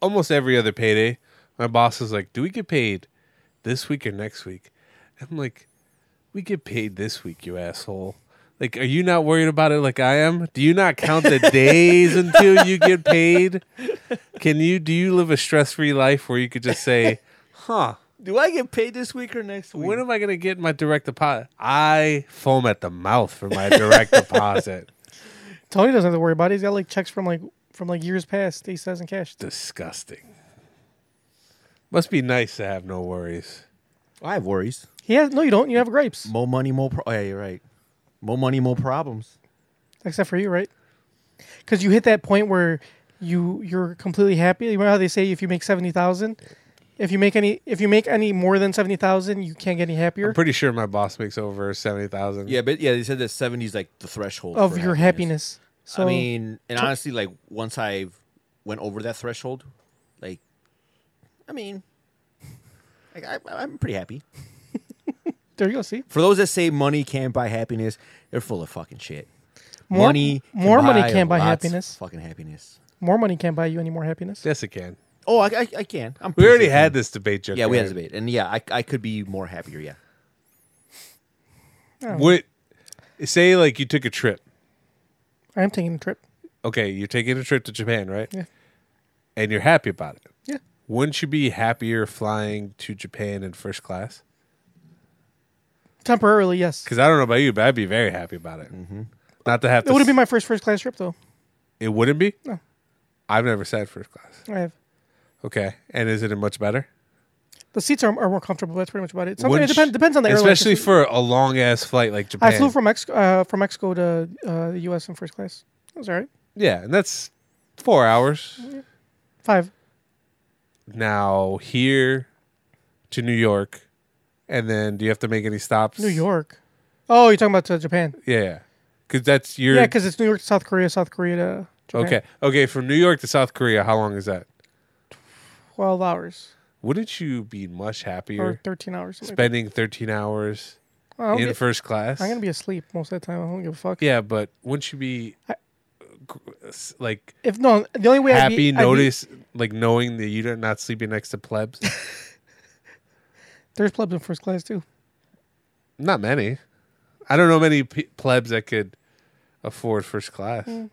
Speaker 2: almost every other payday my boss is like do we get paid this week or next week i'm like we get paid this week you asshole Like, are you not worried about it like I am? Do you not count the days until you get paid? Can you do you live a stress free life where you could just say, huh,
Speaker 3: Do I get paid this week or next week?
Speaker 2: when am I going to get my direct deposit? I foam at the mouth for my direct deposit.
Speaker 1: Tony doesn't have to worry about it. He's got like checks from like from like years past. that He says in cash.
Speaker 2: Disgusting. Must be nice to have no worries.
Speaker 3: I have worries.
Speaker 1: He has no. You don't. You have grapes,
Speaker 3: More money, more. Pro- oh, yeah, you're right. More money, more problems.
Speaker 1: except for you, right? Because you hit that point where you you're completely happy. You remember how they say if you make seventy thousand, if you make any if you make any more than seventy thousand, you can't get any happier
Speaker 2: I'm pretty sure my boss makes over 70,000.
Speaker 3: Yeah, but yeah, they said that 70 is like the threshold
Speaker 1: of
Speaker 3: for
Speaker 1: your happiness. So
Speaker 3: I mean, and honestly, like once I went over that threshold, like, I mean, like I, I'm pretty happy.
Speaker 1: there you go. See,
Speaker 3: For those that say money can't buy happiness, they're full of fucking shit.
Speaker 1: More-
Speaker 3: money, can
Speaker 1: more money can't buy
Speaker 3: lots of
Speaker 1: happiness.
Speaker 3: Fucking happiness.
Speaker 1: more money can't buy you any more happiness.
Speaker 2: Yes, it can.
Speaker 3: Oh, I, I, I can. I'm
Speaker 2: We
Speaker 3: pretty
Speaker 2: already
Speaker 3: sure I
Speaker 2: had
Speaker 3: can.
Speaker 2: this debate, Joker.
Speaker 3: Yeah, we had a debate, and yeah, I, I could be more happier. Yeah,
Speaker 2: What, say, like, you took a trip.
Speaker 1: I am taking a trip.
Speaker 2: okay, you're taking a trip to Japan, right?
Speaker 1: Yeah.
Speaker 2: And you're happy about it.
Speaker 1: Yeah.
Speaker 2: Wouldn't you be happier flying to Japan in first class?
Speaker 1: Temporarily, yes.
Speaker 2: Because I don't know about you, but I'd be very happy about it.
Speaker 3: Mm-hmm.
Speaker 2: Not to have to.
Speaker 1: It would have
Speaker 2: s-
Speaker 1: been my first first class trip though.
Speaker 2: it wouldn't be.
Speaker 1: No.
Speaker 2: I've never sat first class.
Speaker 1: I have
Speaker 2: Okay, and is it much better?
Speaker 1: the seats are, are more comfortable. That's pretty much about it. Sometimes
Speaker 2: Wouldn't
Speaker 1: it depends,
Speaker 2: sh-
Speaker 1: depends on the airline.
Speaker 2: especially for a long ass flight like Japan.
Speaker 1: I flew from Mexico uh, from Mexico to uh, the U.S. in first class. That was all right.
Speaker 2: yeah, and that's four hours.
Speaker 1: Five.
Speaker 2: Now here to New York, and then do you have to make any stops?
Speaker 1: New York. Oh, you're talking about to Japan.
Speaker 2: Yeah, because that's your
Speaker 1: Yeah, because it's New York to South Korea, South Korea to Japan.
Speaker 2: Okay. Okay. From New York to South Korea, how long is that?
Speaker 1: 12 hours
Speaker 2: Wouldn't you be much
Speaker 1: or
Speaker 2: happier
Speaker 1: 13 hours. something like
Speaker 2: spending 13 hours
Speaker 1: that. Well, Oh, I'll
Speaker 2: in
Speaker 1: be-
Speaker 2: first class?
Speaker 1: I'm going to be asleep most of the time. I don't give a fuck.
Speaker 2: yeah, but wouldn't you be gr- s- like
Speaker 1: If no, the only way I'd
Speaker 2: happy
Speaker 1: be, I'd be-
Speaker 2: notice, like knowing that you're not sleeping next to plebs?
Speaker 1: there's clubs in first class too.
Speaker 2: not many. I don't know many p- plebs that could afford first class.
Speaker 1: Hmm.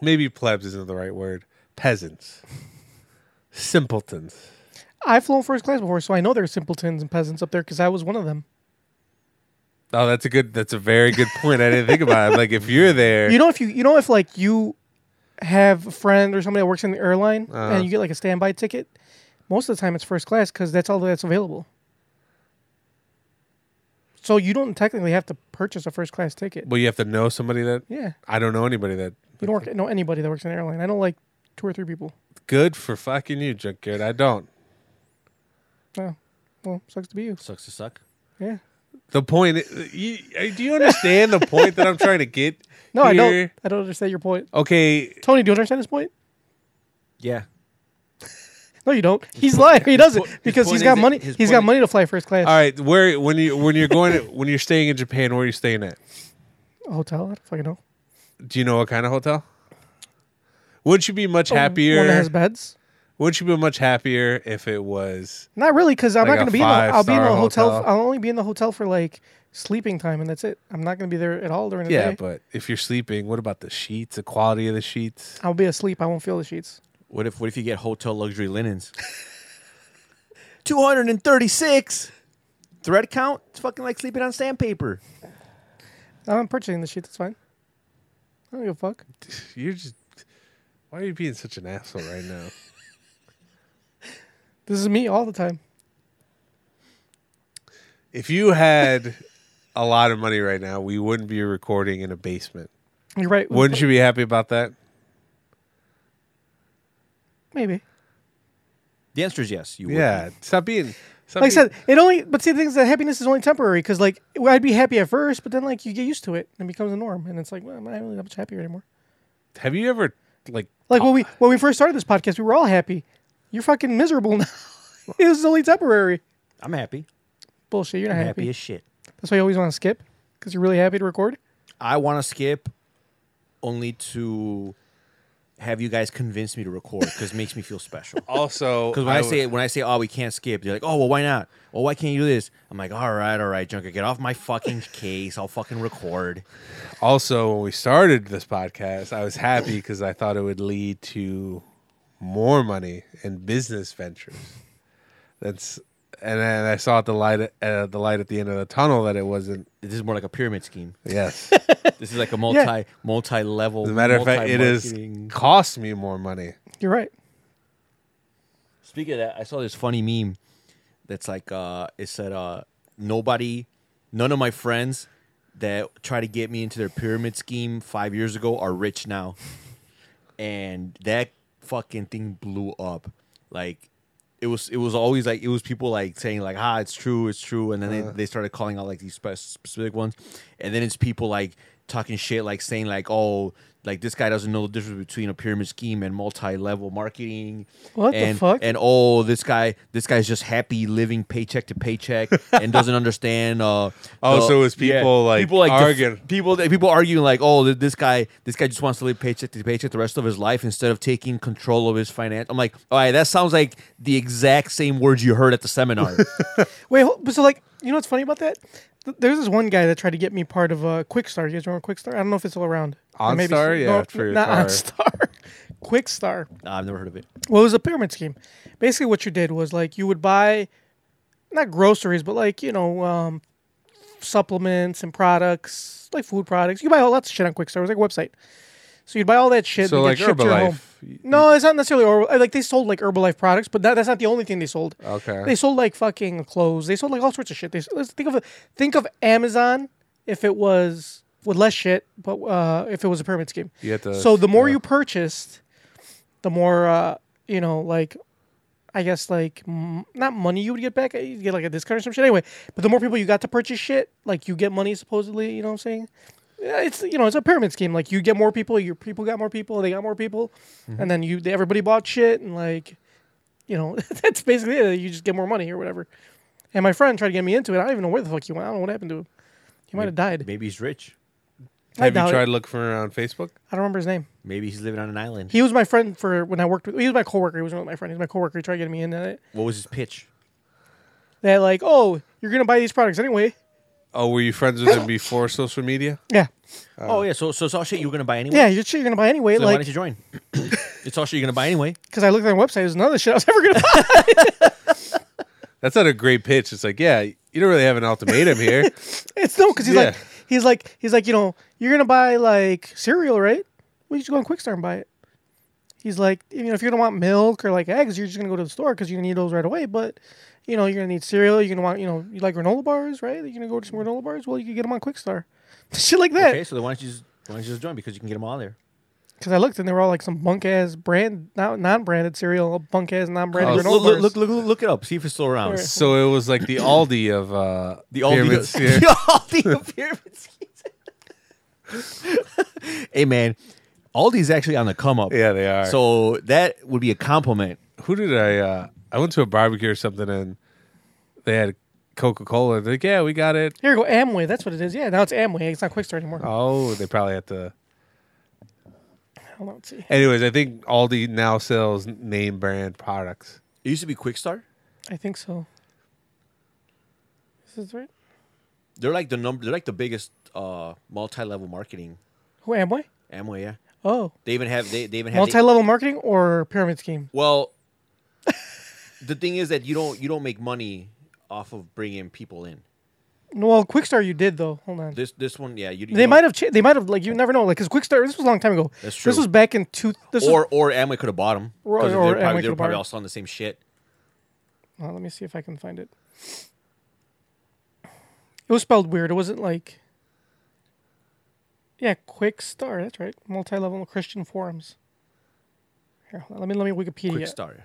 Speaker 2: Maybe plebs isn't the right word. Peasants, simpletons.
Speaker 1: I've flown first class before, so I know there's simpletons and peasants up there because I was one of them.
Speaker 2: Oh, that's a good. That's a very good point. I didn't think about it. Like if you're there,
Speaker 1: You know if you you know if like you have a friend or somebody that works in the airline
Speaker 3: Uh-huh.
Speaker 1: and you get like a standby ticket, most of the time it's first class because that's all that's available. So you don't technically have to purchase a first class ticket.
Speaker 2: Well, you have to know somebody that.
Speaker 1: Yeah,
Speaker 2: I don't know anybody that.
Speaker 1: you don't work, know anybody that works in an airline. I know like two or three people.
Speaker 2: Good for fucking you, junkyard. I don't.
Speaker 1: Oh, well, sucks to be you.
Speaker 3: sucks to suck.
Speaker 1: Yeah.
Speaker 2: The point. i- You, uh, do you understand the point that I'm trying to get?
Speaker 1: No, I don't.
Speaker 2: here?
Speaker 1: I don't understand your point.
Speaker 2: Okay,
Speaker 1: Tony, do you understand his point?
Speaker 3: Yeah,
Speaker 1: No, you don't. He's lying. He doesn't
Speaker 3: his
Speaker 1: because
Speaker 3: point
Speaker 1: he's got
Speaker 3: is-
Speaker 1: money.
Speaker 3: his
Speaker 1: He's got
Speaker 3: point-
Speaker 1: money to fly first class.
Speaker 2: all right. Where when you when you're going to- when you're staying in Japan, where are you staying at?
Speaker 1: A hotel. I don't fucking know.
Speaker 2: Do you know what kind of hotel? Wouldn't you be much
Speaker 1: One that
Speaker 2: happier?
Speaker 1: has beds.
Speaker 2: Wouldn't you be much happier if it was?
Speaker 1: Not really, because I'm not
Speaker 2: Like
Speaker 1: going
Speaker 2: a
Speaker 1: to be. In a, I'll be in a
Speaker 2: five-star
Speaker 1: hotel.
Speaker 2: hotel.
Speaker 1: I'll only be in the hotel for like sleeping time, and that's it. I'm not going to be there at all during the
Speaker 2: Yeah,
Speaker 1: day.
Speaker 2: but if you're sleeping, what about the sheets? The quality of the sheets?
Speaker 1: I'll be asleep. I won't feel the sheets.
Speaker 3: What if what if you get hotel luxury linens? Two hundred and thirty six thread count. It's fucking like sleeping on sandpaper.
Speaker 1: I'm purchasing the sheets. That's fine. I don't give a fuck.
Speaker 2: You're just. Why are you being such an asshole right now?
Speaker 1: This is me all the time.
Speaker 2: If you had a lot of money right now, we wouldn't be recording in a basement.
Speaker 1: You're right.
Speaker 2: Wouldn't you be happy about that?
Speaker 1: Maybe.
Speaker 3: The answer is yes. You would.
Speaker 2: Yeah. Stop being. Stop
Speaker 1: Like I said,
Speaker 2: being-
Speaker 1: it only. But see, the thing is that happiness is only temporary. Because like I'd be happy at first, but then like you get used to it and it becomes a norm, and it's like well, I'm not really that much happier anymore.
Speaker 2: have you ever like?
Speaker 1: Like when we when we first started this podcast, we were all happy. You're fucking miserable now. it was only temporary.
Speaker 3: I'm happy.
Speaker 1: Bullshit. You're not
Speaker 3: I'm happy.
Speaker 1: happy.
Speaker 3: as shit.
Speaker 1: That's why you always want to skip because you're really happy to record.
Speaker 3: I want to skip only to have you guys convince me to record because it makes me feel special.
Speaker 2: Also,
Speaker 3: Because when I, say
Speaker 2: Oh, would-
Speaker 3: when I say oh we can't skip, they're like oh well why not? Well why can't you do this? I'm like all right all right Junker get off my fucking case. I'll fucking record.
Speaker 2: also when we started this podcast, I was happy because I thought it would lead to more money and business ventures. That's and then I saw at the light uh, the light at the end of the tunnel that it wasn't.
Speaker 3: This is more like a pyramid scheme.
Speaker 2: Yes,
Speaker 3: This is like a multi multi level.
Speaker 2: as a matter of fact, it has cost me more money.
Speaker 1: You're right.
Speaker 3: Speaking of that, I saw this funny meme that's like uh it said uh nobody none of my friends that try to get me into their pyramid scheme 5 years ago are rich now. And that fucking thing blew up. Like it was it was always like it was people like saying like ah it's true it's true and then
Speaker 1: Uh-huh.
Speaker 3: they, they started calling out like these spe- specific ones and then it's people like talking shit like saying like oh like this guy doesn't know the difference between a pyramid scheme and multi-level marketing
Speaker 1: What the
Speaker 3: and,
Speaker 1: fuck?
Speaker 3: and oh this guy this guy's just happy living paycheck to paycheck and doesn't understand uh
Speaker 2: Oh,
Speaker 3: the-
Speaker 2: so it was people, like,
Speaker 3: people like def-
Speaker 2: arguing.
Speaker 3: people people arguing like oh th- this guy this guy just wants to live paycheck to paycheck the rest of his life instead of taking control of his finance i'm like all right that sounds like the exact same words you heard at the seminar
Speaker 1: Wait, hol- but so like, you know what's funny about that? Th- There's this one guy that tried to get me part of uh, Quickstar. You guys remember Quickstar? I don't know if it's still around. Or maybe-
Speaker 2: OnStar? Yeah,
Speaker 1: no,
Speaker 2: for your
Speaker 1: not
Speaker 2: car.
Speaker 1: OnStar. Quickstar.
Speaker 3: Nah, i've never heard of it
Speaker 1: Well, it was a pyramid scheme. Basically, what you did was like you would buy, not groceries, but like you know, um, supplements and products, like food products. You buy all lots of shit on Quickstar. It was like a website. So you'd buy all that shit.
Speaker 2: So
Speaker 1: and
Speaker 2: like
Speaker 1: get shipped to your home.
Speaker 2: Herbalife.
Speaker 1: No, it's not necessarily Herbal- uh, Like they sold like Herbalife products, but that, that's not the only thing they sold.
Speaker 2: Okay.
Speaker 1: They sold like fucking clothes. They sold like all sorts of shit. They s- let's think of it- think of Amazon if it was with less shit, but uh, if it was a pyramid scheme.
Speaker 2: You had to-
Speaker 1: so the more
Speaker 2: yeah.
Speaker 1: you purchased, the more uh, you know. Like, I guess like m- not money you would get back. You get like a discount or some shit. Anyway, but the more people you got to purchase shit, like you get money supposedly. You know what I'm saying? Yeah, it's you know it's a pyramid scheme. Like you get more people, your people got more people, they got more people,
Speaker 2: Mm-hmm.
Speaker 1: and then you they, everybody bought shit and like, you know that's basically it. You just get more money or whatever. And my friend tried to get me into it. I don't even know where the fuck he went. I don't know what happened to him. He might have died.
Speaker 3: maybe he's rich
Speaker 1: I
Speaker 2: Have you
Speaker 1: doubt
Speaker 2: tried
Speaker 1: It.
Speaker 2: looking for it on Facebook?
Speaker 1: I don't remember his name.
Speaker 3: maybe he's living on an island
Speaker 1: He was my friend for when I worked with. He was my coworker. He wasn't really my friend. He was my coworker. He tried getting me into it.
Speaker 3: what was his pitch
Speaker 1: They're like, oh, you're gonna buy these products anyway.
Speaker 2: Oh, were you friends with him before social media?
Speaker 1: Yeah,
Speaker 3: oh yeah so so it's all shit you were gonna buy anyway
Speaker 1: yeah, you're, you're gonna buy anyway.
Speaker 3: so then why
Speaker 1: like,
Speaker 3: didn't you join it's all shit you're gonna buy anyway
Speaker 1: because I looked at their website, it was none of the shit I was ever gonna buy.
Speaker 2: That's not a great pitch. It's like, yeah, you don't really have an ultimatum here.
Speaker 1: It's no, because he's like,
Speaker 2: Yeah.
Speaker 1: he's like, he's like, you know, you're gonna buy like cereal, right? We just go on Quickstar and buy it. He's like, you know, if you're gonna want milk or like eggs, you're just gonna go to the store because you need those right away. But, you know, you're gonna need cereal. You're gonna want, you know, you like granola bars, right? You're gonna go to some granola bars. Well, you can get them on Quickstar, shit like that.
Speaker 3: okay so then why don't you just why don't you just join because you can get them all there
Speaker 1: Because I looked and they were all like some bunk ass brand, not non-branded cereal, bunk ass non-branded granola
Speaker 3: Oh, look, look,
Speaker 1: bars.
Speaker 3: look, look, look it up see if it's still around
Speaker 1: Sure.
Speaker 2: So it was like the Aldi of uh,
Speaker 3: The Aldi,
Speaker 2: pyramids here.
Speaker 3: the Aldi of pyramid schemes. hey man, Aldi's actually on the come up.
Speaker 2: Yeah, they are.
Speaker 3: So that would be a compliment.
Speaker 2: who did I? Uh, I went to a barbecue or something, and they had Coca Cola. They're like, yeah, we got it.
Speaker 1: Here you go, Amway. That's what it is. Yeah, now it's Amway. It's not Quickstar anymore.
Speaker 2: Oh, they probably had to.
Speaker 1: Hold on, let's see.
Speaker 2: Anyways, I think Aldi now sells name brand products.
Speaker 3: It used to be Quickstar.
Speaker 1: I think so. This is right.
Speaker 3: They're like the number. They're like the biggest uh, multi-level marketing.
Speaker 1: Who Amway?
Speaker 3: Amway, yeah.
Speaker 1: Oh,
Speaker 3: They even have. They, they even have. they-
Speaker 1: multi-level marketing or pyramid scheme?
Speaker 3: well, the thing is that you don't you don't make money off of bringing people in.
Speaker 1: No, well, Quickstar you did though. Hold on.
Speaker 3: This this one, yeah. You, you
Speaker 1: They
Speaker 3: don't-
Speaker 1: might have. Cha- they might have. Like you never know. Like because Quickstar. This was a long time ago.
Speaker 3: That's
Speaker 1: This
Speaker 3: true.
Speaker 1: was back in two. This
Speaker 3: Or
Speaker 1: was,
Speaker 3: or Amway could have bought them.
Speaker 1: Or-
Speaker 3: Or, they
Speaker 1: or
Speaker 3: were
Speaker 1: Amway
Speaker 3: probably, they
Speaker 1: coulda
Speaker 3: were
Speaker 1: bought
Speaker 3: probably
Speaker 1: 'em.
Speaker 3: all selling the same shit.
Speaker 1: Oh, let me see if I can find it. It was spelled weird. It wasn't like. Yeah, Quickstar. That's right. Multi-level Christian forums. Here, hold on, let me let me Wikipedia. it.
Speaker 3: Quickstar.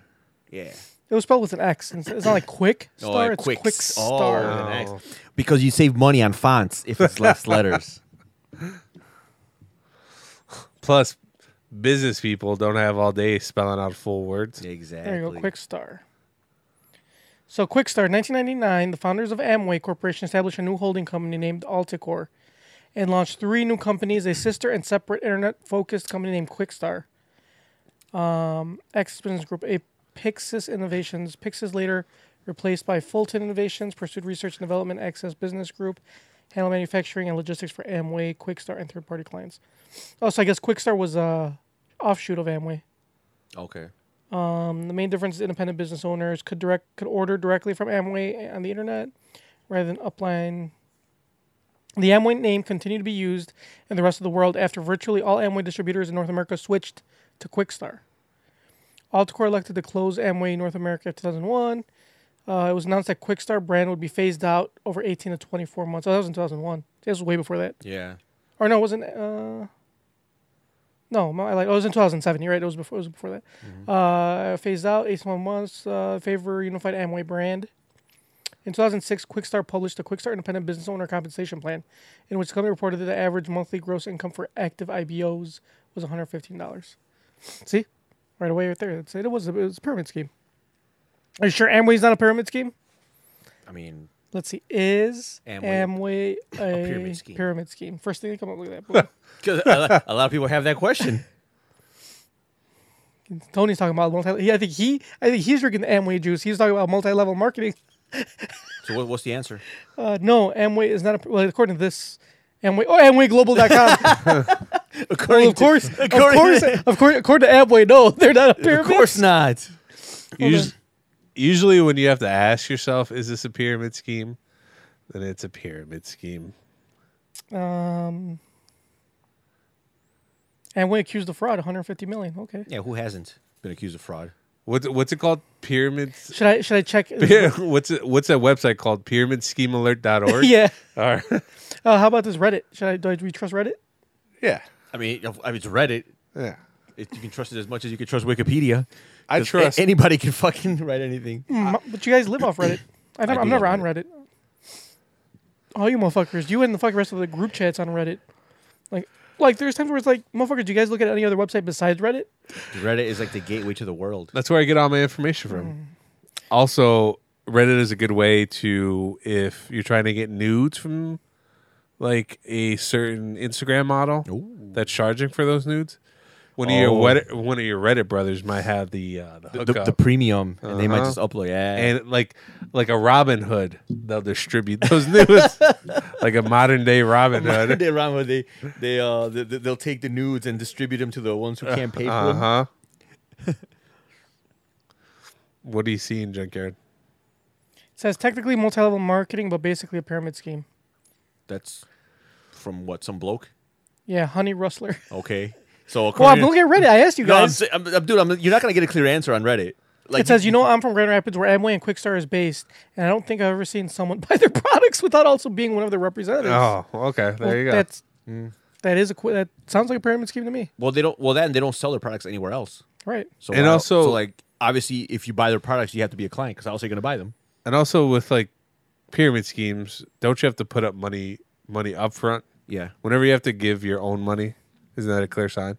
Speaker 3: Yeah.
Speaker 1: It was spelled with an X. and It's it's not like quick
Speaker 3: Oh,
Speaker 1: star.
Speaker 3: a
Speaker 1: it's
Speaker 3: quick
Speaker 1: quick
Speaker 3: s-
Speaker 1: star.
Speaker 3: Oh, an X. Because you save money on fonts if it's less letters.
Speaker 2: Plus, business people don't have all day spelling out full words.
Speaker 3: Exactly.
Speaker 1: There you go, Quickstar. So Quickstar, 1999, the founders of Amway Corporation established a new holding company named Alticor and launched three new companies, a sister and separate internet-focused company named Quickstar. Expeditions Group A Pixis Innovations. Pixis later replaced by Fulton Innovations, pursued research and development, Access Business Group, handled manufacturing and logistics for Amway, Quickstar, and third party clients. Oh, so I guess Quickstar was a offshoot of Amway.
Speaker 3: Okay.
Speaker 1: The main difference is independent business owners could direct could order directly from Amway on the internet rather than upline. The Amway name continued to be used in the rest of the world after virtually all Amway distributors in North America switched to Quickstar. Altacor elected to close Amway North America in 2001. Uh, it was announced that Quickstar brand would be phased out over 18 to 24 months. Oh, that was in 2001. That was way before that.
Speaker 3: Yeah.
Speaker 1: Or no, it wasn't. Uh, no, my, like, oh, it was in 2007. You're right. It was before. It was before that. Uh, phased out. Ace One months. Uh, favor unified Amway brand. In 2006, Quickstar published a Quickstar Independent Business Owner Compensation Plan, in which the company reported that the average monthly gross income for active IBOs was $115. See, right away, right there. That's it. It was a, it was a pyramid scheme. Are you sure Amway's not a pyramid scheme?
Speaker 3: I mean,
Speaker 1: Let's see. Is Amway,
Speaker 3: Amway
Speaker 1: a,
Speaker 3: pyramid scheme?
Speaker 1: pyramid scheme? First thing that come up, look at that. Boom.
Speaker 3: 'cause a a lot of people have that question.
Speaker 1: Tony's talking about multi. He, I think he, I think he's drinking the Amway juice. He's talking about multi-level marketing.
Speaker 3: So what, what's the answer?
Speaker 1: Uh, no, Amway is not a. Well, according to this, Amway. Oh, AmwayGlobal.com. well,
Speaker 3: According
Speaker 1: of course,
Speaker 3: to,
Speaker 1: of course, of course. According to Amway, no, they're not a pyramid.
Speaker 3: of course not.
Speaker 2: Us- usually, when you have to ask yourself, "Is this a pyramid scheme?" then it's a pyramid scheme.
Speaker 1: Amway accused of fraud, 150 million. Okay.
Speaker 3: Yeah, who hasn't been accused of fraud?
Speaker 2: What's what's it called? Pyramids.
Speaker 1: Should I should I check?
Speaker 2: Yeah, what's it, what's that website called? PyramidSchemeAlert.org.
Speaker 1: yeah.
Speaker 2: All right.
Speaker 1: Uh, how about this Reddit? Should I do, I, do we trust Reddit?
Speaker 2: Yeah.
Speaker 3: I mean, of- I mean, it's Reddit.
Speaker 2: Yeah.
Speaker 3: It, you can trust it as much as you can trust Wikipedia.
Speaker 2: I
Speaker 3: 'Cause a-
Speaker 2: trust.
Speaker 3: anybody can fucking write anything.
Speaker 1: M- but you guys live off Reddit. I never,
Speaker 3: do
Speaker 1: I'm never
Speaker 3: love
Speaker 1: on Reddit. All you motherfuckers, you and the fuck rest of the group chats on Reddit. Like, like there's times where it's like, motherfuckers, do you guys look at any other website besides Reddit?
Speaker 3: Reddit is like the gateway to the world.
Speaker 2: That's where I get all my information from. Also, Reddit is a good way to if you're trying to get nudes from like a certain Instagram model that's charging for those nudes. One of your
Speaker 3: Oh.
Speaker 2: Reddit, one of your Reddit brothers might have the uh, the,
Speaker 3: The,
Speaker 2: hookup.
Speaker 3: the premium, and they might
Speaker 2: Uh-huh.
Speaker 3: just upload. Yeah,
Speaker 2: and like like a Robin Hood, they'll distribute those nudes like a modern day Robin Hood.
Speaker 3: they run with they they uh they, they- they'll take the nudes and distribute them to the ones who can't pay for
Speaker 2: Uh
Speaker 3: them.
Speaker 2: huh. what do you see in junkyard?
Speaker 1: It says technically multi-level marketing, but basically a pyramid scheme.
Speaker 3: That's from what some bloke.
Speaker 1: Yeah, honey rustler.
Speaker 3: Okay, so
Speaker 1: Well, I'm
Speaker 3: according to-
Speaker 1: looking at Reddit. I asked you
Speaker 3: no, I'm,
Speaker 1: guys.
Speaker 3: sa- I'm, I'm- dude, I'm, you're not gonna get a clear answer on Reddit. Like
Speaker 1: it says, you know, I'm from Grand Rapids, where Amway and Quickstar is based, and I don't think I've ever seen someone buy their products without also being one of their representatives.
Speaker 2: Oh, okay. There
Speaker 1: Well,
Speaker 2: you go.
Speaker 1: That's that is a qu- that sounds like a pyramid scheme to me.
Speaker 3: well they don't well then they don't sell their products anywhere else.
Speaker 1: Right.
Speaker 3: So
Speaker 2: And
Speaker 3: I don't-
Speaker 2: also-
Speaker 3: so, like obviously if you buy their products you have to be a client because how else are you gonna buy them?
Speaker 2: and also with like pyramid schemes, don't you have to put up money money up front?
Speaker 3: Yeah,
Speaker 2: Whenever you have to give your own money, isn't that a clear sign?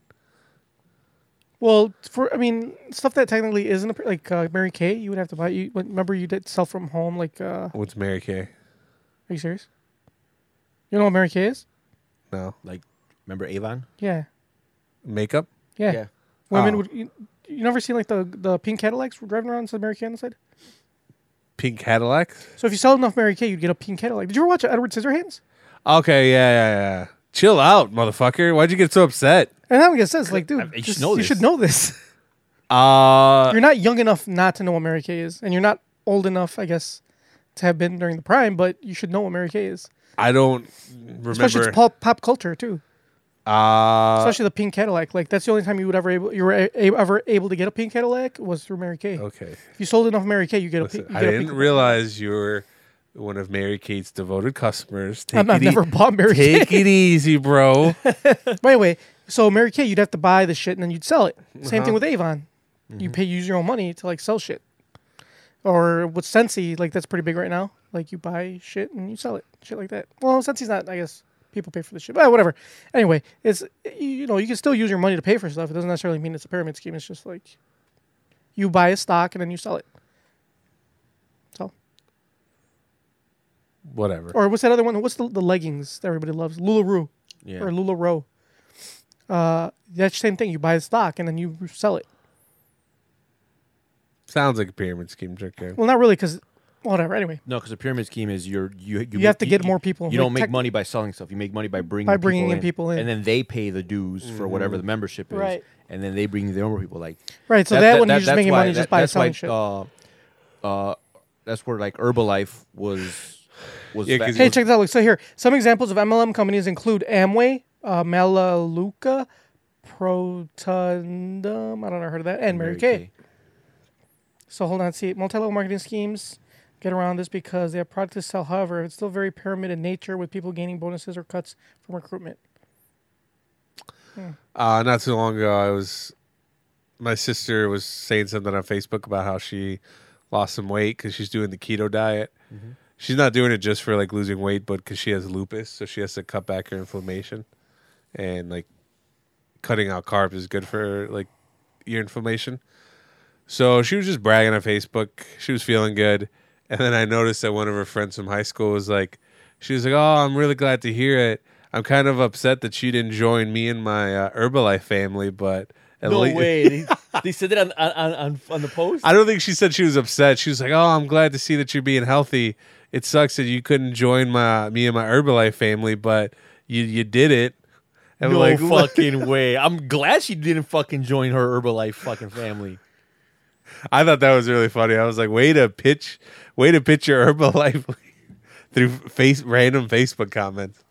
Speaker 1: Well, for I mean, stuff that technically isn't a, py- like uh, Mary Kay, you would have to buy. You remember you did sell from home. Like, uh, are
Speaker 2: What's Mary Kay?
Speaker 1: you serious? You know what Mary Kay is?
Speaker 2: No
Speaker 3: like remember Avon?
Speaker 1: Yeah,
Speaker 2: makeup.
Speaker 1: yeah. Women
Speaker 2: Oh.
Speaker 1: would. You, you never seen like the the pink Cadillacs driving around the Mary Kay on the side?
Speaker 2: Pink Cadillac.
Speaker 1: So if you sell enough Mary Kay, you'd get a pink Cadillac. Did you ever watch Edward Scissorhands?
Speaker 2: Okay, yeah, yeah, yeah. Chill out, motherfucker. Why'd you get so upset?
Speaker 1: And that makes sense. Like, dude,
Speaker 3: you should
Speaker 1: just-
Speaker 3: know
Speaker 1: you
Speaker 3: this.
Speaker 1: should know this.
Speaker 2: Uh
Speaker 1: you're not young enough not to know what Mary Kay is, and you're not old enough, I guess, to have been during the prime. But you should know what Mary Kay is,
Speaker 2: I don't remember.
Speaker 1: especially it's pop, pop culture too.
Speaker 2: uh,
Speaker 1: Especially the pink Cadillac. Like that's the only time you would ever able you were a- a- ever able to get a pink Cadillac was through Mary Kay.
Speaker 2: okay.
Speaker 1: If you sold enough Mary Kay, you get a, pink. you
Speaker 2: I
Speaker 1: get a
Speaker 2: didn't
Speaker 1: pink-
Speaker 2: realize you were one of Mary Kate's devoted customers. Take
Speaker 1: I'm- I've
Speaker 2: it e-
Speaker 1: never bought Mary Kay.
Speaker 2: Take it easy, bro.
Speaker 1: By the way, so Mary Kay, you'd have to buy the shit and then you'd sell it. Same thing with Avon. You pay you use your own money to like sell shit. Or with Sensi, like that's pretty big right now. Like you buy shit and you sell it, shit like that. Well, Sensi's not, I guess, people pay for the shit, but whatever. Anyway, it's you you know you can still use your money to pay for stuff. It doesn't necessarily mean it's a pyramid scheme. It's just like you buy a stock and then you sell it. So,
Speaker 2: Whatever.
Speaker 1: or what's that other one? What's the, the leggings that everybody loves? Lularoe.
Speaker 3: Yeah.
Speaker 1: or LuLaRoe. Uh, that's the same thing. You buy the stock and then you sell it.
Speaker 2: Sounds like a pyramid scheme trick here.
Speaker 1: Well, not really, because whatever. Anyway,
Speaker 3: No, because the pyramid scheme is you're, you you
Speaker 1: You have to get more people.
Speaker 3: You don't
Speaker 1: Like,
Speaker 3: make
Speaker 1: tech-
Speaker 3: money by selling stuff. You make money by bringing
Speaker 1: By bringing in people in. Mm-hmm.
Speaker 3: and then they pay the dues for whatever the membership is,
Speaker 1: Right.
Speaker 3: and then they bring their own people. Like
Speaker 1: Right, so that one you're just
Speaker 3: that's
Speaker 1: making
Speaker 3: why-
Speaker 1: money just by
Speaker 3: that's why,
Speaker 1: selling shit.
Speaker 3: Uh, uh, that's where like Herbalife was was.
Speaker 2: Yeah,
Speaker 3: fa-
Speaker 2: 'cause-
Speaker 1: hey,
Speaker 3: was-
Speaker 1: check this out. Look, so here, some examples of MLM companies include Amway, uh, Melaleuca, Protundum. I don't know, heard of that, and Mary, Kay. So hold on, see multi-level marketing schemes get around this because they have products to sell. However, it's still very pyramid in nature, with people gaining bonuses or cuts from recruitment.
Speaker 2: Uh, not too long ago, I was my sister was saying something on Facebook about how she lost some weight because she's doing the keto diet.
Speaker 4: Mm-hmm.
Speaker 2: She's not doing it just for like losing weight, but because she has lupus, so she has to cut back her inflammation, and like cutting out carbs is good for like your inflammation. So she was just bragging on Facebook. She was feeling good, and then I noticed that one of her friends from high school was like, she was like, "Oh, I'm really glad to hear it. I'm kind of upset that she didn't join me and my uh, Herbalife family, but at
Speaker 4: No
Speaker 2: lea-
Speaker 4: way. They, they said that on on, on on the post.
Speaker 2: I don't think she said she was upset. She was like, "Oh, I'm glad to see that you're being healthy. It sucks that you couldn't join my me and my Herbalife family, but you you did it." And
Speaker 4: no
Speaker 2: we're like,
Speaker 4: fucking way. I'm glad she didn't fucking join her Herbalife fucking family.
Speaker 2: I thought that was really funny. I was like, "Way to pitch, way to pitch your Herbalife through face random Facebook comments."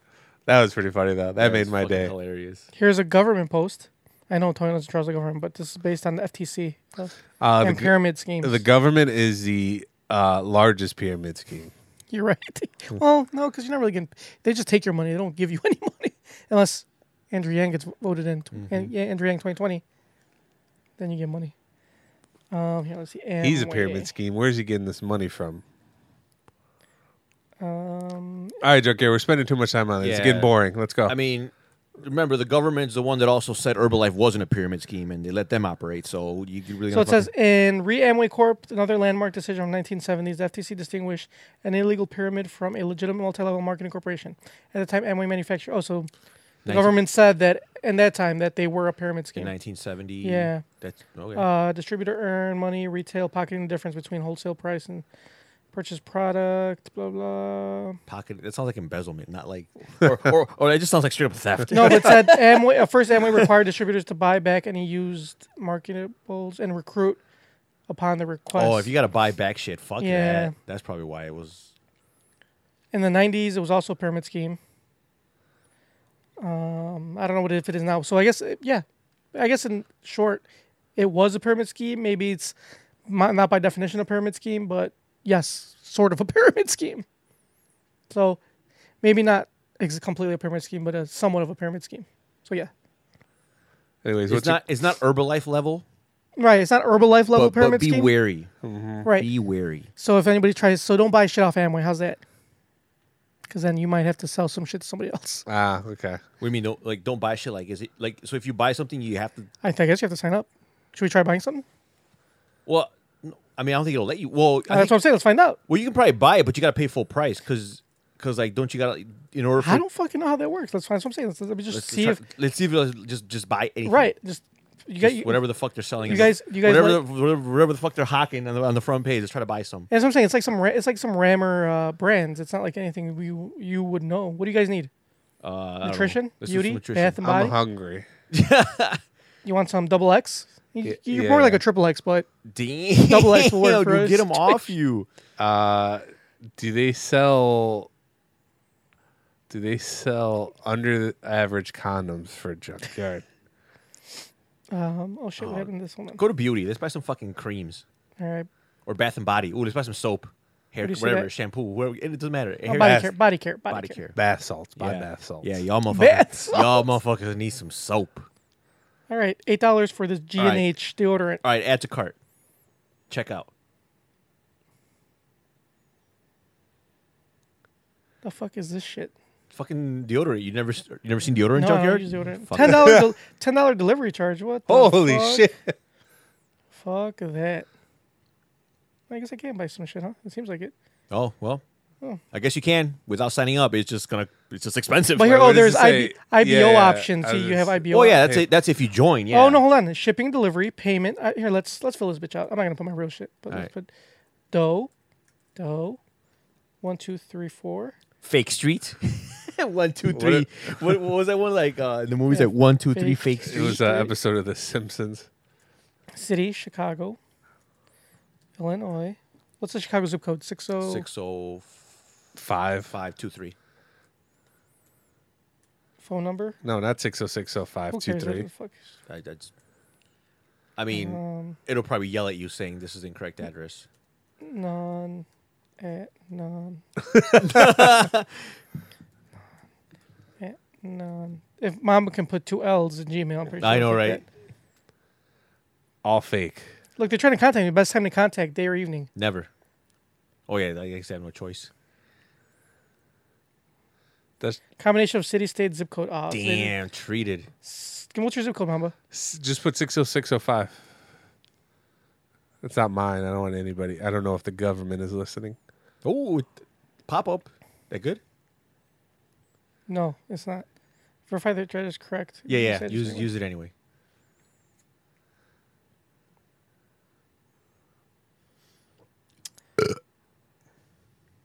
Speaker 2: That was pretty funny though. That made
Speaker 4: That's
Speaker 2: my
Speaker 4: fucking
Speaker 2: day.
Speaker 4: Hilarious.
Speaker 1: Here's a government post. I know Tony doesn't trust the government, but this is based on the FTC uh,
Speaker 2: Uh, the
Speaker 1: and
Speaker 2: g-
Speaker 1: pyramid schemes.
Speaker 2: The government is the uh, largest pyramid scheme.
Speaker 1: You're right. well, no, because you're not really getting. They just take your money. They don't give you any money unless Andrew Yang gets voted in. tw-
Speaker 2: Mm-hmm.
Speaker 1: and, yeah, Andrew Yang 2020. Then you get money. Um, here, let's see.
Speaker 2: He's a
Speaker 1: Amway.
Speaker 2: pyramid scheme. Where's he getting this money from? Um. All right, Joker. We're spending too much time on this. It's
Speaker 3: Yeah.
Speaker 2: getting boring. Let's go.
Speaker 3: I mean, remember the government's the one that also said Herbalife wasn't a pyramid scheme, and they let them operate. So you you really
Speaker 1: So
Speaker 3: gonna
Speaker 1: it says in Re Amway Corp, another landmark decision from 1970s, the FTC distinguished an illegal pyramid from a legitimate multi-level marketing corporation. At the time, Amway manufactured. Oh, so the
Speaker 3: 19
Speaker 1: government said that in that time that they were a pyramid
Speaker 3: fucking- in
Speaker 1: scheme.
Speaker 3: 1970.
Speaker 1: Yeah.
Speaker 3: that's okay.
Speaker 1: Uh, distributor earn money, retail pocketing the difference between wholesale price and purchase product, blah blah.
Speaker 3: Pocket. That sounds like embezzlement, not like or or, or that just sounds like straight up theft.
Speaker 1: No, but said Amway. Uh, first, Amway required distributors to buy back any used marketables and recruit upon the request.
Speaker 3: Oh, if you got to buy back shit, fuck
Speaker 1: Yeah.
Speaker 3: that. That's probably why it was.
Speaker 1: in the '90s, it was also a pyramid scheme. Um, I don't know what if it is now. So I guess uh, yeah, I guess in short, it was a pyramid scheme. Maybe it's mo- not by definition a pyramid scheme, but yes, sort of a pyramid scheme. So maybe not ex- completely a pyramid scheme, but a somewhat of a pyramid scheme. So yeah,
Speaker 2: Anyways,
Speaker 3: It's
Speaker 2: what's your-
Speaker 3: not. It's not Herbalife level,
Speaker 1: right. It's not Herbalife level
Speaker 3: but, but
Speaker 1: pyramid
Speaker 3: be
Speaker 1: scheme,
Speaker 3: wary.
Speaker 1: right?
Speaker 3: Be wary.
Speaker 1: So if anybody tries, so don't buy shit off Amway. How's that? Because then you might have to sell some shit to somebody else.
Speaker 2: ah okay.
Speaker 3: What do you mean? Don't like don't buy shit. Like is it like so? If you buy something, you have to.
Speaker 1: I think I guess you have to sign up. Should we try buying something?
Speaker 3: Well, n- I mean, I don't think it'll let you.
Speaker 1: Uh,
Speaker 3: Well, I
Speaker 1: that's
Speaker 3: think,
Speaker 1: what I'm saying. Let's find out.
Speaker 3: well, you can probably buy it, but you got to pay full price because because like don't you got to in order for
Speaker 1: I don't fucking know how that works. Let's find. That's what I'm saying. Let's, let me just
Speaker 3: let's
Speaker 1: see
Speaker 3: try-
Speaker 1: if
Speaker 3: let's see if it'll just just buy anything.
Speaker 1: right. Just you got
Speaker 3: Just
Speaker 1: you, whatever.
Speaker 3: whatever the fuck they're selling.
Speaker 1: you
Speaker 3: on the-
Speaker 1: guys- you guys
Speaker 3: whatever,
Speaker 1: like-
Speaker 3: the, whatever, whatever the fuck they're hawking on the, on the front page. Let's try to buy some.
Speaker 1: That's what I'm saying. It's like some. Ra- it's like some rammer uh, brands. It's not like anything we you would know. What do you guys need?
Speaker 3: Uh,
Speaker 1: Nutrition,
Speaker 3: Let's do some
Speaker 1: beauty,
Speaker 3: nutrition.
Speaker 1: bath and
Speaker 2: I'm
Speaker 1: body.
Speaker 2: hungry.
Speaker 1: you want some double X? You,
Speaker 2: Yeah,
Speaker 1: you're
Speaker 2: yeah,
Speaker 1: more like
Speaker 2: yeah.
Speaker 1: a triple X, but
Speaker 3: Damn,
Speaker 1: Double X will work for
Speaker 3: dude,
Speaker 1: us.
Speaker 3: get them off you.
Speaker 2: Uh, do they sell? Do they sell under the average condoms for junkyard?
Speaker 1: um. Oh shit! What happened to this one?
Speaker 3: Uh, Go to beauty. Let's buy some fucking creams
Speaker 1: All right.
Speaker 3: or Bath and Body. Ooh, let's buy some soap, hair,
Speaker 1: Where do you see
Speaker 3: whatever,
Speaker 1: that?
Speaker 3: shampoo, whatever. It doesn't matter.
Speaker 1: Oh,
Speaker 3: Hair-
Speaker 1: body
Speaker 3: bath-
Speaker 1: care. Body care. Body,
Speaker 3: body
Speaker 1: care.
Speaker 3: care.
Speaker 2: Bath salts. Buy
Speaker 3: yeah.
Speaker 2: bath salts.
Speaker 3: Yeah, y'all
Speaker 1: Bath
Speaker 3: motherfuckers.
Speaker 1: salts.
Speaker 3: Y'all motherfuckers need some soap.
Speaker 1: All right. Eight dollars for this G
Speaker 3: right.
Speaker 1: and H deodorant.
Speaker 3: All right, add to cart. Check out.
Speaker 1: The fuck is this shit?
Speaker 3: Fucking deodorant. You never you never seen deodorant
Speaker 1: No, I don't
Speaker 3: junkyard?
Speaker 1: use deodorant.
Speaker 3: Fuck.
Speaker 1: Ten dollar. Ten dollar delivery charge. What? the
Speaker 2: Holy
Speaker 1: fuck?
Speaker 2: shit!
Speaker 1: Fuck that. I guess I can buy some shit, huh? It seems like it.
Speaker 3: Oh well, I guess you can without signing up. It's just gonna. It's just expensive.
Speaker 1: But here,
Speaker 2: What
Speaker 1: oh,
Speaker 2: does
Speaker 1: there's
Speaker 2: it
Speaker 1: IB,
Speaker 2: say?
Speaker 1: IBO
Speaker 2: Yeah,
Speaker 1: options.
Speaker 2: I
Speaker 1: See,
Speaker 2: was-
Speaker 1: you have IBO.
Speaker 3: oh yeah, that's it. That's if you join. Yeah.
Speaker 1: Oh no, hold on. Shipping, delivery, payment. Uh, here, let's let's fill this bitch out. I'm not gonna put my real shit, but let's
Speaker 3: Alright.
Speaker 1: put dough, dough, one, two, three, four.
Speaker 3: Fake street. one two
Speaker 2: What
Speaker 3: three. What, what was that one like? Uh, in the movies like one two three
Speaker 1: Fake
Speaker 3: fake
Speaker 2: It
Speaker 3: street.
Speaker 2: was an episode of The Simpsons.
Speaker 1: City, Chicago, Illinois. What's the Chicago zip code? Six oh.
Speaker 3: Six oh
Speaker 2: Five.
Speaker 3: five two three.
Speaker 1: Phone number.
Speaker 2: No, not six oh six oh five
Speaker 1: Who
Speaker 2: two
Speaker 1: cares? What
Speaker 2: three.
Speaker 1: the fuck?
Speaker 3: I, that's, I mean,
Speaker 1: Um.
Speaker 3: it'll probably yell at you saying this is the incorrect address.
Speaker 1: Non, at non. Eh, non. If Mama can put two L's in Gmail, I'm pretty sure.
Speaker 3: I
Speaker 1: I'll
Speaker 3: know,
Speaker 1: take
Speaker 3: right?
Speaker 1: that.
Speaker 2: All fake.
Speaker 1: Look, they're trying to contact me. Best time to contact, day or evening.
Speaker 3: Never. Oh yeah, I guess I have no choice.
Speaker 2: That's
Speaker 1: Combination of city, state, zip code. Oh, so they-
Speaker 3: Damn, treated.
Speaker 1: Can- What's your zip code, Mamba?
Speaker 2: s- just put six oh six oh five. That's not mine. I don't want anybody. I don't know if the government is listening.
Speaker 3: Oh, pop up. That good?
Speaker 1: No, it's not. Verify that address is correct.
Speaker 3: Yeah,
Speaker 1: You
Speaker 3: yeah.
Speaker 1: said
Speaker 3: Use
Speaker 1: it's-
Speaker 3: use it anyway.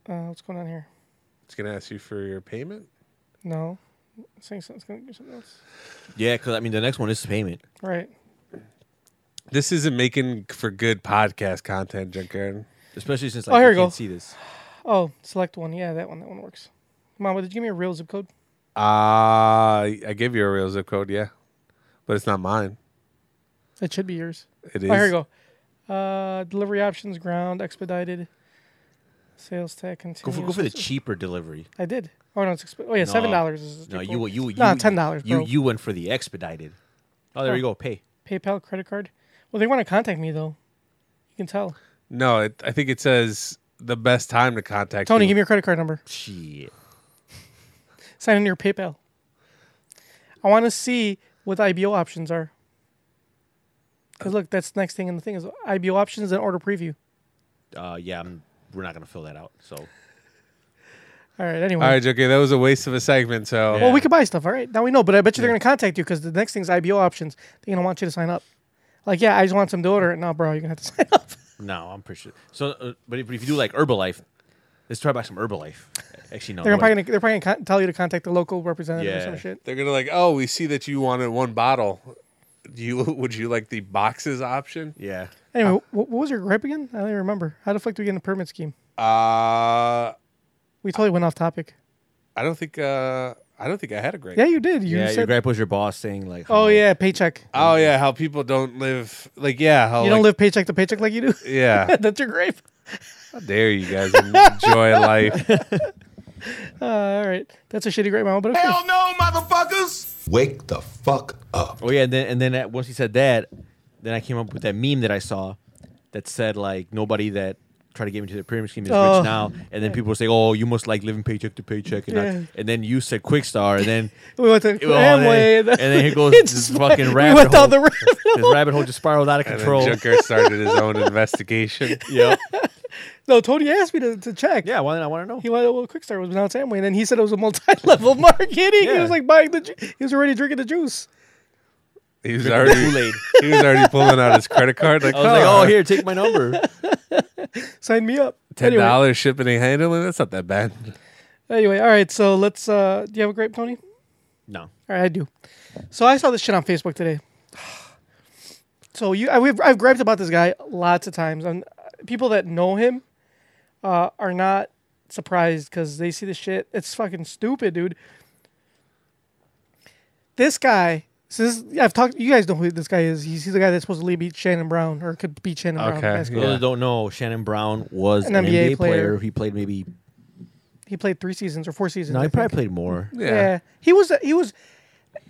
Speaker 1: Uh, what's going on here?
Speaker 2: It's gonna ask you for your payment.
Speaker 1: No, it's saying something. It's going to do something else.
Speaker 3: Yeah, because I mean, the next one is payment.
Speaker 1: Right.
Speaker 2: This isn't making for good podcast content, Junk Aaron.
Speaker 3: Especially since
Speaker 1: Oh,
Speaker 3: like,
Speaker 1: here we
Speaker 3: you
Speaker 1: go.
Speaker 3: can't see this.
Speaker 1: Oh, select one. Yeah, that one. That one works. Mamba, did you give me a real zip code?
Speaker 2: Uh I gave you a real zip code, yeah, but it's not mine.
Speaker 1: It should be yours.
Speaker 2: It is.
Speaker 1: Oh, here we go. Uh, delivery options, ground, expedited, sales tax,
Speaker 3: Go
Speaker 1: continues.
Speaker 3: for, go for the cheaper delivery.
Speaker 1: I did. Oh, no, it's exp- Oh, yeah, $7 is
Speaker 3: No,
Speaker 1: equal.
Speaker 3: you you you.
Speaker 1: Nah, $10,
Speaker 3: You
Speaker 1: bro.
Speaker 3: you went for the expedited. Oh, there you go. Pay.
Speaker 1: PayPal, credit card. Well, they want to contact me, though. You can tell.
Speaker 2: No, it, I think it says the best time to contact
Speaker 1: Tony,
Speaker 2: you.
Speaker 1: give me your credit card number.
Speaker 3: Shit.
Speaker 1: Sign in your PayPal. I want to see what the IBO options are. Because, look, that's the next thing in the thing is IBO options and order preview.
Speaker 3: Uh, yeah, I'm, we're not gonna fill that out. So
Speaker 1: All right, anyway.
Speaker 2: All right, Junk Aaron, that was a waste of a segment. So
Speaker 1: Well, we could buy stuff, all right? Now we know, but I bet you they're going to contact you because the next thing's IBO options. They're going to want you to sign up. Like, yeah, I just want some deodorant. No, bro, you're going to have to sign up.
Speaker 3: no, I'm pretty sure. So, uh, but, if, but if you do like Herbalife, let's try buy some Herbalife. Actually, no.
Speaker 1: They're
Speaker 3: no,
Speaker 1: probably
Speaker 3: like-
Speaker 1: gonna, they're probably going to tell you to contact the local representative or
Speaker 3: Yeah.
Speaker 1: some shit.
Speaker 2: they're gonna like, oh, we see that you wanted one bottle. Do you would you like the boxes option?
Speaker 3: yeah.
Speaker 1: Anyway, wh- what was your gripe again? I don't even remember. How the fuck do we get in the permit scheme?
Speaker 2: Uh,
Speaker 1: We totally went off topic.
Speaker 2: I don't think uh, I don't think I had a great.
Speaker 1: Yeah, you did. You
Speaker 3: Yeah, your
Speaker 1: said,
Speaker 3: gripe was your boss saying like,
Speaker 1: oh,
Speaker 3: how-
Speaker 1: yeah, paycheck.
Speaker 2: Oh yeah, how people don't live like yeah, how
Speaker 1: You don't live paycheck to paycheck like you do.
Speaker 2: yeah.
Speaker 1: That's your gripe.
Speaker 2: how dare you guys enjoy life?
Speaker 1: Uh, all right. That's a shitty gripe, mama, but okay.
Speaker 5: Hell no, motherfuckers!
Speaker 6: Wake the fuck up.
Speaker 3: Oh yeah, and then and then that, once he said that, then I came up with that meme that I saw that said like nobody that tried to get into the pyramid scheme is
Speaker 1: Oh.
Speaker 3: rich now, and then people were saying, oh, you must like living paycheck to paycheck, and,
Speaker 1: Yeah.
Speaker 3: not, and then you said Quickstar, and then
Speaker 1: We went to
Speaker 3: it- oh,
Speaker 1: Amway.
Speaker 3: and, then, and then here goes
Speaker 1: It's
Speaker 3: this
Speaker 1: just-
Speaker 3: fucking
Speaker 1: We
Speaker 3: rabbit
Speaker 1: went
Speaker 3: hole.
Speaker 1: down the rabbit
Speaker 3: this rabbit hole just spiraled out of
Speaker 2: And
Speaker 3: control.
Speaker 2: then Junker started his own investigation.
Speaker 3: yeah,
Speaker 1: No, Tony asked me to, to check.
Speaker 3: yeah. Well, then I want to know.
Speaker 1: He wanted well, Quickstar was now Amway, and then he said it was a multi-level marketing. He
Speaker 3: Yeah.
Speaker 1: was like buying the, ju- he was already drinking the juice.
Speaker 2: He was already
Speaker 3: Kool-Aid.
Speaker 2: he was already pulling out his credit card like,
Speaker 3: I was like, oh,
Speaker 2: oh
Speaker 3: here, take my number.
Speaker 1: Sign me up.
Speaker 2: ten
Speaker 1: Anyway.
Speaker 2: dollars shipping and handling. That's not that bad.
Speaker 1: Anyway, all right. So let's. uh Do you have a grape, Tony?
Speaker 3: no,
Speaker 1: All right, I do. So I saw this shit on Facebook today. So you, I, we've, I've griped about this guy lots of times, and uh, people that know him uh, are not surprised because they see the shit. It's fucking stupid, dude. This guy. So this, I've talked. You guys know who this guy is. He's, he's the guy that's supposed to lead beat Shannon Brown or could beat Shannon Brown. in
Speaker 2: Okay,
Speaker 3: for
Speaker 1: basketball.
Speaker 2: Yeah.
Speaker 3: those that don't know, Shannon Brown was
Speaker 1: An
Speaker 3: an,
Speaker 1: NBA
Speaker 3: NBA, player.
Speaker 1: player.
Speaker 3: He played maybe.
Speaker 1: He played three seasons or four seasons.
Speaker 3: No,
Speaker 1: I
Speaker 3: he
Speaker 1: think.
Speaker 3: probably played more.
Speaker 2: Yeah.
Speaker 1: Yeah. he was. He was.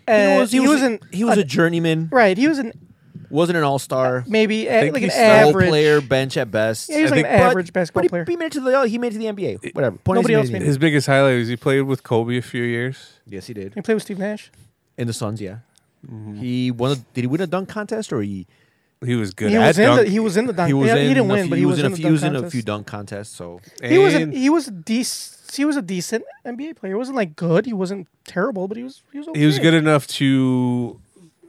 Speaker 1: Uh,
Speaker 3: he was. He, was,
Speaker 1: an.
Speaker 3: a, he was a journeyman.
Speaker 1: right. He was an
Speaker 3: wasn't an all star.
Speaker 1: maybe a,
Speaker 2: think
Speaker 1: like an
Speaker 2: he's the
Speaker 3: Role
Speaker 1: average
Speaker 3: player, bench at best.
Speaker 1: Yeah, he was
Speaker 2: I
Speaker 1: like an
Speaker 2: think-
Speaker 1: average basketball
Speaker 3: but he,
Speaker 1: player.
Speaker 3: He made it to the he made it to the NBA. Whatever. Point is,
Speaker 1: Nobody
Speaker 3: he
Speaker 1: else
Speaker 3: it
Speaker 1: made
Speaker 3: to the
Speaker 2: His biggest highlight was he played with Kobe a few years.
Speaker 3: NBA. Yes, he did.
Speaker 1: He played with Steve Nash.
Speaker 3: In the Suns, yeah. He won. A, did he win a dunk contest or he
Speaker 2: He was good
Speaker 1: He
Speaker 2: at
Speaker 1: was in
Speaker 2: dunk.
Speaker 1: the he was in the dunk.
Speaker 3: He was
Speaker 1: yeah,
Speaker 3: in
Speaker 1: he didn't
Speaker 3: a
Speaker 1: win,
Speaker 3: few-
Speaker 1: but he was in,
Speaker 3: a
Speaker 1: the
Speaker 3: few- he
Speaker 1: dunk
Speaker 3: was in a
Speaker 1: contest.
Speaker 3: few dunk contests. So
Speaker 1: He was a,
Speaker 2: And
Speaker 1: he was a decent he was a decent NBA player. He wasn't like good. He wasn't terrible, but he was he was okay.
Speaker 2: he was good enough to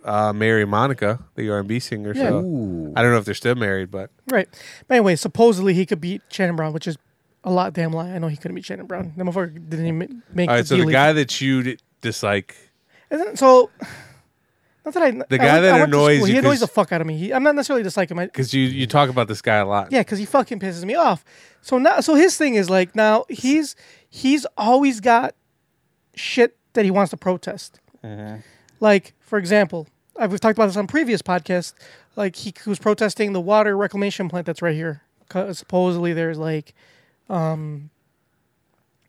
Speaker 2: uh, marry Monica, the R&B singer.
Speaker 1: Yeah.
Speaker 2: So I don't know if they're still married, but
Speaker 1: Right. But anyway, supposedly he could beat Shannon Brown, which is a lot damn lie. I know he couldn't beat Shannon Brown. The motherfucker didn't even make
Speaker 2: all
Speaker 1: the
Speaker 2: right. So the
Speaker 1: D-League.
Speaker 2: guy that you d- dislike,
Speaker 1: Isn't- so not that I the
Speaker 2: guy that annoys
Speaker 1: he
Speaker 2: you
Speaker 1: annoys
Speaker 2: 'cause-
Speaker 1: the fuck out of me. He, I'm not necessarily dislike him. I,
Speaker 2: because you you talk about this guy a lot.
Speaker 1: yeah, because he fucking pisses me off. So now, so his thing is like now he's he's always got shit that he wants to protest.
Speaker 2: Uh-huh.
Speaker 1: Like for example, i we've talked about this on previous podcasts. Like he was protesting the water reclamation plant that's right here. 'Cause Supposedly there's like, um,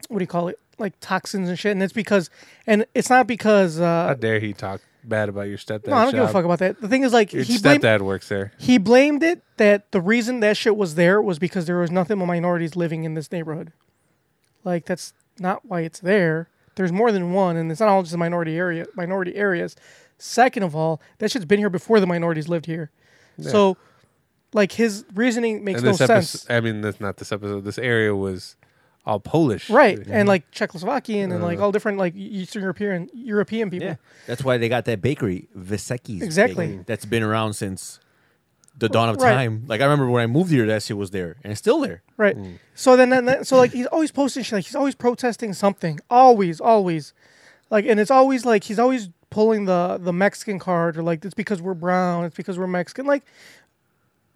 Speaker 1: what do you call it? Like toxins and shit. And it's because, and it's not because. Uh,
Speaker 2: How dare he talk bad about your stepdad?
Speaker 1: no, I don't give a
Speaker 2: job.
Speaker 1: fuck about that. The thing is, like,
Speaker 2: Your
Speaker 1: he
Speaker 2: stepdad
Speaker 1: blamed,
Speaker 2: works there.
Speaker 1: he blamed it that the reason that shit was there was because there was nothing but minorities living in this neighborhood. Like that's not why it's there. There's more than one, and it's not all just the minority area minority areas. Second of all, that shit's been here before the minorities lived here. So, like his reasoning makes
Speaker 2: And
Speaker 1: no
Speaker 2: this
Speaker 1: sense.
Speaker 2: episode, I mean, that's not this episode. This area was all Polish,
Speaker 1: Right, and like Czechoslovakian and
Speaker 2: Uh.
Speaker 1: like all different like Eastern European European people.
Speaker 3: yeah, that's why they got that bakery, Veseki's.
Speaker 1: Exactly.
Speaker 3: bakery, that's been around since the dawn of
Speaker 1: Right.
Speaker 3: time. Like I remember when I moved here, that shit was there, and it's still there.
Speaker 1: Right.
Speaker 3: Mm.
Speaker 1: So then, then, then- so like he's always posting shit. Like he's always protesting something. Always, always. Like, and it's always like he's always pulling the the Mexican card or like it's because we're brown. It's because we're Mexican. Like,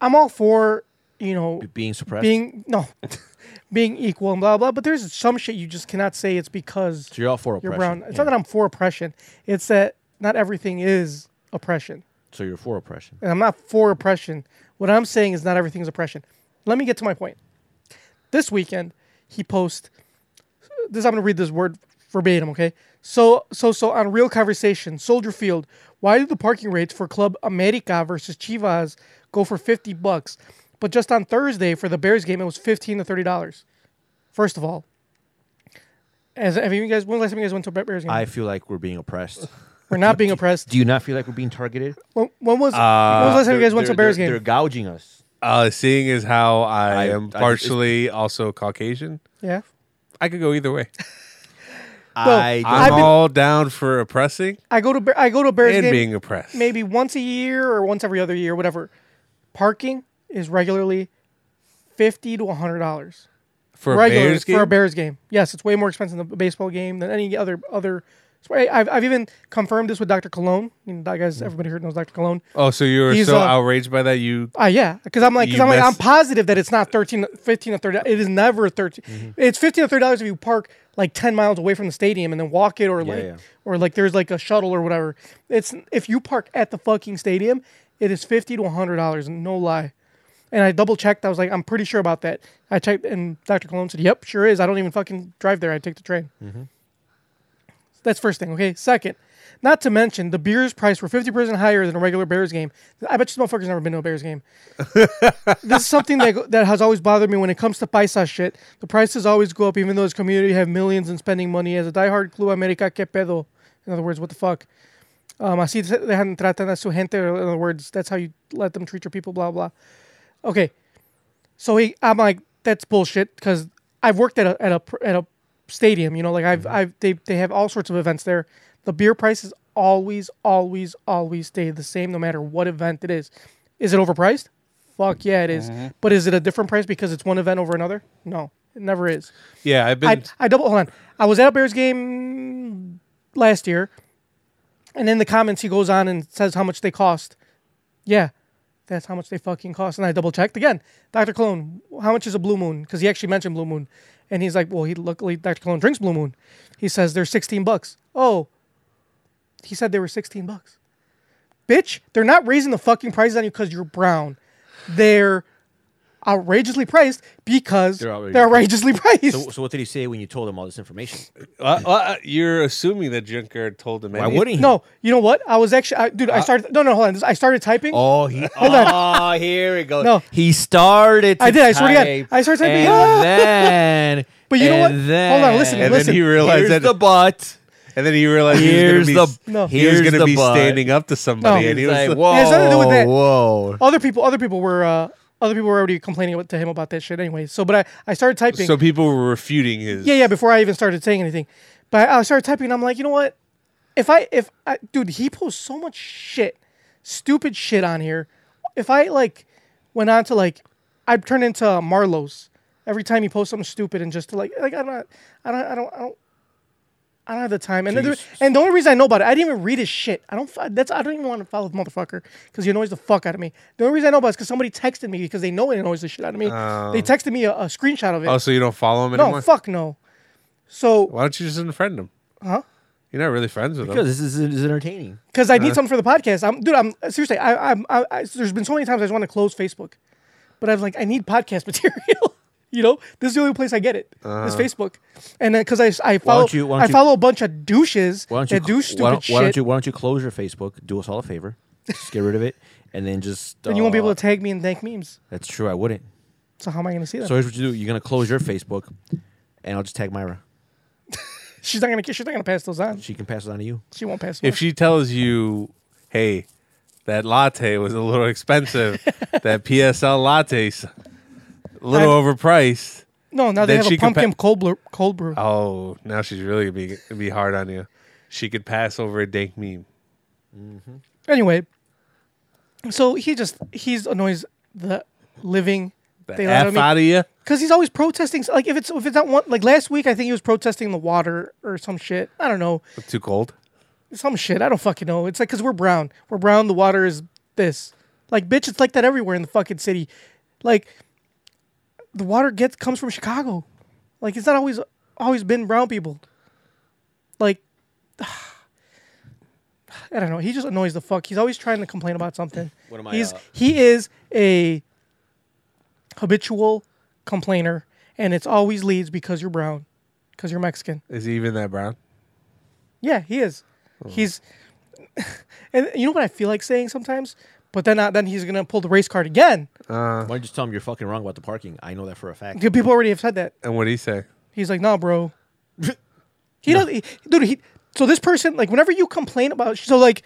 Speaker 1: I'm all for you know
Speaker 3: Being suppressed.
Speaker 1: being no, being equal and blah blah. But there's some shit you just cannot say it's because
Speaker 3: so you're all for
Speaker 1: you're
Speaker 3: oppression.
Speaker 1: brown. It's
Speaker 3: Yeah.
Speaker 1: not that I'm for oppression. It's that not everything is oppression
Speaker 3: so you're for oppression.
Speaker 1: and I'm not for oppression. What I'm saying is not everything's oppression. Let me get to my point. This weekend, he posts this. I'm going to read this word verbatim. Okay. So so so on real conversation, Soldier Field. Why do the parking rates for Club America versus Chivas go for fifty bucks, but just on Thursday for the Bears game it was fifteen to thirty dollars? First of all, as have you guys? When was the last time you guys went to a Bears game?
Speaker 3: I feel like we're being oppressed.
Speaker 1: We're not being oppressed.
Speaker 3: Do you not feel like we're being targeted?
Speaker 1: When, when was when was the last time you guys went to a
Speaker 3: They're-
Speaker 1: Bears
Speaker 3: they're-
Speaker 1: game?
Speaker 3: They're gouging us.
Speaker 2: Uh, seeing as how I,
Speaker 3: I- I-
Speaker 2: am
Speaker 3: it's-
Speaker 2: partially also Caucasian,
Speaker 1: Yeah.
Speaker 2: I could go either way.
Speaker 3: I
Speaker 1: I- I've
Speaker 2: I'm
Speaker 1: been-
Speaker 2: all down for oppressing
Speaker 1: I go to Bear- I go to a Bears
Speaker 2: and
Speaker 1: game
Speaker 2: being oppressed.
Speaker 1: maybe once a year or once every other year, whatever. Parking is regularly fifty to hundred dollars
Speaker 2: for a
Speaker 1: regular
Speaker 2: Bears game.
Speaker 1: for a Bears game. Yes, it's way more expensive than a baseball game than any other other. so I- I've, I've even confirmed this with Dr. Cologne. You know, that
Speaker 2: Mm.
Speaker 1: guy's everybody here knows Dr. Cologne.
Speaker 2: Oh, so you were
Speaker 1: He's,
Speaker 2: so
Speaker 1: uh,
Speaker 2: outraged by that? You
Speaker 1: Uh, yeah, because I'm like, cause
Speaker 2: You
Speaker 1: I'm like, I'm
Speaker 2: messed-
Speaker 1: positive that it's not 13, 15 or thirty. It is never 13
Speaker 3: Mm-hmm.
Speaker 1: It's fifteen or thirty dollars if you park like ten miles away from the stadium and then walk it, or like,
Speaker 3: yeah.
Speaker 1: or like there's like a shuttle or whatever. It's if you park at the fucking stadium, it is fifty to hundred dollars. No lie. And I double checked. I was like, I'm pretty sure about that. I checked, and Dr. Cologne said, "Yep, sure is. I don't even fucking drive there. I take the train."
Speaker 3: Mm-hmm.
Speaker 1: That's first thing. Okay. Second, not to mention the beers price were fifty percent higher than a regular Bears game. I bet you this motherfucker's never been to a Bears game. this is something that that has always bothered me when it comes to paisa shit. The prices always go up, even though this community have millions in spending money. As a diehard Club America, que pedo? In other words, what the fuck? Um, así se- dejan tratan a su gente. or In other words, that's how you let them treat your people. Blah blah. Okay, so he, I'm like, that's bullshit because I've worked at a at a pr- at a stadium. You know, like I've I've they they have all sorts of events there. The beer prices always always always stay the same no matter what event it is. Is it overpriced? Fuck yeah, it is. But is it a different price because it's one event over another? No, it never is.
Speaker 2: yeah, I've been
Speaker 1: I, I double hold on. I was at a Bears game last year, and in the comments he goes on and says how much they cost. Yeah, that's how much they fucking cost. And I double checked again. Doctor Cologne, how much is a Blue Moon? Because he actually mentioned Blue Moon, and he's like, well, he luckily Doctor Cologne drinks Blue Moon. He says they're sixteen bucks. Oh, he said they were sixteen bucks. Bitch, they're not raising the fucking prices on you because you're brown. They're outrageously priced because they're outrageously,
Speaker 3: outrageously
Speaker 1: priced.
Speaker 3: So, so what did he say when you told him all this information?
Speaker 2: Uh, uh, you're assuming that Junker told him.
Speaker 3: Why
Speaker 2: any-
Speaker 3: wouldn't he?
Speaker 1: No, you know what? I was actually, I, dude. I started. No, no, hold on. This- I started typing.
Speaker 3: Oh, he. oh, here we go.
Speaker 1: No.
Speaker 3: he started. To
Speaker 1: I did, I swear to God.
Speaker 3: type,
Speaker 1: I started typing,
Speaker 3: And
Speaker 1: "Ah."
Speaker 3: then,
Speaker 1: But you know
Speaker 3: and
Speaker 1: what? Hold on, listen,
Speaker 3: then-
Speaker 2: And then
Speaker 1: listen.
Speaker 2: he realized
Speaker 3: Here's
Speaker 2: that
Speaker 3: the butt.
Speaker 2: and then he realized
Speaker 3: Here's
Speaker 2: he was
Speaker 3: the-
Speaker 2: going to be,
Speaker 1: No.
Speaker 2: he was
Speaker 3: here's
Speaker 2: gonna
Speaker 3: the
Speaker 2: be
Speaker 3: butt.
Speaker 2: standing up to somebody,
Speaker 1: No.
Speaker 2: and he
Speaker 3: He's
Speaker 2: was
Speaker 3: like,
Speaker 2: like,
Speaker 3: whoa,
Speaker 1: has nothing to do with that.
Speaker 3: whoa.
Speaker 1: Other people, other people were, uh, other people were already complaining about- to him about that shit anyway. So, but I, I started typing.
Speaker 2: so people were refuting his.
Speaker 1: yeah, yeah. Before I even started saying anything, but I started typing. and I'm like, you know what? If I, if I, dude, he posts so much shit, stupid shit on here. If I like went on to like, I'd turn into Marlowe's every time he posts something stupid and just like, like I don't, I don't, I don't, I don't. I don't have the time, and the, and the only reason I know about it, I didn't even read his shit. I don't. f- That's I don't even want to follow the motherfucker because he annoys the fuck out of me. The only reason I know about it is because somebody texted me because they know it annoys the shit out of me. they texted me a, a screenshot of it.
Speaker 2: Oh, so you don't follow him
Speaker 1: No,
Speaker 2: anymore?
Speaker 1: fuck no. So,
Speaker 2: Why don't you just unfriend him?
Speaker 1: Huh?
Speaker 2: You're not really friends with
Speaker 3: Because
Speaker 2: him.
Speaker 3: this is, is entertaining.
Speaker 1: because I need something for the podcast, I'm dude. I'm seriously. I, I'm. I, I, there's been so many times I just want to close Facebook, but I'm like, I need podcast material. you know, this is the only place I get it. Is Facebook, and then because I I follow
Speaker 3: don't you- Uh-huh. why don't
Speaker 1: I
Speaker 3: you-
Speaker 1: follow a bunch of douches
Speaker 3: Why don't you
Speaker 1: that do
Speaker 3: cl-
Speaker 1: stupid
Speaker 3: why don't,
Speaker 1: shit,
Speaker 3: why don't you why don't you close your Facebook? Do us all a favor. Just get rid of it, and then just.
Speaker 1: and you won't be
Speaker 3: uh,
Speaker 1: able to tag me and thank memes.
Speaker 3: That's true. I wouldn't.
Speaker 1: So how am I going to see that?
Speaker 3: So here's what you do. You're gonna close your Facebook, and I'll just tag Myra.
Speaker 1: she's not going to. She's not going to pass those on.
Speaker 3: She can pass it on to you.
Speaker 1: She won't pass.
Speaker 2: If
Speaker 1: mine.
Speaker 2: she tells you, hey, that latte was a little expensive, that PSL latte's a little
Speaker 1: I'm-
Speaker 2: overpriced.
Speaker 1: no, now they
Speaker 2: then
Speaker 1: have a
Speaker 2: she can
Speaker 1: pumpkin
Speaker 2: pa-
Speaker 1: cold brew. Cold brew.
Speaker 3: Uh,
Speaker 2: Oh, now she's really gonna be, gonna be hard on you. She could pass over a dank meme.
Speaker 1: Anyway, so he just he's annoys the living
Speaker 2: The
Speaker 1: daylight out of
Speaker 2: F
Speaker 1: me.
Speaker 2: out of you.
Speaker 1: Because he's always protesting. Like if it's if it's not one like last week, I think he was protesting the water or some shit. I don't know
Speaker 2: Too cold.
Speaker 1: some shit. I don't fucking know. It's like because we're brown. We're brown. The water is this. Like bitch, it's like that everywhere in the fucking city. Like the water gets comes from Chicago. Like it's not always always been brown people. Like I don't know. He just annoys the fuck. He's always trying to complain about something. What
Speaker 3: am I,
Speaker 1: He's
Speaker 3: uh,
Speaker 1: he is a habitual complainer, and it's always leads because you're brown, because you're Mexican.
Speaker 2: Is he even that brown?
Speaker 1: Yeah, he is. He's, and you know what I feel like saying sometimes, but then uh, then he's gonna pull the race card again.
Speaker 3: Why don't you just tell him you're fucking wrong about the parking? I know that for a fact.
Speaker 1: Dude, People already have said that.
Speaker 2: And what do he say?
Speaker 1: He's like, nah, bro. he doesn't, he- dude. He so this person like whenever you complain about so like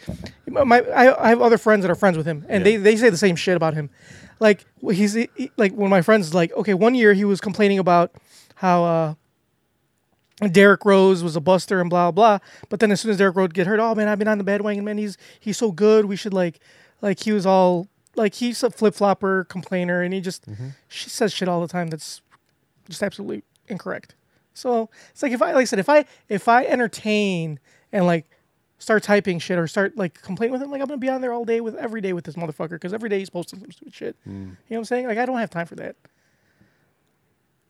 Speaker 1: my I, I have other friends that are friends with him and they they say the same shit about him. Like he's he- like one of my friends is like okay one year he was complaining about how uh Derrick Rose was a buster and blah blah. But then as soon as Derrick Rose get hurt, oh man, I've been on the bandwagon, man. He's he's so good. We should like like he was all like he's a flip flopper complainer, and he just she says shit all the time that's just absolutely incorrect. So it's like if I like I said if I if I entertain and like start typing shit or start like complaining with him, like I'm gonna be on there all day with every day with this motherfucker because every day he's posting some stupid shit.
Speaker 2: Hmm.
Speaker 1: You know what I'm saying? Like I don't have time for that.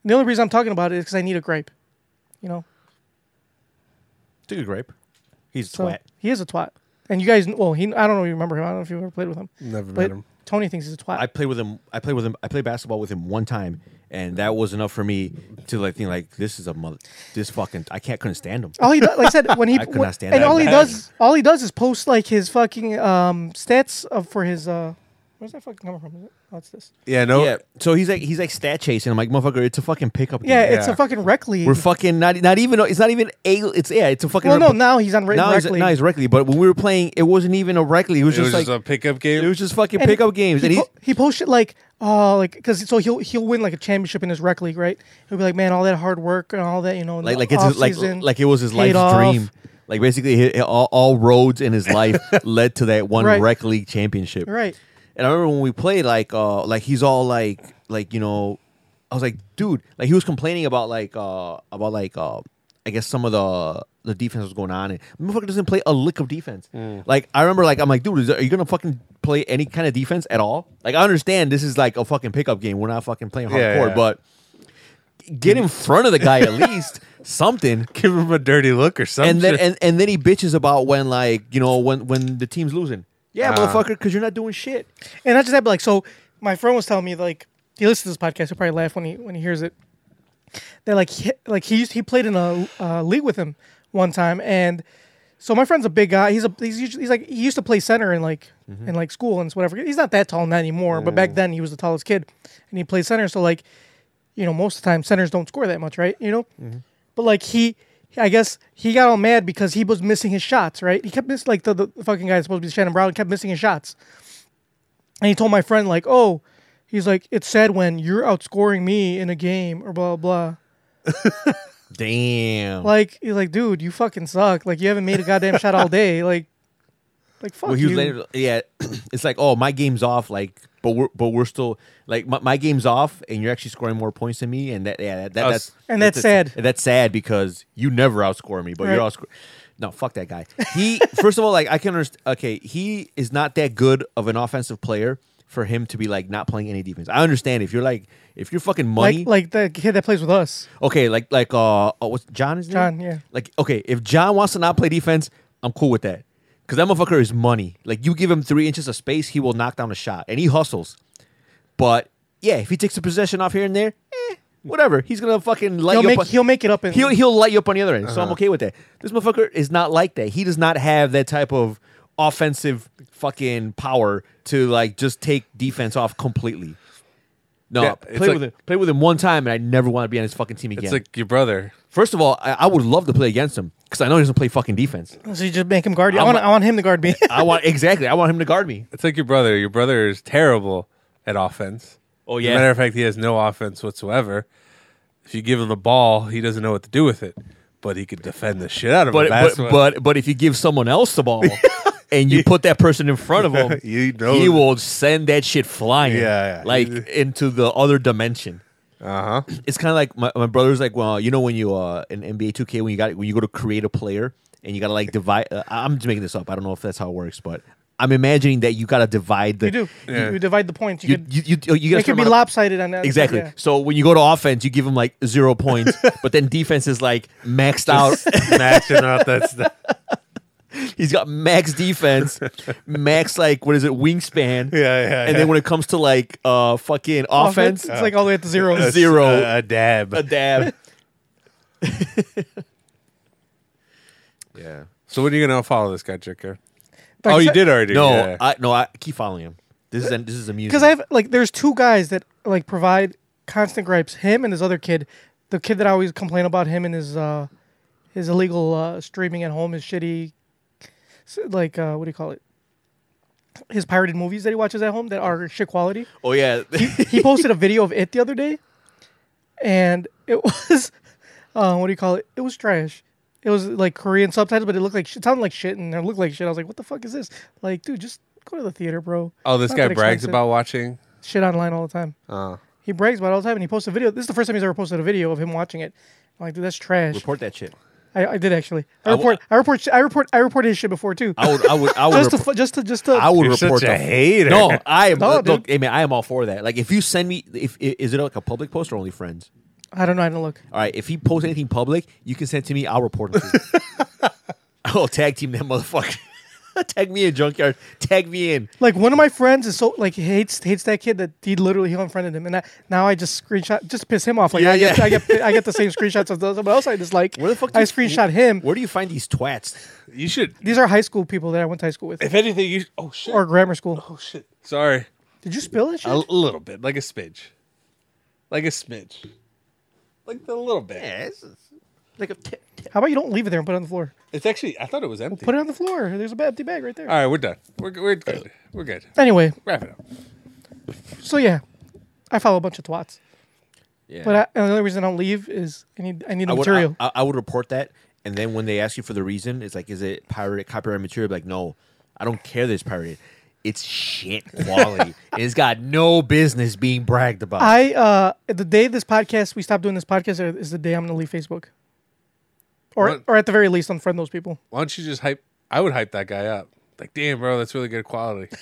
Speaker 1: The only reason I'm talking about it is because I need a gripe. You know.
Speaker 3: Take a grape. He's a
Speaker 1: So
Speaker 3: twat.
Speaker 1: he is a twat. And you guys, well, he I don't know if you remember him. I don't know if you ever played with him.
Speaker 2: Never
Speaker 1: but
Speaker 2: met him.
Speaker 1: Tony thinks he's a twat.
Speaker 3: I played with him. I played with him. I played basketball with him one time, and that was enough for me to like think like this is a mother. This fucking I can't couldn't stand him.
Speaker 1: all he does, like I said, when he
Speaker 3: I could not stand
Speaker 1: and
Speaker 3: that
Speaker 1: all he
Speaker 3: guy.
Speaker 1: does, all he does is post like his fucking um, stats of, for his. Uh, where's that fucking coming from? Is it? Oh, it's this.
Speaker 2: Yeah, no.
Speaker 3: Yeah. So he's like he's like stat chasing. I'm like motherfucker. It's a fucking pickup. game.
Speaker 1: Yeah, it's
Speaker 2: Yeah.
Speaker 1: a fucking rec league.
Speaker 3: We're fucking not not even it's not even a it's yeah it's a fucking
Speaker 1: well, no, now he's on rec,
Speaker 3: now
Speaker 1: rec
Speaker 3: he's,
Speaker 1: league.
Speaker 3: now he's rec league, but when we were playing it wasn't even a rec league it was
Speaker 2: It was
Speaker 3: just like
Speaker 2: just a pickup game.
Speaker 3: it was just fucking
Speaker 1: And he-
Speaker 3: pickup games
Speaker 1: He,
Speaker 3: and he
Speaker 1: po- he posts shit like, uh, like because so he'll he'll win like a championship in his rec league, right? He'll be like, man, all that hard work and all that, you know,
Speaker 3: like like it's his, like
Speaker 1: off-season
Speaker 3: like it was his
Speaker 1: paid
Speaker 3: life's
Speaker 1: off.
Speaker 3: dream like basically he, all, all roads in his life led to that one
Speaker 1: Right.
Speaker 3: rec league championship
Speaker 1: Right.
Speaker 3: and I remember when we played like uh like he's all like like you know I was like dude like he was complaining about like uh about like uh I guess some of the the defense was going on and motherfucker doesn't play a lick of defense
Speaker 2: Mm.
Speaker 3: like I remember like I'm like dude is, are you gonna fucking play any kind of defense at all like I understand this is like a fucking pickup game we're not fucking playing hardcore
Speaker 2: Yeah, yeah.
Speaker 3: but get in front of the guy at least something
Speaker 2: Give him a dirty look or something.
Speaker 3: and then and, and then he bitches about when like you know when when the team's losing yeah
Speaker 2: Ah.
Speaker 3: motherfucker because you're not doing shit
Speaker 1: And not just that, but like, so my friend was telling me like he listens to this podcast. He'll probably laugh when he when he hears it. That like he, like he used, he played in a uh, league with him one time, and so my friend's a big guy. He's a he's usually, he's like he used to play center in like in like school and whatever. He's not that tall now anymore, but back then he was the tallest kid, and he played center. So like, you know, most of the time centers don't score that much, right? You know, but like he I guess he got all mad because he was missing his shots, right? He kept missing, like, the, the fucking guy that's supposed to be Shannon Brown kept missing his shots. And he told my friend, like, oh, he's like, it's sad when you're outscoring me in a game or blah, blah.
Speaker 4: Damn.
Speaker 1: Like, he's like, dude, you fucking suck. Like, you haven't made a goddamn shot all day. Like, like fuck
Speaker 3: Well, he
Speaker 1: you.
Speaker 3: was later. Yeah, it's like, oh, my game's off. Like, but we're but we're still like my, my game's off, and you're actually scoring more points than me, and that yeah, that, that
Speaker 2: Us.
Speaker 3: that's
Speaker 1: And that's sad.
Speaker 3: That's sad because you never outscore me, but you're
Speaker 1: Right.
Speaker 3: outscore. No, fuck that guy. He first of all, like I can understand. Okay, he is not that good of an offensive player for him to be like not playing any defense. I understand if you're like if you're fucking money,
Speaker 1: like, like the kid that plays with us.
Speaker 3: Okay, like like uh, oh, what's John is
Speaker 1: John, yeah.
Speaker 3: Like okay, if John wants to not play defense, I'm cool with that. Cause that motherfucker is money. Like you give him three inches of space, he will knock down a shot, and he hustles. But yeah, if he takes a possession off here and there, eh, whatever. He's gonna fucking light
Speaker 1: He'll
Speaker 3: you
Speaker 1: make,
Speaker 3: up. on-
Speaker 1: he'll make it up in
Speaker 3: he'll he'll light you up on the other end. So
Speaker 2: Uh-huh.
Speaker 3: I'm okay with that. This motherfucker is not like that. He does not have that type of offensive fucking power to like just take defense off completely. No,
Speaker 2: Yeah, it's
Speaker 3: play
Speaker 2: like-
Speaker 3: with him. Play with him one time, and I never want to be on his fucking team again.
Speaker 2: It's like your brother.
Speaker 3: First of all, I, I would love to play against him because I know he doesn't play fucking defense.
Speaker 1: So you just make him guard you. I
Speaker 3: I'm
Speaker 1: want,
Speaker 3: a-
Speaker 1: I want him to guard me.
Speaker 3: I want exactly. I want him to guard me.
Speaker 2: It's like your brother. Your brother is terrible at offense.
Speaker 3: Oh,
Speaker 2: As
Speaker 3: yeah?
Speaker 2: a matter of fact, he has no offense whatsoever. If you give him the ball, he doesn't know what to do with it, but he could defend the shit out of
Speaker 3: But
Speaker 2: a
Speaker 3: but,
Speaker 2: basketball.
Speaker 3: but but if you give someone else the ball and you put that person in front of him,
Speaker 2: He knows
Speaker 3: he
Speaker 2: it.
Speaker 3: will send that shit flying.
Speaker 2: Yeah, yeah.
Speaker 3: like into the other dimension.
Speaker 2: uh huh.
Speaker 3: it's kind of like my, my brother's like well you know when you uh in NBA 2K when you got when you go to create a player and you gotta like divide uh, I'm just making this up I don't know if that's how it works but I'm imagining that you gotta divide the
Speaker 1: you do.
Speaker 2: Yeah.
Speaker 1: You, you divide the points. You,
Speaker 3: you
Speaker 1: could,
Speaker 3: you you, you, get a
Speaker 1: it could
Speaker 3: certain
Speaker 1: be
Speaker 3: amount of-
Speaker 1: lopsided on that.
Speaker 3: exactly
Speaker 1: yeah.
Speaker 3: so when you go to offense you give them like zero points but then defense is like maxed out
Speaker 2: Matching up that stuff.
Speaker 3: he's got max defense max like what is it wingspan
Speaker 2: Yeah, yeah, yeah.
Speaker 3: and then when it comes to like uh fucking offense,
Speaker 1: It's like all the way at the zero.
Speaker 3: zero
Speaker 2: A, a dab.
Speaker 3: a dab
Speaker 4: Yeah.
Speaker 2: so when are you gonna follow this guy, Jicker? Oh, you did already.
Speaker 3: no
Speaker 2: yeah.
Speaker 3: I no I keep following him this is this is amusing
Speaker 1: Because I have like, there's two guys that like provide constant gripes. Him and this other kid, the kid that I always complain about him and his uh his illegal uh, streaming at home, his shitty, s- like uh, what do you call it? His pirated movies that he watches at home that are shit quality.
Speaker 3: oh yeah
Speaker 1: he posted a video of it the other day, and it was, uh, what do you call it? It was trash. It was like Korean subtitles, but it looked like sh- it sounded like shit, and it looked like shit. I was like, "What the fuck is this?" Like, dude, just go to the theater, bro.
Speaker 2: oh, this
Speaker 1: It's not
Speaker 2: guy
Speaker 1: that
Speaker 2: brags
Speaker 1: expensive.
Speaker 2: about watching.
Speaker 1: shit online all the time.
Speaker 3: Ah.
Speaker 2: Oh.
Speaker 1: He brags about it all the time, and he posts a video. This is the first time he's ever posted a video of him watching it. I'm like, dude, that's trash.
Speaker 3: Report that shit.
Speaker 1: I, I did actually. I
Speaker 3: I wa-
Speaker 1: report. I report. sh- I report. I reported his shit before too.
Speaker 3: I would. I would. I would.
Speaker 1: just to,
Speaker 3: report,
Speaker 1: fu- just to, just to.
Speaker 3: I would
Speaker 2: You're
Speaker 3: report
Speaker 2: such a
Speaker 3: the-
Speaker 2: hater.
Speaker 3: No, I am.
Speaker 1: No,
Speaker 3: look,
Speaker 1: dude.
Speaker 3: hey man, I am all for that. Like, if you send me, if i- is it like a public post or only friends?
Speaker 1: I don't know. I didn't look.
Speaker 3: All right, if he posts anything public, you can send it to me. I'll report it. To you. I'll tag team that motherfucker. tag me in junkyard. Tag me in.
Speaker 1: Like one of my friends is so like hates hates that kid that he literally he unfriended him, and I, now I just screenshot just to piss him off. Like I, get,
Speaker 3: yeah.
Speaker 1: I get I get the same screenshots of those- someone else I dislike.
Speaker 3: Where the fuck? do
Speaker 1: I
Speaker 3: you-
Speaker 1: screenshot him.
Speaker 3: Where do you find these twats?
Speaker 2: You should.
Speaker 1: These are high school people that I went to high school with,
Speaker 2: If anything, you. Oh shit.
Speaker 1: or grammar school.
Speaker 2: oh shit. Sorry.
Speaker 1: Did you spill that shit?
Speaker 2: A little bit, like a smidge, like a smidge, like the little bit.
Speaker 3: Like a t- t-
Speaker 1: How about you don't leave it there and put it on the floor?
Speaker 2: It's actually, I thought it was empty.
Speaker 1: Put it on the floor. There's a empty bag right there.
Speaker 2: All right, we're done. We're, g- we're good. We're good.
Speaker 1: Anyway,
Speaker 2: Wrap it up.
Speaker 1: so yeah, I follow a bunch of twats.
Speaker 3: yeah.
Speaker 1: But I, and the only reason I don't leave is I need I need the
Speaker 3: I would.
Speaker 1: material.
Speaker 3: I, I- I would report that, and then when they ask you for the reason, it's like, is it pirated, copyright material? Be Like, no, I don't care that it's pirated. It's shit quality. it's got no business being bragged about.
Speaker 1: I uh the day this podcast we stop doing this podcast is the day I'm gonna leave Facebook. Or
Speaker 2: What?
Speaker 1: or at the very least unfriend those people.
Speaker 2: Why don't you just hype? I would hype that guy up. Like, damn, bro, that's really good quality.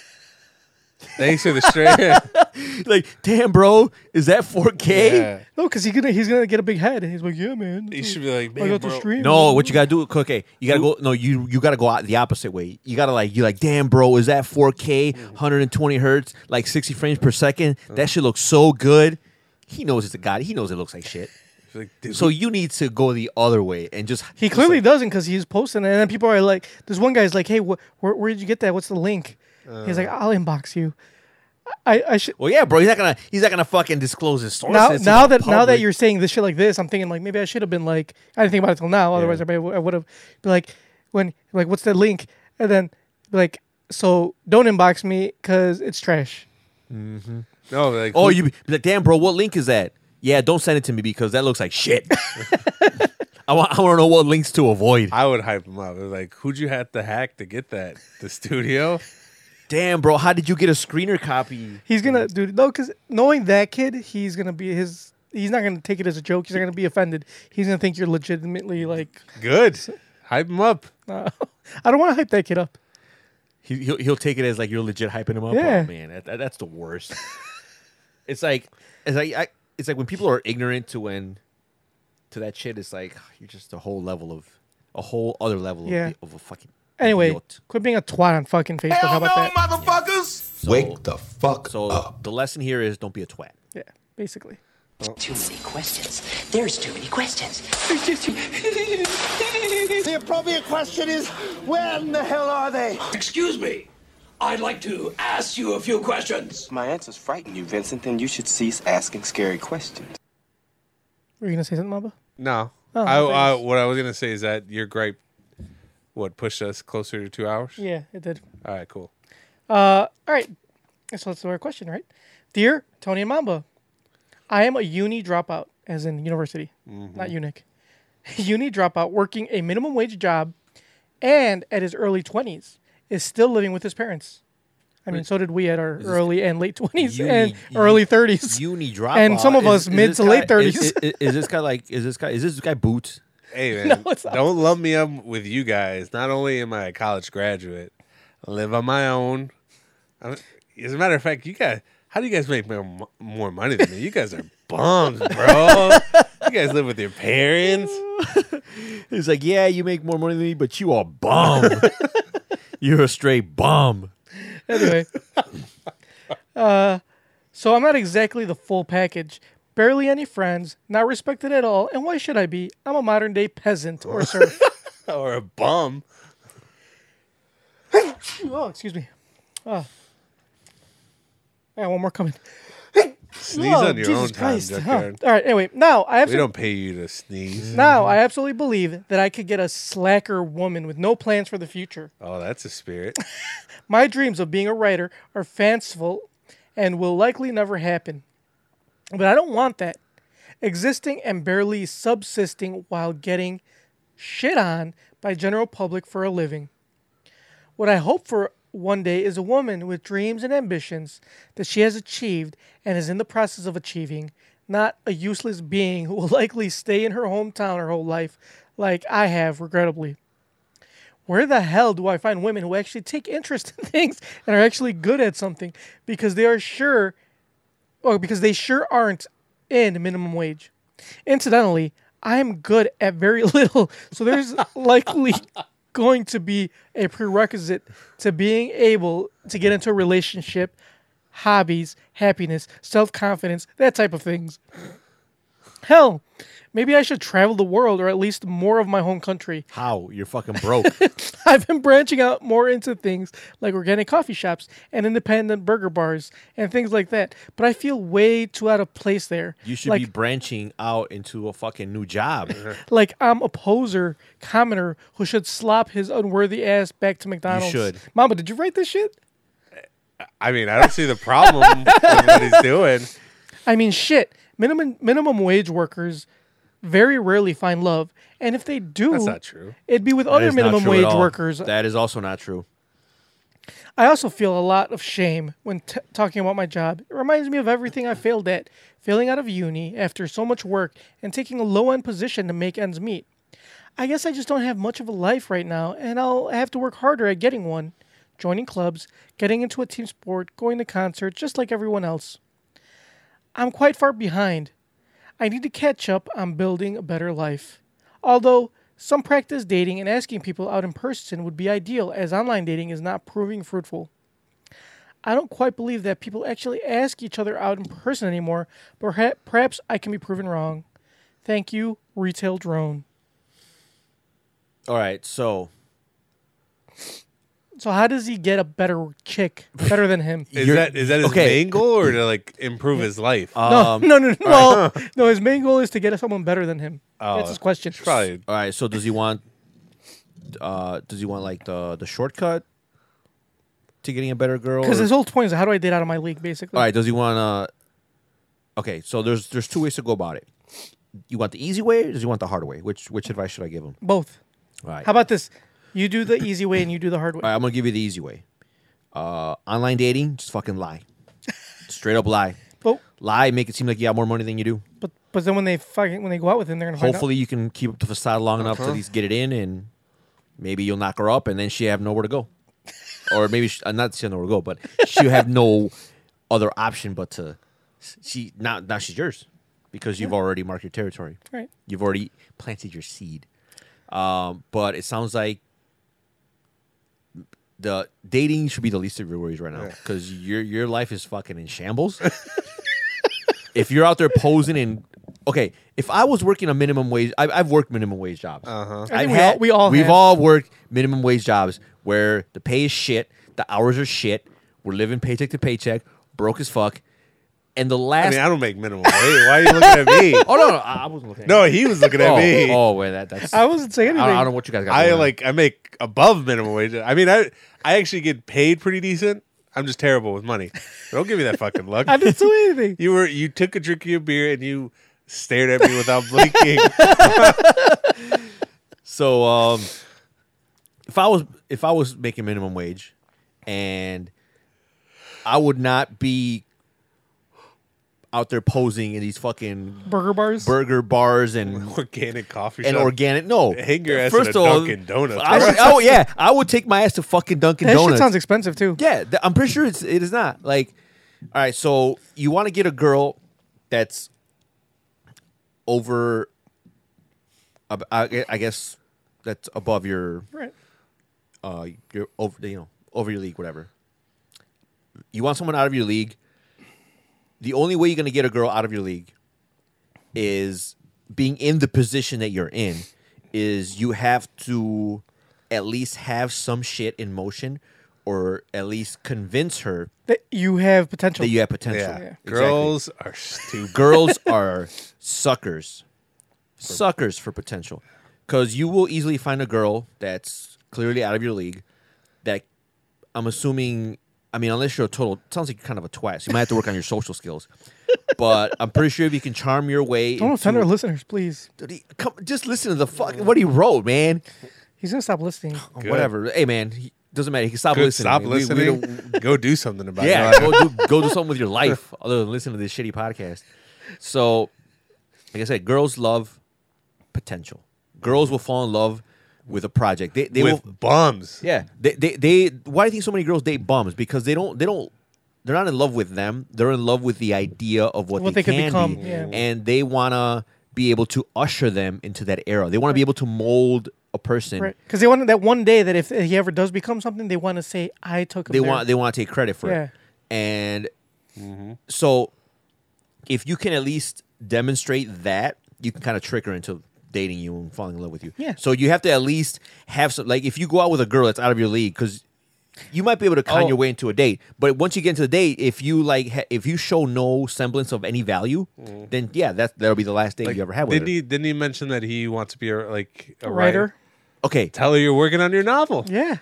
Speaker 2: Thanks for the straight.
Speaker 3: like, damn, bro, is that 4K?
Speaker 2: Yeah.
Speaker 1: No, because he's gonna he's gonna get a big head and he's like, yeah, man.
Speaker 2: You
Speaker 1: that's
Speaker 2: should
Speaker 1: what-
Speaker 2: be like,
Speaker 1: I
Speaker 2: man,
Speaker 1: Oh, got the
Speaker 2: bro.
Speaker 1: stream.
Speaker 3: No, what you gotta do? Okay, you gotta go. No, you you gotta go out the opposite way. You gotta like you like, damn, bro, is that 4K, 120 hertz, like 60 frames per second?
Speaker 1: Uh-huh.
Speaker 3: That shit looks so good. He knows it's a god. He knows it looks like shit.
Speaker 2: Like, dude,
Speaker 3: So you need to go the other way and just
Speaker 1: He clearly doesn't because he's posting, it. and then people are
Speaker 2: Uh.
Speaker 1: like, "There's one guy's like, hey, wh- where where did you get that? What's the link?" he's like, "I'll inbox you." I, I should
Speaker 3: Well, yeah, bro. He's not gonna. He's not gonna fucking disclose his sources.
Speaker 1: now
Speaker 3: to
Speaker 1: now
Speaker 3: the
Speaker 1: that now that
Speaker 3: public.
Speaker 1: you're saying this shit like this, I'm thinking like maybe I should have been like I didn't think about it till now. Otherwise, I probably w- I would have be like when like what's the link, and then be like so don't inbox me because it's trash.
Speaker 2: No, like
Speaker 3: Oh, you be be like, damn, bro. What link is that? Yeah, don't send it to me because that looks like shit. I want. I want to know what links to avoid.
Speaker 2: I would hype him up. It was like, who'd you have to hack to get that? The studio?
Speaker 3: Damn, bro. How did you get a screener copy?
Speaker 1: He's gonna dude no because knowing that kid, he's gonna be his. He's not gonna take it as a joke. He's not gonna be offended. He's gonna think you're legitimately like.
Speaker 2: Good. Hype him up.
Speaker 1: Uh, I don't want to hype that kid up.
Speaker 3: He, he'll he'll take it as like you're legit hyping him up.
Speaker 1: Yeah.
Speaker 3: Oh, man, that, that- that's the worst. it's like, it's like, I, it's like when people are ignorant to when, to that shit. It's like you're just a whole level of, a whole other level
Speaker 1: Yeah.
Speaker 3: of, of a fucking.
Speaker 1: Anyway,
Speaker 3: idiot.
Speaker 1: quit being a twat on fucking Facebook. How
Speaker 5: Hell no,
Speaker 1: about that?
Speaker 5: motherfuckers!
Speaker 6: Wake the fuck
Speaker 3: So
Speaker 6: up.
Speaker 3: the lesson here is don't be a twat.
Speaker 1: Yeah, basically.
Speaker 7: Too many questions. There's too many questions.
Speaker 8: The appropriate question is, where in the hell are they?
Speaker 9: Excuse me. I'd like to ask you a few questions.
Speaker 8: My answers frighten you, Vincent. Then you should cease asking scary questions.
Speaker 1: Were you gonna say something, Mamba?
Speaker 2: No.
Speaker 1: Oh,
Speaker 2: I, I,
Speaker 1: thanks.
Speaker 2: what I was going to say is that your gripe, what, pushed us closer to two hours?
Speaker 1: Yeah, it did.
Speaker 2: All right, cool.
Speaker 1: All right. So that's our question, right? Dear Tony and Mamba, I am a uni dropout, as in university,
Speaker 3: Mm-hmm.
Speaker 1: not eunuch. uni dropout working a minimum wage job and at his early 20s is still living with his parents. I mean, so did we at our early and late 20s
Speaker 3: Uni-
Speaker 1: and
Speaker 3: uni-
Speaker 1: early 30s.
Speaker 3: Uni drop
Speaker 1: And some of us mid to late 30s.
Speaker 3: Is, is- is this guy like? Is this guy? Is this guy boots?
Speaker 2: Hey, man.
Speaker 1: it's not.
Speaker 2: don't lump me up with you guys. Not only am I a college graduate, I live on my own. I'm, as a matter of fact, you guys, how do you guys make more, more money than me? You guys are bums, bro. you guys live with your parents.
Speaker 3: He's like, yeah, you make more money than me, but you are bum. You're a straight bum.
Speaker 1: anyway. uh, so I'm not exactly the full package. Barely any friends, not respected at all, and why should I be? I'm a modern day peasant or serf.
Speaker 2: or a bum.
Speaker 1: oh, excuse me. Oh. I got one more coming.
Speaker 2: Sneeze
Speaker 1: oh,
Speaker 2: on your
Speaker 1: Jesus
Speaker 2: own
Speaker 1: Christ.
Speaker 2: time,
Speaker 1: huh.
Speaker 2: Junkyard.
Speaker 1: All right, anyway, now I
Speaker 2: We
Speaker 1: absolutely,
Speaker 2: don't pay you to sneeze.
Speaker 1: now I absolutely believe that I could get a slacker woman with no plans for the future.
Speaker 2: Oh, that's a spirit.
Speaker 1: My dreams of being a writer are fanciful and will likely never happen. But I don't want that. Existing and barely subsisting while getting shit on by general public for a living. What I hope for one day is a woman with dreams and ambitions that she has achieved and is in the process of achieving, not a useless being who will likely stay in her hometown her whole life like I have regrettably where the hell do I find women who actually take interest in things and are actually good at something because they are sure, or because they sure aren't in minimum wage. Incidentally, I am good at very little, so there's likely going to be a prerequisite to being able to get into a relationship, hobbies, happiness, self confidence, that type of things. Hell, maybe I should travel the world or at least more of my home country.
Speaker 3: How? You're fucking broke.
Speaker 1: I've been branching out more into things like organic coffee shops and independent burger bars and things like that. But I feel way too out of place there.
Speaker 3: You should
Speaker 1: like,
Speaker 3: be branching out into a fucking new job.
Speaker 1: like I'm a poser commoner who should slop his unworthy ass back to McDonald's.
Speaker 3: should.
Speaker 1: Mama, did you write this shit?
Speaker 2: I mean, I don't see the problem with what he's doing.
Speaker 1: I mean, shit. Minimum minimum wage workers very rarely find love, and if they do,
Speaker 2: That's not true.
Speaker 1: It'd be with
Speaker 3: That
Speaker 1: other
Speaker 3: is not
Speaker 1: minimum
Speaker 3: true at
Speaker 1: wage
Speaker 3: all.
Speaker 1: workers.
Speaker 3: That is also not true.
Speaker 1: I also feel a lot of shame when t- talking about my job. It reminds me of everything I failed at, failing out of uni after so much work and taking a low end position to make ends meet. I guess I just don't have much of a life right now, and I'll have to work harder at getting one. Joining clubs, getting into a team sport, going to concerts, just like everyone else. I'm quite far behind. I need to catch up on building a better life. Although, some practice dating and asking people out in person would be ideal, as online dating is not proving fruitful. I don't quite believe that people actually ask each other out in person anymore, but perha- perhaps I can be proven wrong. Thank you, Retail Drone.
Speaker 3: All right, so
Speaker 1: So how does he get a better chick, better than him?
Speaker 2: Is
Speaker 3: You're-
Speaker 2: that is that his
Speaker 3: okay. Uh,
Speaker 2: main goal or to like improve his life?
Speaker 1: No,
Speaker 3: Um,
Speaker 1: no, no, no. Well, no, his main goal is to get someone better than him.
Speaker 3: Oh,
Speaker 1: That's his question.
Speaker 2: Probably.
Speaker 3: All right. So does he want? Uh, does he want like the the shortcut to getting a better girl?
Speaker 1: Because
Speaker 3: or-
Speaker 1: his whole point is how do I date out of my league, basically.
Speaker 3: all right. Does he want to? Okay. So there's there's two ways to go about it. You want the easy way, or does he want the hard way? Which which advice should I give him?
Speaker 1: Both.
Speaker 3: All right.
Speaker 1: How about this? You do the easy way and you do the hard way.
Speaker 3: All right, I'm gonna give you the easy way. Uh, online dating, just fucking lie, straight up lie,
Speaker 1: But
Speaker 3: lie. Make it seem like you have more money than you do.
Speaker 1: Oh, but but then when they fucking when they go out with him, they're gonna find out.
Speaker 3: Hopefully, you can keep up the facade long enough to at least get it in, and maybe you'll knock her up, and then she have nowhere to go, or maybe she, uh, not she have nowhere to go, but she have no other option but to she now now she's yours because you've already marked your territory.
Speaker 1: Right.
Speaker 3: You've already planted your seed. Um, but it sounds like the dating should be the least of your worries right now because your your life is fucking in shambles. if you're out there posing and okay, if I was working a minimum wage, I've, I've worked minimum wage jobs. Uh-huh.
Speaker 1: I think we all- we all
Speaker 3: we've
Speaker 1: have.
Speaker 3: all worked minimum wage jobs where the pay is shit, the hours are shit, we're living paycheck to paycheck, broke as fuck, and the
Speaker 2: I
Speaker 3: last.
Speaker 2: mean, I don't make minimum wage. Why are you looking at me?
Speaker 3: oh no, no, I, I wasn't looking. At
Speaker 2: No, he was looking at
Speaker 3: oh,
Speaker 2: me.
Speaker 3: oh wait, that, that's.
Speaker 1: I wasn't saying
Speaker 3: I
Speaker 1: anything.
Speaker 3: don't, I don't know what you guys got.
Speaker 2: I
Speaker 3: going on.
Speaker 2: like I make above minimum wage. I mean, I I actually get paid pretty decent. I'm just terrible with money. Don't give me that fucking look.
Speaker 1: I didn't do anything.
Speaker 2: you were you took a drink of your beer and you stared at me without blinking.
Speaker 3: So um, if I was if I was making minimum wage, and I would not be out there posing in these fucking
Speaker 1: Burger bars.
Speaker 3: burger bars and
Speaker 2: organic coffee
Speaker 3: and
Speaker 2: shop.
Speaker 3: organic. No,
Speaker 2: Hang your ass
Speaker 3: First
Speaker 2: in a
Speaker 3: of all,
Speaker 2: Dunkin' Donuts.
Speaker 3: I would, oh yeah, I would take my ass to fucking Dunkin'
Speaker 1: that
Speaker 3: Donuts.
Speaker 1: shit sounds expensive too.
Speaker 3: Yeah, th- I'm pretty sure it's it is not. Like, all right, so you want to get a girl that's over, ab- I gue- I guess that's above your
Speaker 1: Right.
Speaker 3: uh your over you know over your league whatever. You want someone out of your league. The only way you're gonna get a girl out of your league is being in the position that you're in is you have to at least have some shit in motion or at least convince her
Speaker 1: That you have potential.
Speaker 3: that you have potential.
Speaker 2: yeah.
Speaker 3: Exactly.
Speaker 2: Girls are stupid.
Speaker 3: Girls are suckers. Suckers for potential. Cuz you will easily find a girl that's clearly out of your league that I'm assuming I mean unless you're a total sounds like you're kind of a twat. So you might have to work on your social skills. But I'm pretty sure if you can charm your way
Speaker 1: don't offend
Speaker 3: into-
Speaker 1: our listeners, please.
Speaker 3: Dude, he- come, just listen to the fuck what he wrote, man.
Speaker 1: He's gonna stop listening.
Speaker 3: Whatever. Hey, man, he, doesn't matter. He can stop
Speaker 2: Good,
Speaker 3: listening.
Speaker 2: stop
Speaker 3: man. We- we
Speaker 2: listening. uh,
Speaker 3: don't-
Speaker 2: Go do something about
Speaker 3: yeah,
Speaker 2: it.
Speaker 3: go do, go do something with your life other than listen to this shitty podcast. So, like I said, girls love potential. Girls will fall in love with a project. They, they
Speaker 2: With
Speaker 3: will.
Speaker 2: bums.
Speaker 3: Yeah, they, they they why do you think so many girls date bums? Because they don't they don't they're not in love with them. They're in love with the idea of what,
Speaker 1: What they
Speaker 3: they,
Speaker 1: could
Speaker 3: can
Speaker 1: become,
Speaker 3: be,
Speaker 1: yeah.
Speaker 3: and they want to be able to usher them into that era. They want to be able to mold a person.
Speaker 1: Right. Because they want that one day that if he ever does become something, they want to say I took him.
Speaker 3: They
Speaker 1: there."
Speaker 3: want they want to take credit for it, and so if you can at least demonstrate that, you can kind of trick her into dating you and falling in love with you.
Speaker 1: Yeah.
Speaker 3: So you have to at least have some. Like if you go out with a girl that's out of your league, because you might be able to con
Speaker 1: Oh.
Speaker 3: your way into a date. But once you get into the date, if you like, ha- if you show no semblance of any value, then yeah, that that'll be the last date you ever have with
Speaker 2: Didn't
Speaker 3: her.
Speaker 2: he, didn't he mention that he wants to be a, like a
Speaker 1: writer.
Speaker 2: writer?
Speaker 3: okay.
Speaker 2: Tell her you're working on your novel.
Speaker 1: Yeah.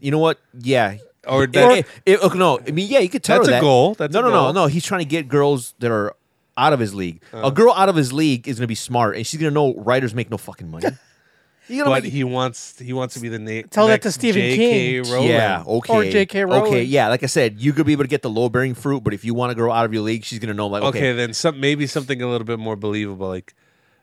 Speaker 3: You know what? Yeah.
Speaker 2: Or
Speaker 3: It-
Speaker 2: that-
Speaker 3: it- it- okay, no, I mean, yeah, you could tell
Speaker 2: That's
Speaker 3: her
Speaker 2: a
Speaker 3: that.
Speaker 2: goal. That's
Speaker 3: no,
Speaker 2: a
Speaker 3: no,
Speaker 2: goal. Oh.
Speaker 3: no, no. He's trying to get girls that are out of his league. A girl out of his league is gonna be smart, and she's gonna know writers make no fucking money. You
Speaker 2: But
Speaker 3: gonna
Speaker 2: he wants he wants to be the na-
Speaker 1: Tell that
Speaker 2: next
Speaker 1: to Stephen
Speaker 2: J.K.
Speaker 1: King.
Speaker 2: Rowling.
Speaker 3: yeah, okay,
Speaker 1: Or J.K. Rowling.
Speaker 3: okay, yeah. Like I said, you could be able to get the low bearing fruit, but if you want to grow out of your league, she's gonna know. Like,
Speaker 2: Okay,
Speaker 3: okay,
Speaker 2: then some maybe something a little bit more believable. Like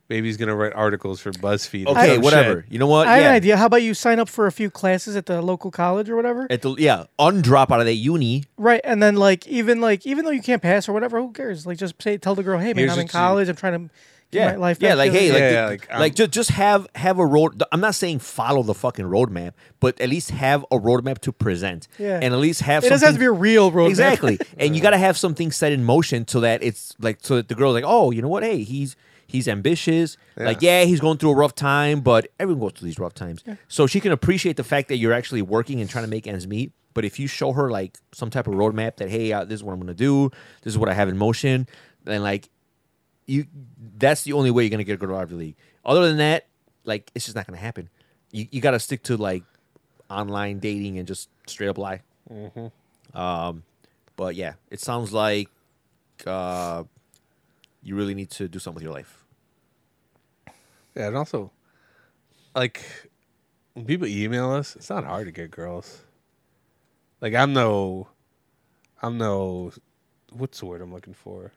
Speaker 2: maybe he's gonna write articles for BuzzFeed. or
Speaker 3: okay,
Speaker 2: some
Speaker 3: whatever.
Speaker 2: shit.
Speaker 3: You know what?
Speaker 1: I have
Speaker 3: yeah.
Speaker 1: an idea. How about you sign up for a few classes at the local college or whatever?
Speaker 3: At the, yeah, undrop out of that uni.
Speaker 1: Right, and then like even like even though you can't pass or whatever, who cares? Like just say tell the girl, hey man,
Speaker 2: Here's
Speaker 1: I'm in
Speaker 2: what you-
Speaker 1: college. I'm trying to get my life.
Speaker 3: yeah,
Speaker 1: back
Speaker 3: like hey,
Speaker 1: together."
Speaker 3: like,
Speaker 2: Yeah,
Speaker 3: the-
Speaker 2: like, um,
Speaker 3: like,
Speaker 2: I'm-
Speaker 3: just just have have a road. I'm not saying follow the fucking roadmap, but at least have a roadmap to present.
Speaker 1: Yeah.
Speaker 3: and at least have
Speaker 1: it doesn't have to
Speaker 3: something-
Speaker 1: be a real road.
Speaker 3: exactly, and you got to have something set in motion so that it's like so that the girl's like, oh, you know what? Hey, he's He's ambitious. Like, yeah, he's going through a rough time, but everyone goes through these rough times. So she can appreciate the fact that you're actually working and trying to make ends meet. But if you show her like some type of roadmap that, hey, uh, this is what I'm going to do, this is what I have in motion, then like you that's the only way you're gonna get a good Ivy League. Other than that, like it's just not gonna happen. You you gotta stick to like online dating and just straight up lie. Um, but yeah, it sounds like uh, you really need to do something with your life.
Speaker 2: Yeah, and also, like, when people email us, it's not hard to get girls. Like, I'm no, I'm no, what's the word I'm looking for?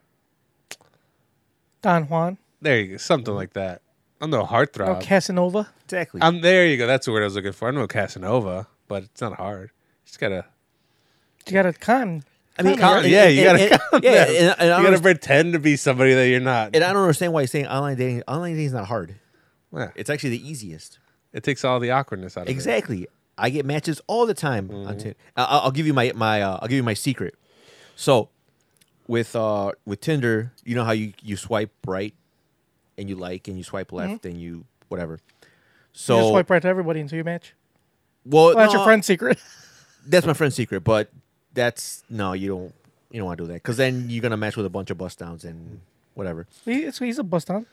Speaker 1: Don Juan.
Speaker 2: There you go, something like that. I'm no
Speaker 1: No,
Speaker 3: Uh,
Speaker 2: heartthrob.
Speaker 1: Casanova.
Speaker 3: Exactly.
Speaker 2: I'm there. You go. That's the word I was looking for. I'm no Casanova, but it's not hard. You just gotta.
Speaker 1: You got a con.
Speaker 3: I mean,
Speaker 2: Calm- yeah, you gotta calm
Speaker 3: yeah,
Speaker 2: down.
Speaker 3: and, and, I
Speaker 2: you gotta
Speaker 3: don't-
Speaker 2: pretend to be somebody that you're not.
Speaker 3: and I don't understand why you're saying online dating. Online dating is not hard.
Speaker 2: Yeah.
Speaker 3: It's actually the easiest.
Speaker 2: It takes all the awkwardness out of it.
Speaker 3: Exactly. I get matches all the time. on Tin- I- I'll, I'll give you my my uh, I'll give you my secret. So, with uh with Tinder, you know how you you swipe right, and you like, and you swipe left,
Speaker 2: Mm-hmm.
Speaker 3: and you whatever. So
Speaker 1: You just swipe right to everybody until you match.
Speaker 3: well,
Speaker 1: Well, that's
Speaker 3: no,
Speaker 1: your friend's secret.
Speaker 3: That's my friend's secret, but that's no, you don't you don't want to do that because then you're gonna match with a bunch of bust downs and whatever.
Speaker 1: He, so he's a bust on.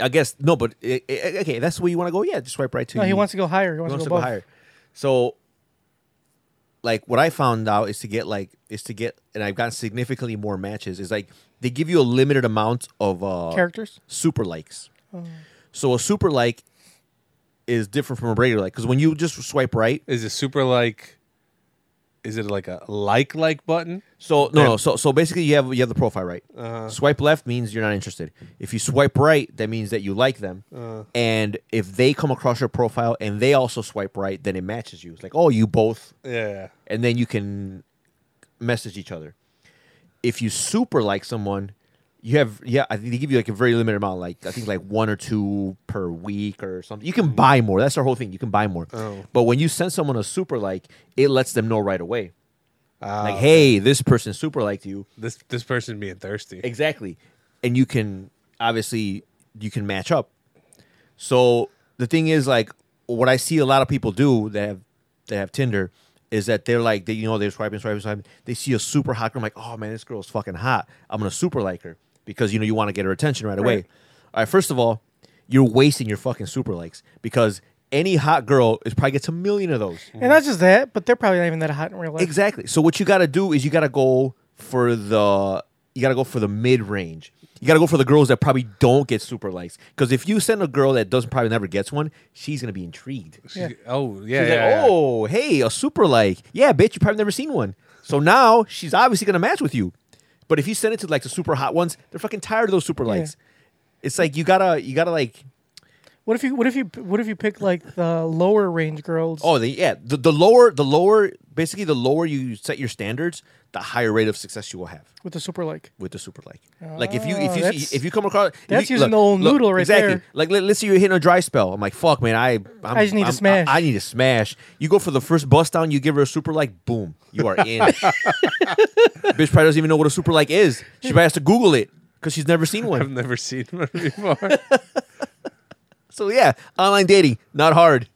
Speaker 3: I guess no, but eh, eh, okay, that's where you want to go. Yeah, just swipe right to.
Speaker 1: No, he
Speaker 3: you.
Speaker 1: wants to go higher. He wants, to go, above.
Speaker 3: higher. So, like, what I found out is to get like is to get, and I've gotten significantly more matches. Is like they give you a limited amount of uh,
Speaker 1: Characters?
Speaker 3: super likes.
Speaker 1: oh.
Speaker 3: So a super like is different from a regular like because when you just swipe right,
Speaker 2: Is it super like? Is it like a like like button?
Speaker 3: So no, no. So so basically, you have you have the profile right. Swipe left means you're not interested. If you swipe right, that means that you like them. And if they come across your profile and they also swipe right, then it matches you. It's like oh, you both,
Speaker 2: Yeah.
Speaker 3: and then you can message each other. If you super like someone, you have yeah. I think they give you like a very limited amount, like I think like one or two per week or something. You can buy more. That's our whole thing. You can buy more. But when you send someone a super like, it lets them know right away. like hey, this person super liked you.
Speaker 2: This this person being thirsty.
Speaker 3: Exactly. And you can obviously you can match up. So the thing is like what I see a lot of people do that have that have Tinder is that they're like they you know they're swiping, swiping, swiping. They see a super hot girl, I'm like, oh man, this girl's fucking hot. I'm gonna super like her because you know you want to get her attention right away. All right, first of all, you're wasting your fucking super likes because any hot girl is probably gets a million of those.
Speaker 1: And not just that, but they're probably not even that hot in real life.
Speaker 3: Exactly. So what you got to do is you got to go for the you got to go for the mid range. You got to go for the girls that probably don't get super likes. Because if you send a girl that doesn't probably never gets one, she's gonna be intrigued. She's
Speaker 1: Yeah.
Speaker 2: Oh yeah.
Speaker 3: like,
Speaker 2: yeah, yeah.
Speaker 3: oh, hey, a super like, yeah, bitch, you probably never seen one. So now she's obviously gonna match with you. But if you send it to like the super hot ones, they're fucking tired of those super likes. It's like you gotta you gotta like
Speaker 1: What if you? What if you? What if you pick like the lower range girls?
Speaker 3: oh the, yeah the, the lower the lower basically the lower you set your standards, the higher rate of success you will have.
Speaker 1: with the super like.
Speaker 3: with the super like. like if you if
Speaker 1: Oh,
Speaker 3: you
Speaker 1: that's-
Speaker 3: if you come across if
Speaker 1: that's
Speaker 3: you-
Speaker 1: using the old noodle right
Speaker 3: exactly.
Speaker 1: there.
Speaker 3: Like let, us say you're hitting a dry spell. I'm like fuck man, I I'm,
Speaker 1: I just need to
Speaker 3: I'm-
Speaker 1: smash.
Speaker 3: I, I need to smash. You go for the first bust down, you give her a super like, boom, you are in. Bitch probably doesn't even know what a super like is. She probably has to Google it because she's never seen
Speaker 2: I've
Speaker 3: one.
Speaker 2: never seen one before.
Speaker 3: So yeah, online dating not hard.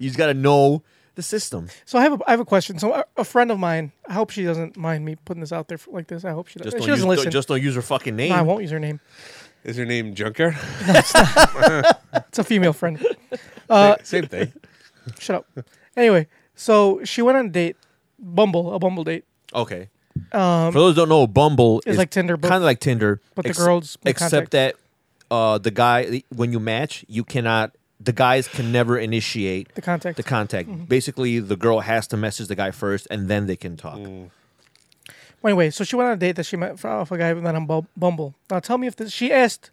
Speaker 3: You just gotta know the system.
Speaker 1: So I have a, I have a question. So a, a friend of mine, I hope she doesn't mind me putting this out there like this. I hope she does.
Speaker 3: Just
Speaker 1: not
Speaker 3: don't,
Speaker 1: She
Speaker 3: use,
Speaker 1: doesn't
Speaker 3: don't-
Speaker 1: listen.
Speaker 3: just don't use her fucking name.
Speaker 1: No, I won't use her name.
Speaker 2: Is her name Junker?
Speaker 1: It's a female friend. Uh,
Speaker 2: Same thing.
Speaker 1: Shut up. Anyway, so she went on a date, Bumble, a Bumble date.
Speaker 3: Okay. For those who don't know, Bumble is
Speaker 1: Um, like Tinder, but-
Speaker 3: kind of like Tinder,
Speaker 1: but the girls with contacts.
Speaker 3: Except that uh, the guy, when you match, you cannot. The guys can never initiate
Speaker 1: The contact. Mm-hmm.
Speaker 3: The contact. Basically, the girl has to message the guy first, and then they can talk.
Speaker 1: Well, Anyway, so she went on a date that she met for, off a guy met on Bum- Bumble. Now tell me if this. She asked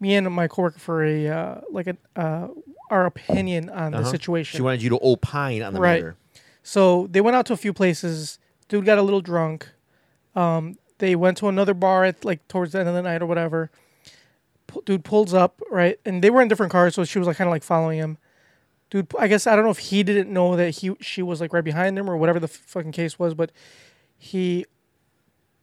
Speaker 1: me and my coworker for a uh, like a uh, our opinion on the situation.
Speaker 3: She wanted you to opine on the
Speaker 1: Right.
Speaker 3: matter.
Speaker 1: So they went out to a few places. Dude got a little drunk. Um, they went to another bar at like towards the end of the night or whatever. Pu- dude pulls up right, and they were in different cars, so she was like kind of like following him. Dude, I guess I don't know if he didn't know that he she was like right behind him or whatever the f- fucking case was, but he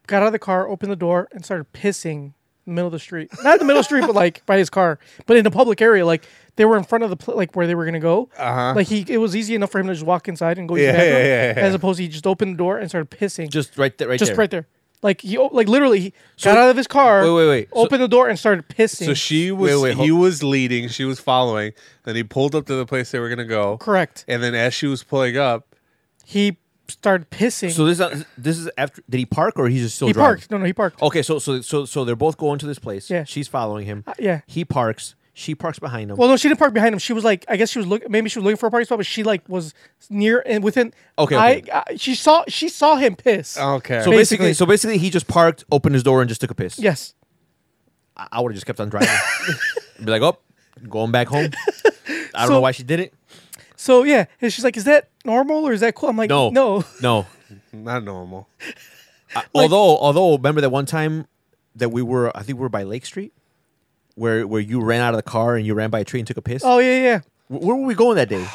Speaker 1: got out of the car, opened the door, and started pissing middle of the street. Not the middle of the street, but like by his car, but in a public area. Like they were in front of the pl- like where they were gonna go. Uh-huh. Like he, it was easy enough for him to just walk inside and go. use the
Speaker 2: Yeah,
Speaker 1: bathroom,
Speaker 2: yeah, yeah, yeah.
Speaker 1: As opposed, to he just opened the door and started pissing.
Speaker 3: Just right there, right
Speaker 1: just
Speaker 3: there.
Speaker 1: right there. Like he, o- like literally, he got out of his car.
Speaker 3: Wait, wait, wait. So-
Speaker 1: Opened the door and started pissing.
Speaker 2: So she was
Speaker 3: Wait, wait,
Speaker 2: he
Speaker 3: hold-
Speaker 2: was leading, she was following. Then he pulled up to the place they were gonna go.
Speaker 1: Correct.
Speaker 2: And then as she was pulling up,
Speaker 1: he started pissing.
Speaker 3: So this is- this is after. Did he park or he's just still
Speaker 1: he
Speaker 3: driving?
Speaker 1: parked. No, no, he parked.
Speaker 3: Okay, so so so so they're both going to this place.
Speaker 1: Yeah. Uh,
Speaker 3: she's following him.
Speaker 1: yeah.
Speaker 3: he parks. She parks behind him.
Speaker 1: Well, no, she didn't park behind him. She was like, I guess she was looking. Maybe she was looking for a parking spot, but she like was near and within.
Speaker 3: Okay,
Speaker 1: I,
Speaker 3: okay.
Speaker 1: I she saw she saw him piss.
Speaker 2: okay.
Speaker 3: so basically, so basically, he just parked, opened his door, and just took a piss.
Speaker 1: yes,
Speaker 3: I, would have just kept on driving. Be like, oh, going back home. I don't know
Speaker 1: So-
Speaker 3: why she did it.
Speaker 1: so yeah, and she's like, is that normal or is that cool? I'm like,
Speaker 3: No,
Speaker 1: no, no.
Speaker 3: no.
Speaker 2: not normal.
Speaker 3: although, although, remember that one time that we were, I think we were by Lake Street, where where you ran out of the car and you ran by a tree and took a piss.
Speaker 1: Oh yeah, yeah.
Speaker 3: Wh- where were we going that day?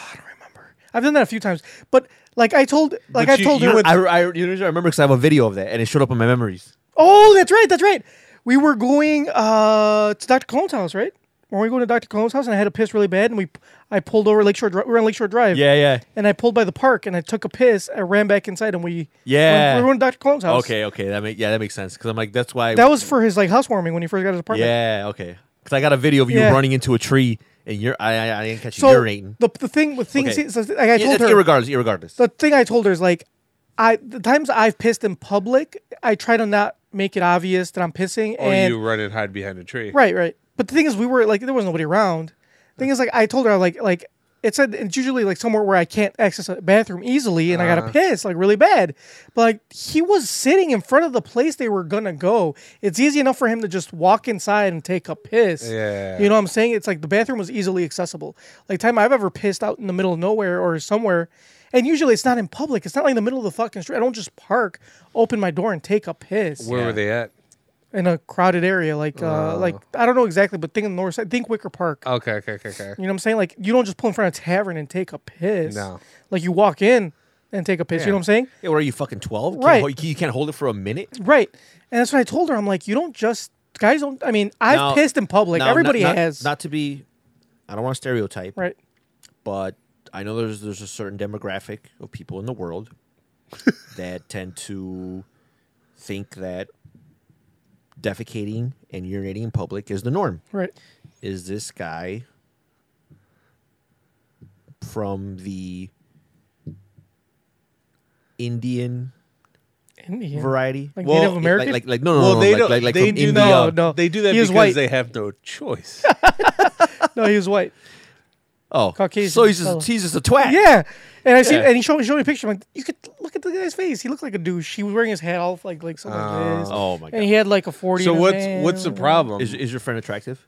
Speaker 1: I've done that a few times, but like I told, like
Speaker 2: But
Speaker 1: I
Speaker 2: you-
Speaker 1: told
Speaker 2: you
Speaker 1: her,
Speaker 2: went-
Speaker 3: I, I, you know, I remember because I have a video of that and it showed up in my memories.
Speaker 1: oh, that's right, that's right. We were going uh to Dr. Colon's house, right? When we were going to Dr. Colon's house, and I had a piss really bad, and we, I pulled over Lakeshore. Dri- we were on Lakeshore Drive.
Speaker 3: Yeah, yeah.
Speaker 1: And I pulled by the park, and I took a piss. I ran back inside, and we
Speaker 3: Yeah.
Speaker 1: we were going to Dr. Colon's house.
Speaker 3: Okay, okay, that make yeah, that makes sense because I'm like that's why
Speaker 1: That was for his like housewarming when he first got his apartment.
Speaker 3: yeah, okay. Because I got a video of you
Speaker 1: Yeah.
Speaker 3: running into a tree and you're I I, I didn't catch
Speaker 1: So
Speaker 3: you urinating.
Speaker 1: the the thing with things
Speaker 3: Okay.
Speaker 1: so, like I
Speaker 3: Yeah,
Speaker 1: told
Speaker 3: that's
Speaker 1: her
Speaker 3: irregardless, irregardless.
Speaker 1: the thing I told her is like I the times I've pissed in public, I try to not make it obvious that I'm pissing
Speaker 3: Oh,
Speaker 2: Or
Speaker 1: and
Speaker 2: Oh, you run and hide behind a tree.
Speaker 1: right, right. But the thing is we were like there was nobody around. The thing is like I told her like like it said it's usually like somewhere where I can't access a bathroom easily and I got to piss like really bad. But like he was sitting in front of the place they were going to go. It's easy enough for him to just walk inside and take a piss.
Speaker 2: Yeah.
Speaker 1: You know what I'm saying? It's like the bathroom was easily accessible. Like time I've ever pissed out in the middle of nowhere or somewhere, and usually it's not in public. It's not like the middle of the fucking street. I don't just park, open my door, and take a piss
Speaker 2: Where were they at?
Speaker 1: in a crowded area. Like uh,
Speaker 3: Oh.
Speaker 1: like I don't know exactly, but think in the north side, think Wicker Park.
Speaker 3: Uh.
Speaker 2: Okay, okay, okay, okay.
Speaker 1: you know what I'm saying? Like you don't just pull in front of a tavern and take a piss.
Speaker 2: No.
Speaker 1: Like you walk in and take a piss. You know what I'm saying?
Speaker 3: yeah, what are you fucking twelve?
Speaker 1: Right.
Speaker 3: you can't hold it for a minute.
Speaker 1: Right. And that's what I told her. I'm like, you don't just guys don't. I mean, I've
Speaker 3: Now-
Speaker 1: pissed in public.
Speaker 3: now, not-
Speaker 1: Everybody
Speaker 3: not-
Speaker 1: has.
Speaker 3: Not to be, I don't want to stereotype,
Speaker 1: right.
Speaker 3: but I know there's there's a certain demographic of people in the world that tend to think that defecating and urinating in public is the norm.
Speaker 1: Right.
Speaker 3: is this guy from the Indian
Speaker 1: And, yeah.
Speaker 3: variety?
Speaker 1: Like Native American?
Speaker 3: Like, like, like- no, no,
Speaker 2: Well,
Speaker 3: no,
Speaker 2: they
Speaker 3: like,
Speaker 2: don't.
Speaker 3: like, like
Speaker 2: they
Speaker 3: from
Speaker 2: do
Speaker 3: India.
Speaker 2: that.
Speaker 1: No, no.
Speaker 2: They do that
Speaker 1: He is
Speaker 2: because
Speaker 1: white.
Speaker 2: they have no choice.
Speaker 1: No, he was white.
Speaker 3: Oh,
Speaker 1: Caucasian
Speaker 3: So he's
Speaker 1: fellow.
Speaker 3: just, he's just a twat.
Speaker 1: Yeah, and I see,
Speaker 3: Yeah.
Speaker 1: and he showed me, showed me a picture. I'm like, you could look at the guy's face. He looked like a douche. He was wearing his hat off like like something like this.
Speaker 3: Oh, my God.
Speaker 1: And he had like a forty.
Speaker 2: so
Speaker 1: in his
Speaker 2: what's
Speaker 1: hand.
Speaker 2: what's the problem?
Speaker 3: Is, is your friend attractive?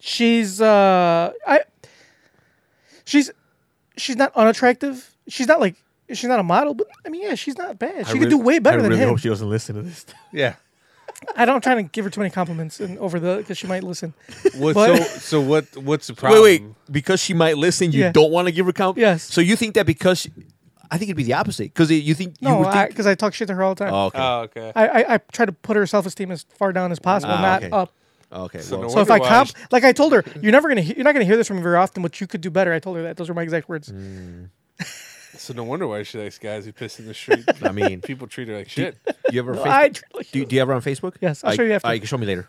Speaker 1: She's uh, I. She's, she's not unattractive. She's not like she's not a model, but I mean, yeah, she's not bad. She could do way better
Speaker 3: I
Speaker 1: than
Speaker 3: really
Speaker 1: him.
Speaker 3: hope she doesn't listen to this.
Speaker 2: yeah.
Speaker 1: I don't I'm trying to give her too many compliments and over the because she might listen.
Speaker 2: What,
Speaker 1: But-
Speaker 2: so so what what's the
Speaker 3: Wait,
Speaker 2: problem?
Speaker 3: wait. Because she might listen, you
Speaker 1: Yeah.
Speaker 3: don't want to give her count.
Speaker 1: Yes.
Speaker 3: So you think that because she, I think it'd be the opposite. Because you think you
Speaker 1: No,
Speaker 3: would think.
Speaker 1: because I, talk shit to her all the time.
Speaker 3: oh, okay.
Speaker 2: Oh, okay.
Speaker 1: I, I I try to put her self esteem as far down as possible,
Speaker 3: Ah,
Speaker 1: not
Speaker 3: okay.
Speaker 1: up.
Speaker 3: okay.
Speaker 2: So
Speaker 3: well,
Speaker 2: no
Speaker 1: So if I
Speaker 2: wonder why
Speaker 1: comp,
Speaker 2: she-
Speaker 1: like I told her, you're never gonna, he- you're not gonna hear this from me very often, but you could do better. I told her that. Those are my exact words.
Speaker 3: Mm.
Speaker 2: So no wonder why she likes guys who piss in the street.
Speaker 3: I mean,
Speaker 2: People treat her like shit.
Speaker 3: you ever Facebook?
Speaker 1: I truly-
Speaker 3: do, do you ever on Facebook?
Speaker 1: Yes, I'll
Speaker 3: I-
Speaker 1: show you after.
Speaker 3: I, you can show me later.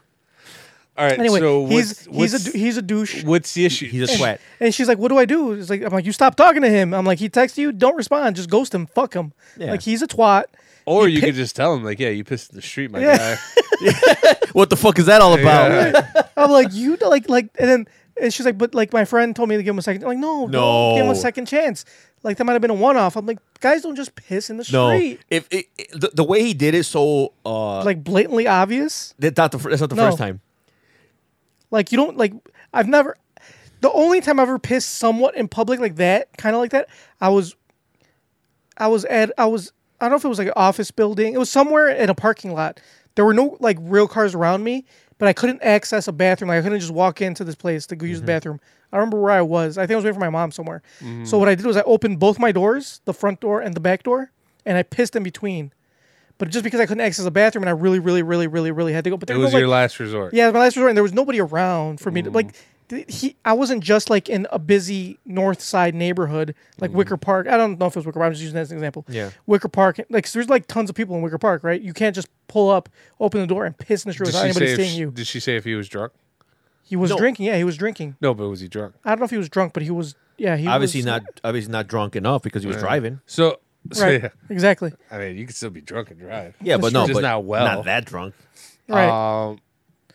Speaker 2: All right.
Speaker 1: Anyway,
Speaker 2: so
Speaker 1: he's
Speaker 2: what's, what's,
Speaker 1: he's a du- he's a douche.
Speaker 2: what's the issue?
Speaker 3: He's a sweat.
Speaker 1: And she's like, "What do I do?" It's like I'm like, "You stop talking to him." I'm like, "He texts you, don't respond, just ghost him, fuck him."
Speaker 3: Yeah.
Speaker 1: Like he's a twat.
Speaker 2: Or you could just tell him like, yeah, you pissed in the street, my
Speaker 1: Yeah.
Speaker 2: guy.
Speaker 3: What the fuck is that all about?
Speaker 1: I'm like, "You don't like like," and then and she's like, "But like my friend told me to give him a second. I'm like, "No,
Speaker 3: No.
Speaker 1: don't give him a second chance." Like that might have been a one off. I'm like, guys don't just piss in the
Speaker 3: No,
Speaker 1: street.
Speaker 3: if it, it- the, the way he did it, so uh,
Speaker 1: Like blatantly obvious.
Speaker 3: that's not the, fir- that's not the
Speaker 1: No.
Speaker 3: first time.
Speaker 1: Like you don't like I've never the only time I ever pissed somewhat in public like that, kind of like that, I was I was at I was I don't know if it was like an office building. It was somewhere in a parking lot. There were no like real cars around me, but I couldn't access a bathroom. Like I couldn't just walk into this place to go
Speaker 2: Mm-hmm.
Speaker 1: use the bathroom. I don't remember where I was. I think I was waiting for my mom somewhere. So what I did was I opened both my doors, the front door and the back door, and I pissed in between. But just because I couldn't access the bathroom and I really, really, really, really, really had to go. But
Speaker 2: It
Speaker 1: there
Speaker 2: was
Speaker 1: no,
Speaker 2: your
Speaker 1: like,
Speaker 2: last resort.
Speaker 1: yeah, it was my last resort, and there was nobody around for me to
Speaker 2: Mm.
Speaker 1: like. th- He, I wasn't just like in a busy North Side neighborhood like Wicker Park. I don't know if it was Wicker Park. I'm just using that as an example.
Speaker 2: Mm. Yeah.
Speaker 1: Wicker Park. Like 'cause there's like tons of people in Wicker Park, right? You can't just pull up, open the door, and piss in the street
Speaker 2: Did
Speaker 1: without
Speaker 2: she,
Speaker 1: anybody
Speaker 2: say
Speaker 1: seeing
Speaker 2: if,
Speaker 1: you.
Speaker 2: did she say if he was drunk?
Speaker 1: He was drinking. Yeah, he was drinking.
Speaker 2: No, but was he drunk?
Speaker 1: I don't know if he was drunk, but he was. Yeah, he
Speaker 3: obviously
Speaker 1: was,
Speaker 3: not obviously not drunk enough because he was driving.
Speaker 2: So, so
Speaker 1: Right.
Speaker 2: yeah.
Speaker 1: Exactly.
Speaker 2: I mean, you can still be drunk and drive.
Speaker 3: Yeah, but no,
Speaker 2: just
Speaker 3: but
Speaker 2: not well.
Speaker 3: not that drunk.
Speaker 1: Right.
Speaker 2: Um,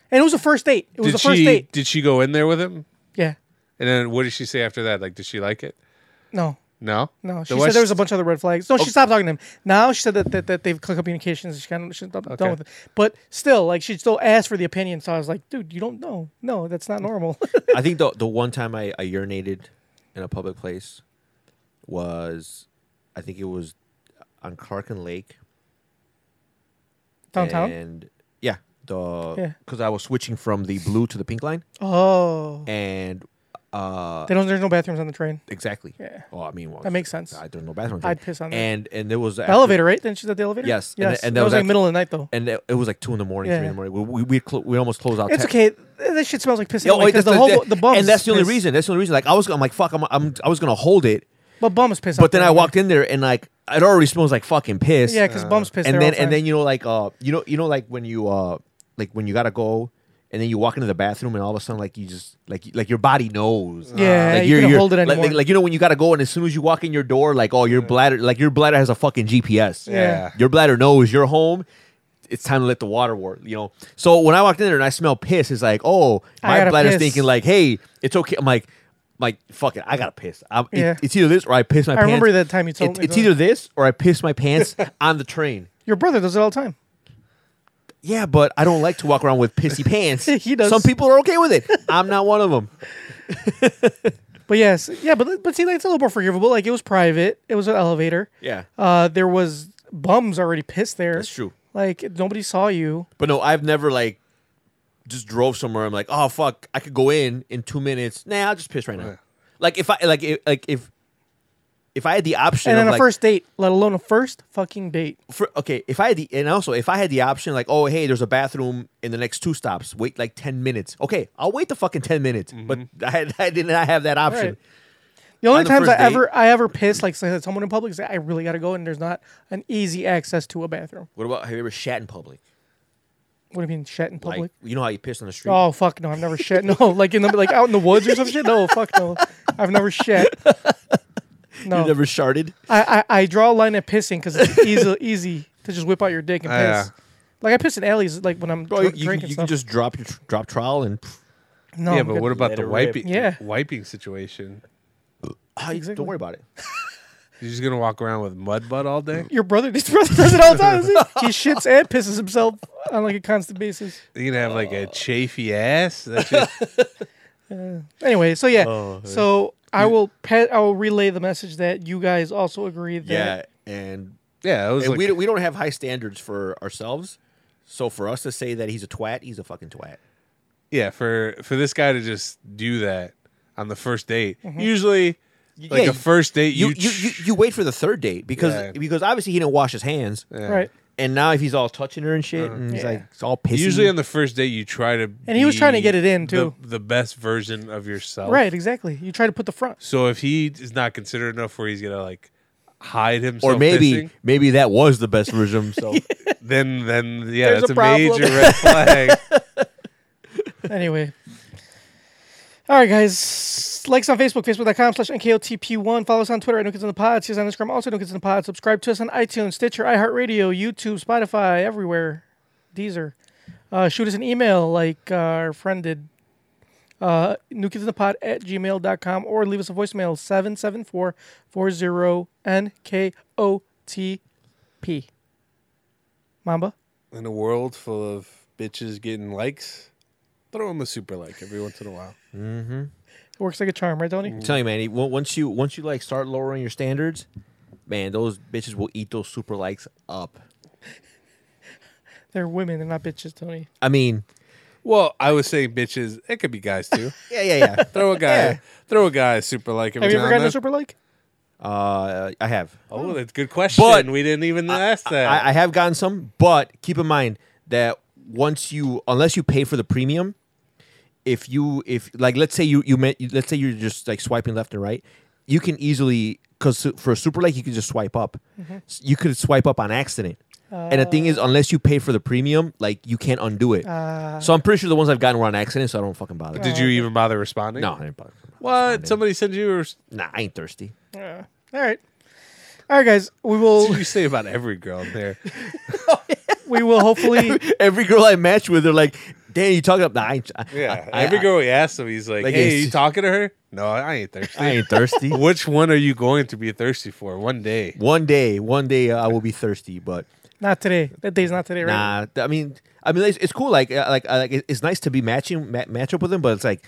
Speaker 1: and it was a first date. It was
Speaker 2: did
Speaker 1: the first
Speaker 2: she
Speaker 1: date.
Speaker 2: did she go in there with him?
Speaker 1: Yeah.
Speaker 2: And then what did she say after that? Like, did she like it?
Speaker 1: No.
Speaker 2: No,
Speaker 1: No,
Speaker 2: The
Speaker 1: she
Speaker 2: way
Speaker 1: said there was a bunch of other red flags.
Speaker 3: Oh.
Speaker 1: No, she stopped talking to him. Now she said that, that, that they've cut communications. She kind of she's done done with it. But still, like she still asked for the opinion. So I was like, dude, you don't know. No, that's not normal.
Speaker 3: I think the the one time I, I urinated in a public place was I think it was on Clark and Lake.
Speaker 1: Downtown.
Speaker 3: And yeah, the
Speaker 1: Yeah.
Speaker 3: because I was switching from the blue to the pink line,
Speaker 1: oh,
Speaker 3: and uh,
Speaker 1: they don't. There's no bathrooms on the train.
Speaker 3: exactly.
Speaker 1: Yeah.
Speaker 3: Well, I mean, well,
Speaker 1: That makes sense.
Speaker 3: I don't know bathroom.
Speaker 1: I'd piss on that.
Speaker 3: And and there was
Speaker 1: The elevator, right? Then she's at the elevator.
Speaker 3: Yes, and
Speaker 1: Yes.
Speaker 3: th- and
Speaker 1: that,
Speaker 3: that
Speaker 1: was
Speaker 3: was
Speaker 1: like
Speaker 3: after-
Speaker 1: middle of the night though.
Speaker 3: And it, it was like two in the morning, three
Speaker 1: Yeah.
Speaker 3: in the morning. We we we, clo- we almost closed out.
Speaker 1: It's
Speaker 3: ten.
Speaker 1: okay. That shit smells like piss.
Speaker 3: Yeah,
Speaker 1: anyway,
Speaker 3: oh, wait,
Speaker 1: 'cause
Speaker 3: that's
Speaker 1: the whole bu- the bums
Speaker 3: and that's the only
Speaker 1: piss.
Speaker 3: reason. That's the only reason. Like I was, I'm like, fuck, I'm, I'm, I was gonna hold it,
Speaker 1: But bums piss.
Speaker 3: but then I walked in there and like it already smells like fucking piss.
Speaker 1: Yeah, 'cause bums piss
Speaker 3: And
Speaker 1: there
Speaker 3: then
Speaker 1: all
Speaker 3: and
Speaker 1: the
Speaker 3: then
Speaker 1: time.
Speaker 3: you know like uh you know you know like when you uh like when you gotta go and then you walk into the bathroom and all of a sudden like you just like like your body knows.
Speaker 1: Yeah,
Speaker 3: like
Speaker 1: you couldn't hold it
Speaker 3: like-
Speaker 1: anymore.
Speaker 3: Like, like, you know when you gotta go and as soon as you walk in your door, like oh your bladder like your bladder has a fucking GPS.
Speaker 1: Yeah.
Speaker 3: Your bladder knows you're home. It's time to let the water work, you know. So when I walked in there and I smell piss, it's like, oh,
Speaker 1: I
Speaker 3: my
Speaker 1: gotta
Speaker 3: bladder's
Speaker 1: piss.
Speaker 3: thinking like, hey, it's okay. I'm like, like fuck it, I gotta piss. I'm, it-
Speaker 1: Yeah.
Speaker 3: it's either this or I piss my
Speaker 1: I remember
Speaker 3: pants.
Speaker 1: that time you told
Speaker 3: It-
Speaker 1: me
Speaker 3: It's
Speaker 1: that.
Speaker 3: either this or I piss my pants on the train.
Speaker 1: Your brother does it all the time.
Speaker 3: Yeah, but I don't like to walk around with pissy pants.
Speaker 1: He does.
Speaker 3: Some people are okay with it. I'm not one of them.
Speaker 1: But yes, yeah, but but see, like, it's a little more forgivable. Like it was private. It was an elevator.
Speaker 3: Yeah.
Speaker 1: Uh, there was bums already pissed there.
Speaker 3: That's true.
Speaker 1: Like nobody saw you.
Speaker 3: But no, I've never like just drove somewhere. I'm like, oh fuck, I could go in in two minutes. Nah, I'll just piss right now. Like if I like if, like if if I had the option,
Speaker 1: and
Speaker 3: of,
Speaker 1: on a
Speaker 3: like,
Speaker 1: first date, let alone a first fucking date.
Speaker 3: for, okay, if I had the and also if I had the option, like, oh hey, there's a bathroom in the next two stops. Wait like ten minutes. Okay, I'll wait the fucking ten minutes. But I, I did not have that option.
Speaker 1: Mm-hmm. Right. The only
Speaker 3: the
Speaker 1: times I
Speaker 3: first date-
Speaker 1: ever I ever piss like say, someone in public is I really gotta go and there's not an easy access to a bathroom.
Speaker 3: What about have you ever shat in public?
Speaker 1: What do you mean shat in public?
Speaker 3: Like you know how you piss on the street.
Speaker 1: Oh fuck no! I've never shit. No, like in the like out in the woods or some shit. No, fuck no. I've never shit. No,
Speaker 3: You never sharded.
Speaker 1: I, I I draw a line at pissing because it's easy easy to just whip out your dick and
Speaker 2: Yeah.
Speaker 1: piss. Like I piss in alleys like when I'm
Speaker 3: Oh, Bro,
Speaker 1: dr-
Speaker 3: you, you,
Speaker 1: drinking
Speaker 3: you
Speaker 1: stuff.
Speaker 3: can just drop your tr- drop trowel and pff,
Speaker 1: no,
Speaker 2: yeah,
Speaker 1: I'm
Speaker 2: but
Speaker 1: good.
Speaker 2: what about
Speaker 3: Let
Speaker 2: the
Speaker 3: it rip.
Speaker 2: wiping?
Speaker 1: Yeah.
Speaker 2: wiping situation.
Speaker 3: ah, you-
Speaker 1: Exactly.
Speaker 3: don't worry about it.
Speaker 2: You're just gonna walk around with mud butt all day.
Speaker 1: your brother? This brother does it all the time. doesn't he? he shits and pisses himself on like a constant basis.
Speaker 2: You're gonna have
Speaker 1: Oh.
Speaker 2: like a chafy ass. That's just,
Speaker 1: Anyway, so yeah, so I will pe- I will relay the message that you guys also agree that
Speaker 3: Yeah, and
Speaker 2: yeah, it was
Speaker 3: and
Speaker 2: like,
Speaker 3: we don't, we don't have high standards for ourselves. So for us to say that he's a twat, he's a fucking twat.
Speaker 2: yeah for for this guy to just do that on the first date.
Speaker 1: Mm-hmm.
Speaker 2: Usually, like
Speaker 3: yeah,
Speaker 2: a first date,
Speaker 3: You
Speaker 2: you,
Speaker 3: you, you, you, wait for the third date because
Speaker 2: Yeah.
Speaker 3: because obviously he didn't wash his hands,
Speaker 1: right.
Speaker 3: and now if he's all touching her and shit, and he's
Speaker 1: Yeah.
Speaker 3: like it's all pissy.
Speaker 2: Usually on the first date, you try to.
Speaker 1: And he was
Speaker 2: be
Speaker 1: trying to get it in,
Speaker 2: the-
Speaker 1: too.
Speaker 2: The, best version of yourself.
Speaker 1: Right, exactly. You try to put the front.
Speaker 2: So if he is not considerate enough, where he's gonna like hide himself,
Speaker 3: or maybe
Speaker 2: pissing,
Speaker 3: maybe that was the best version of himself.
Speaker 2: then then yeah,
Speaker 1: There's
Speaker 2: that's
Speaker 1: a
Speaker 2: a,
Speaker 1: problem.
Speaker 2: major red flag.
Speaker 1: Anyway. All right, guys. Like us on Facebook, facebook.com slash NKOTP1. Follow us on Twitter at New Kids on the Pod. See us on Instagram, also New Kids on the Pod. Subscribe to us on iTunes, Stitcher, iHeartRadio, YouTube, Spotify, everywhere. Deezer. Uh, shoot us an email like uh, our friend did. Uh, New Kids in the Pod at gmail.com or leave us a voicemail 774 40 NKOTP. Mamba?
Speaker 2: in a world full of bitches getting likes, throw him a super like every once in a while.
Speaker 1: It works like a charm, right, Tony?
Speaker 3: I'm telling you, man. he- on- Once you once you like start lowering your standards, man, those bitches will eat those super likes up.
Speaker 1: They're women, they're not bitches, Tony.
Speaker 3: I mean,
Speaker 2: Well, I was saying bitches. It could be guys too.
Speaker 3: yeah, yeah, yeah.
Speaker 2: throw a guy, throw a guy a super like every
Speaker 1: Have you
Speaker 2: time.
Speaker 1: ever gotten a
Speaker 2: and
Speaker 1: super like?
Speaker 3: Uh, I have.
Speaker 2: Oh, that's a good question.
Speaker 3: But-
Speaker 2: we didn't even ask that.
Speaker 3: I, I have gotten some, but keep in mind that once you, unless you pay for the premium, if you, if like, let's say you you met, let's say you're just like swiping left and right, you can easily because for a super like you can just swipe up, S- you could swipe up on accident. And the thing is, unless you pay for the premium, like you can't undo it. so I'm pretty sure the ones I've gotten were on accident, so I don't fucking bother.
Speaker 2: Did you even bother responding?
Speaker 3: No, I didn't bother.
Speaker 2: What? Somebody said you were.
Speaker 3: Nah, I ain't thirsty.
Speaker 1: All right. All right, guys. We
Speaker 2: What
Speaker 1: will.
Speaker 2: did you say about every girl in there?
Speaker 1: We will hopefully.
Speaker 3: Every girl I match with, they're like, "Damn, you talking about?" Nah, I ain't, I,
Speaker 2: Yeah.
Speaker 3: I-
Speaker 2: every
Speaker 3: I-
Speaker 2: girl we asked him, he's like,
Speaker 3: Like
Speaker 2: hey,
Speaker 3: it's-
Speaker 2: you talking to her? No, I ain't
Speaker 3: I
Speaker 2: thirsty.
Speaker 3: ain't thirsty.
Speaker 2: Which one are you going to be thirsty for one day?
Speaker 3: One day, one day uh, I will be thirsty, but
Speaker 1: Not today. That day's not today, right?
Speaker 3: nah. th- I mean, I mean, it's, it's cool. Like, uh, like, uh, like, it- it's nice to be matching ma- match up with them, but it's like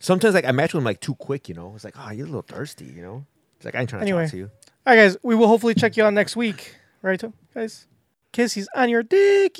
Speaker 3: sometimes like I match with them like too quick. You know, it's like, oh, you're a little thirsty. You know, it's like I ain't trying to
Speaker 1: Anyway.
Speaker 3: talk to you.
Speaker 1: All right, guys. We will hopefully check you out next week, right, guys? Kiss. He's on your dickies.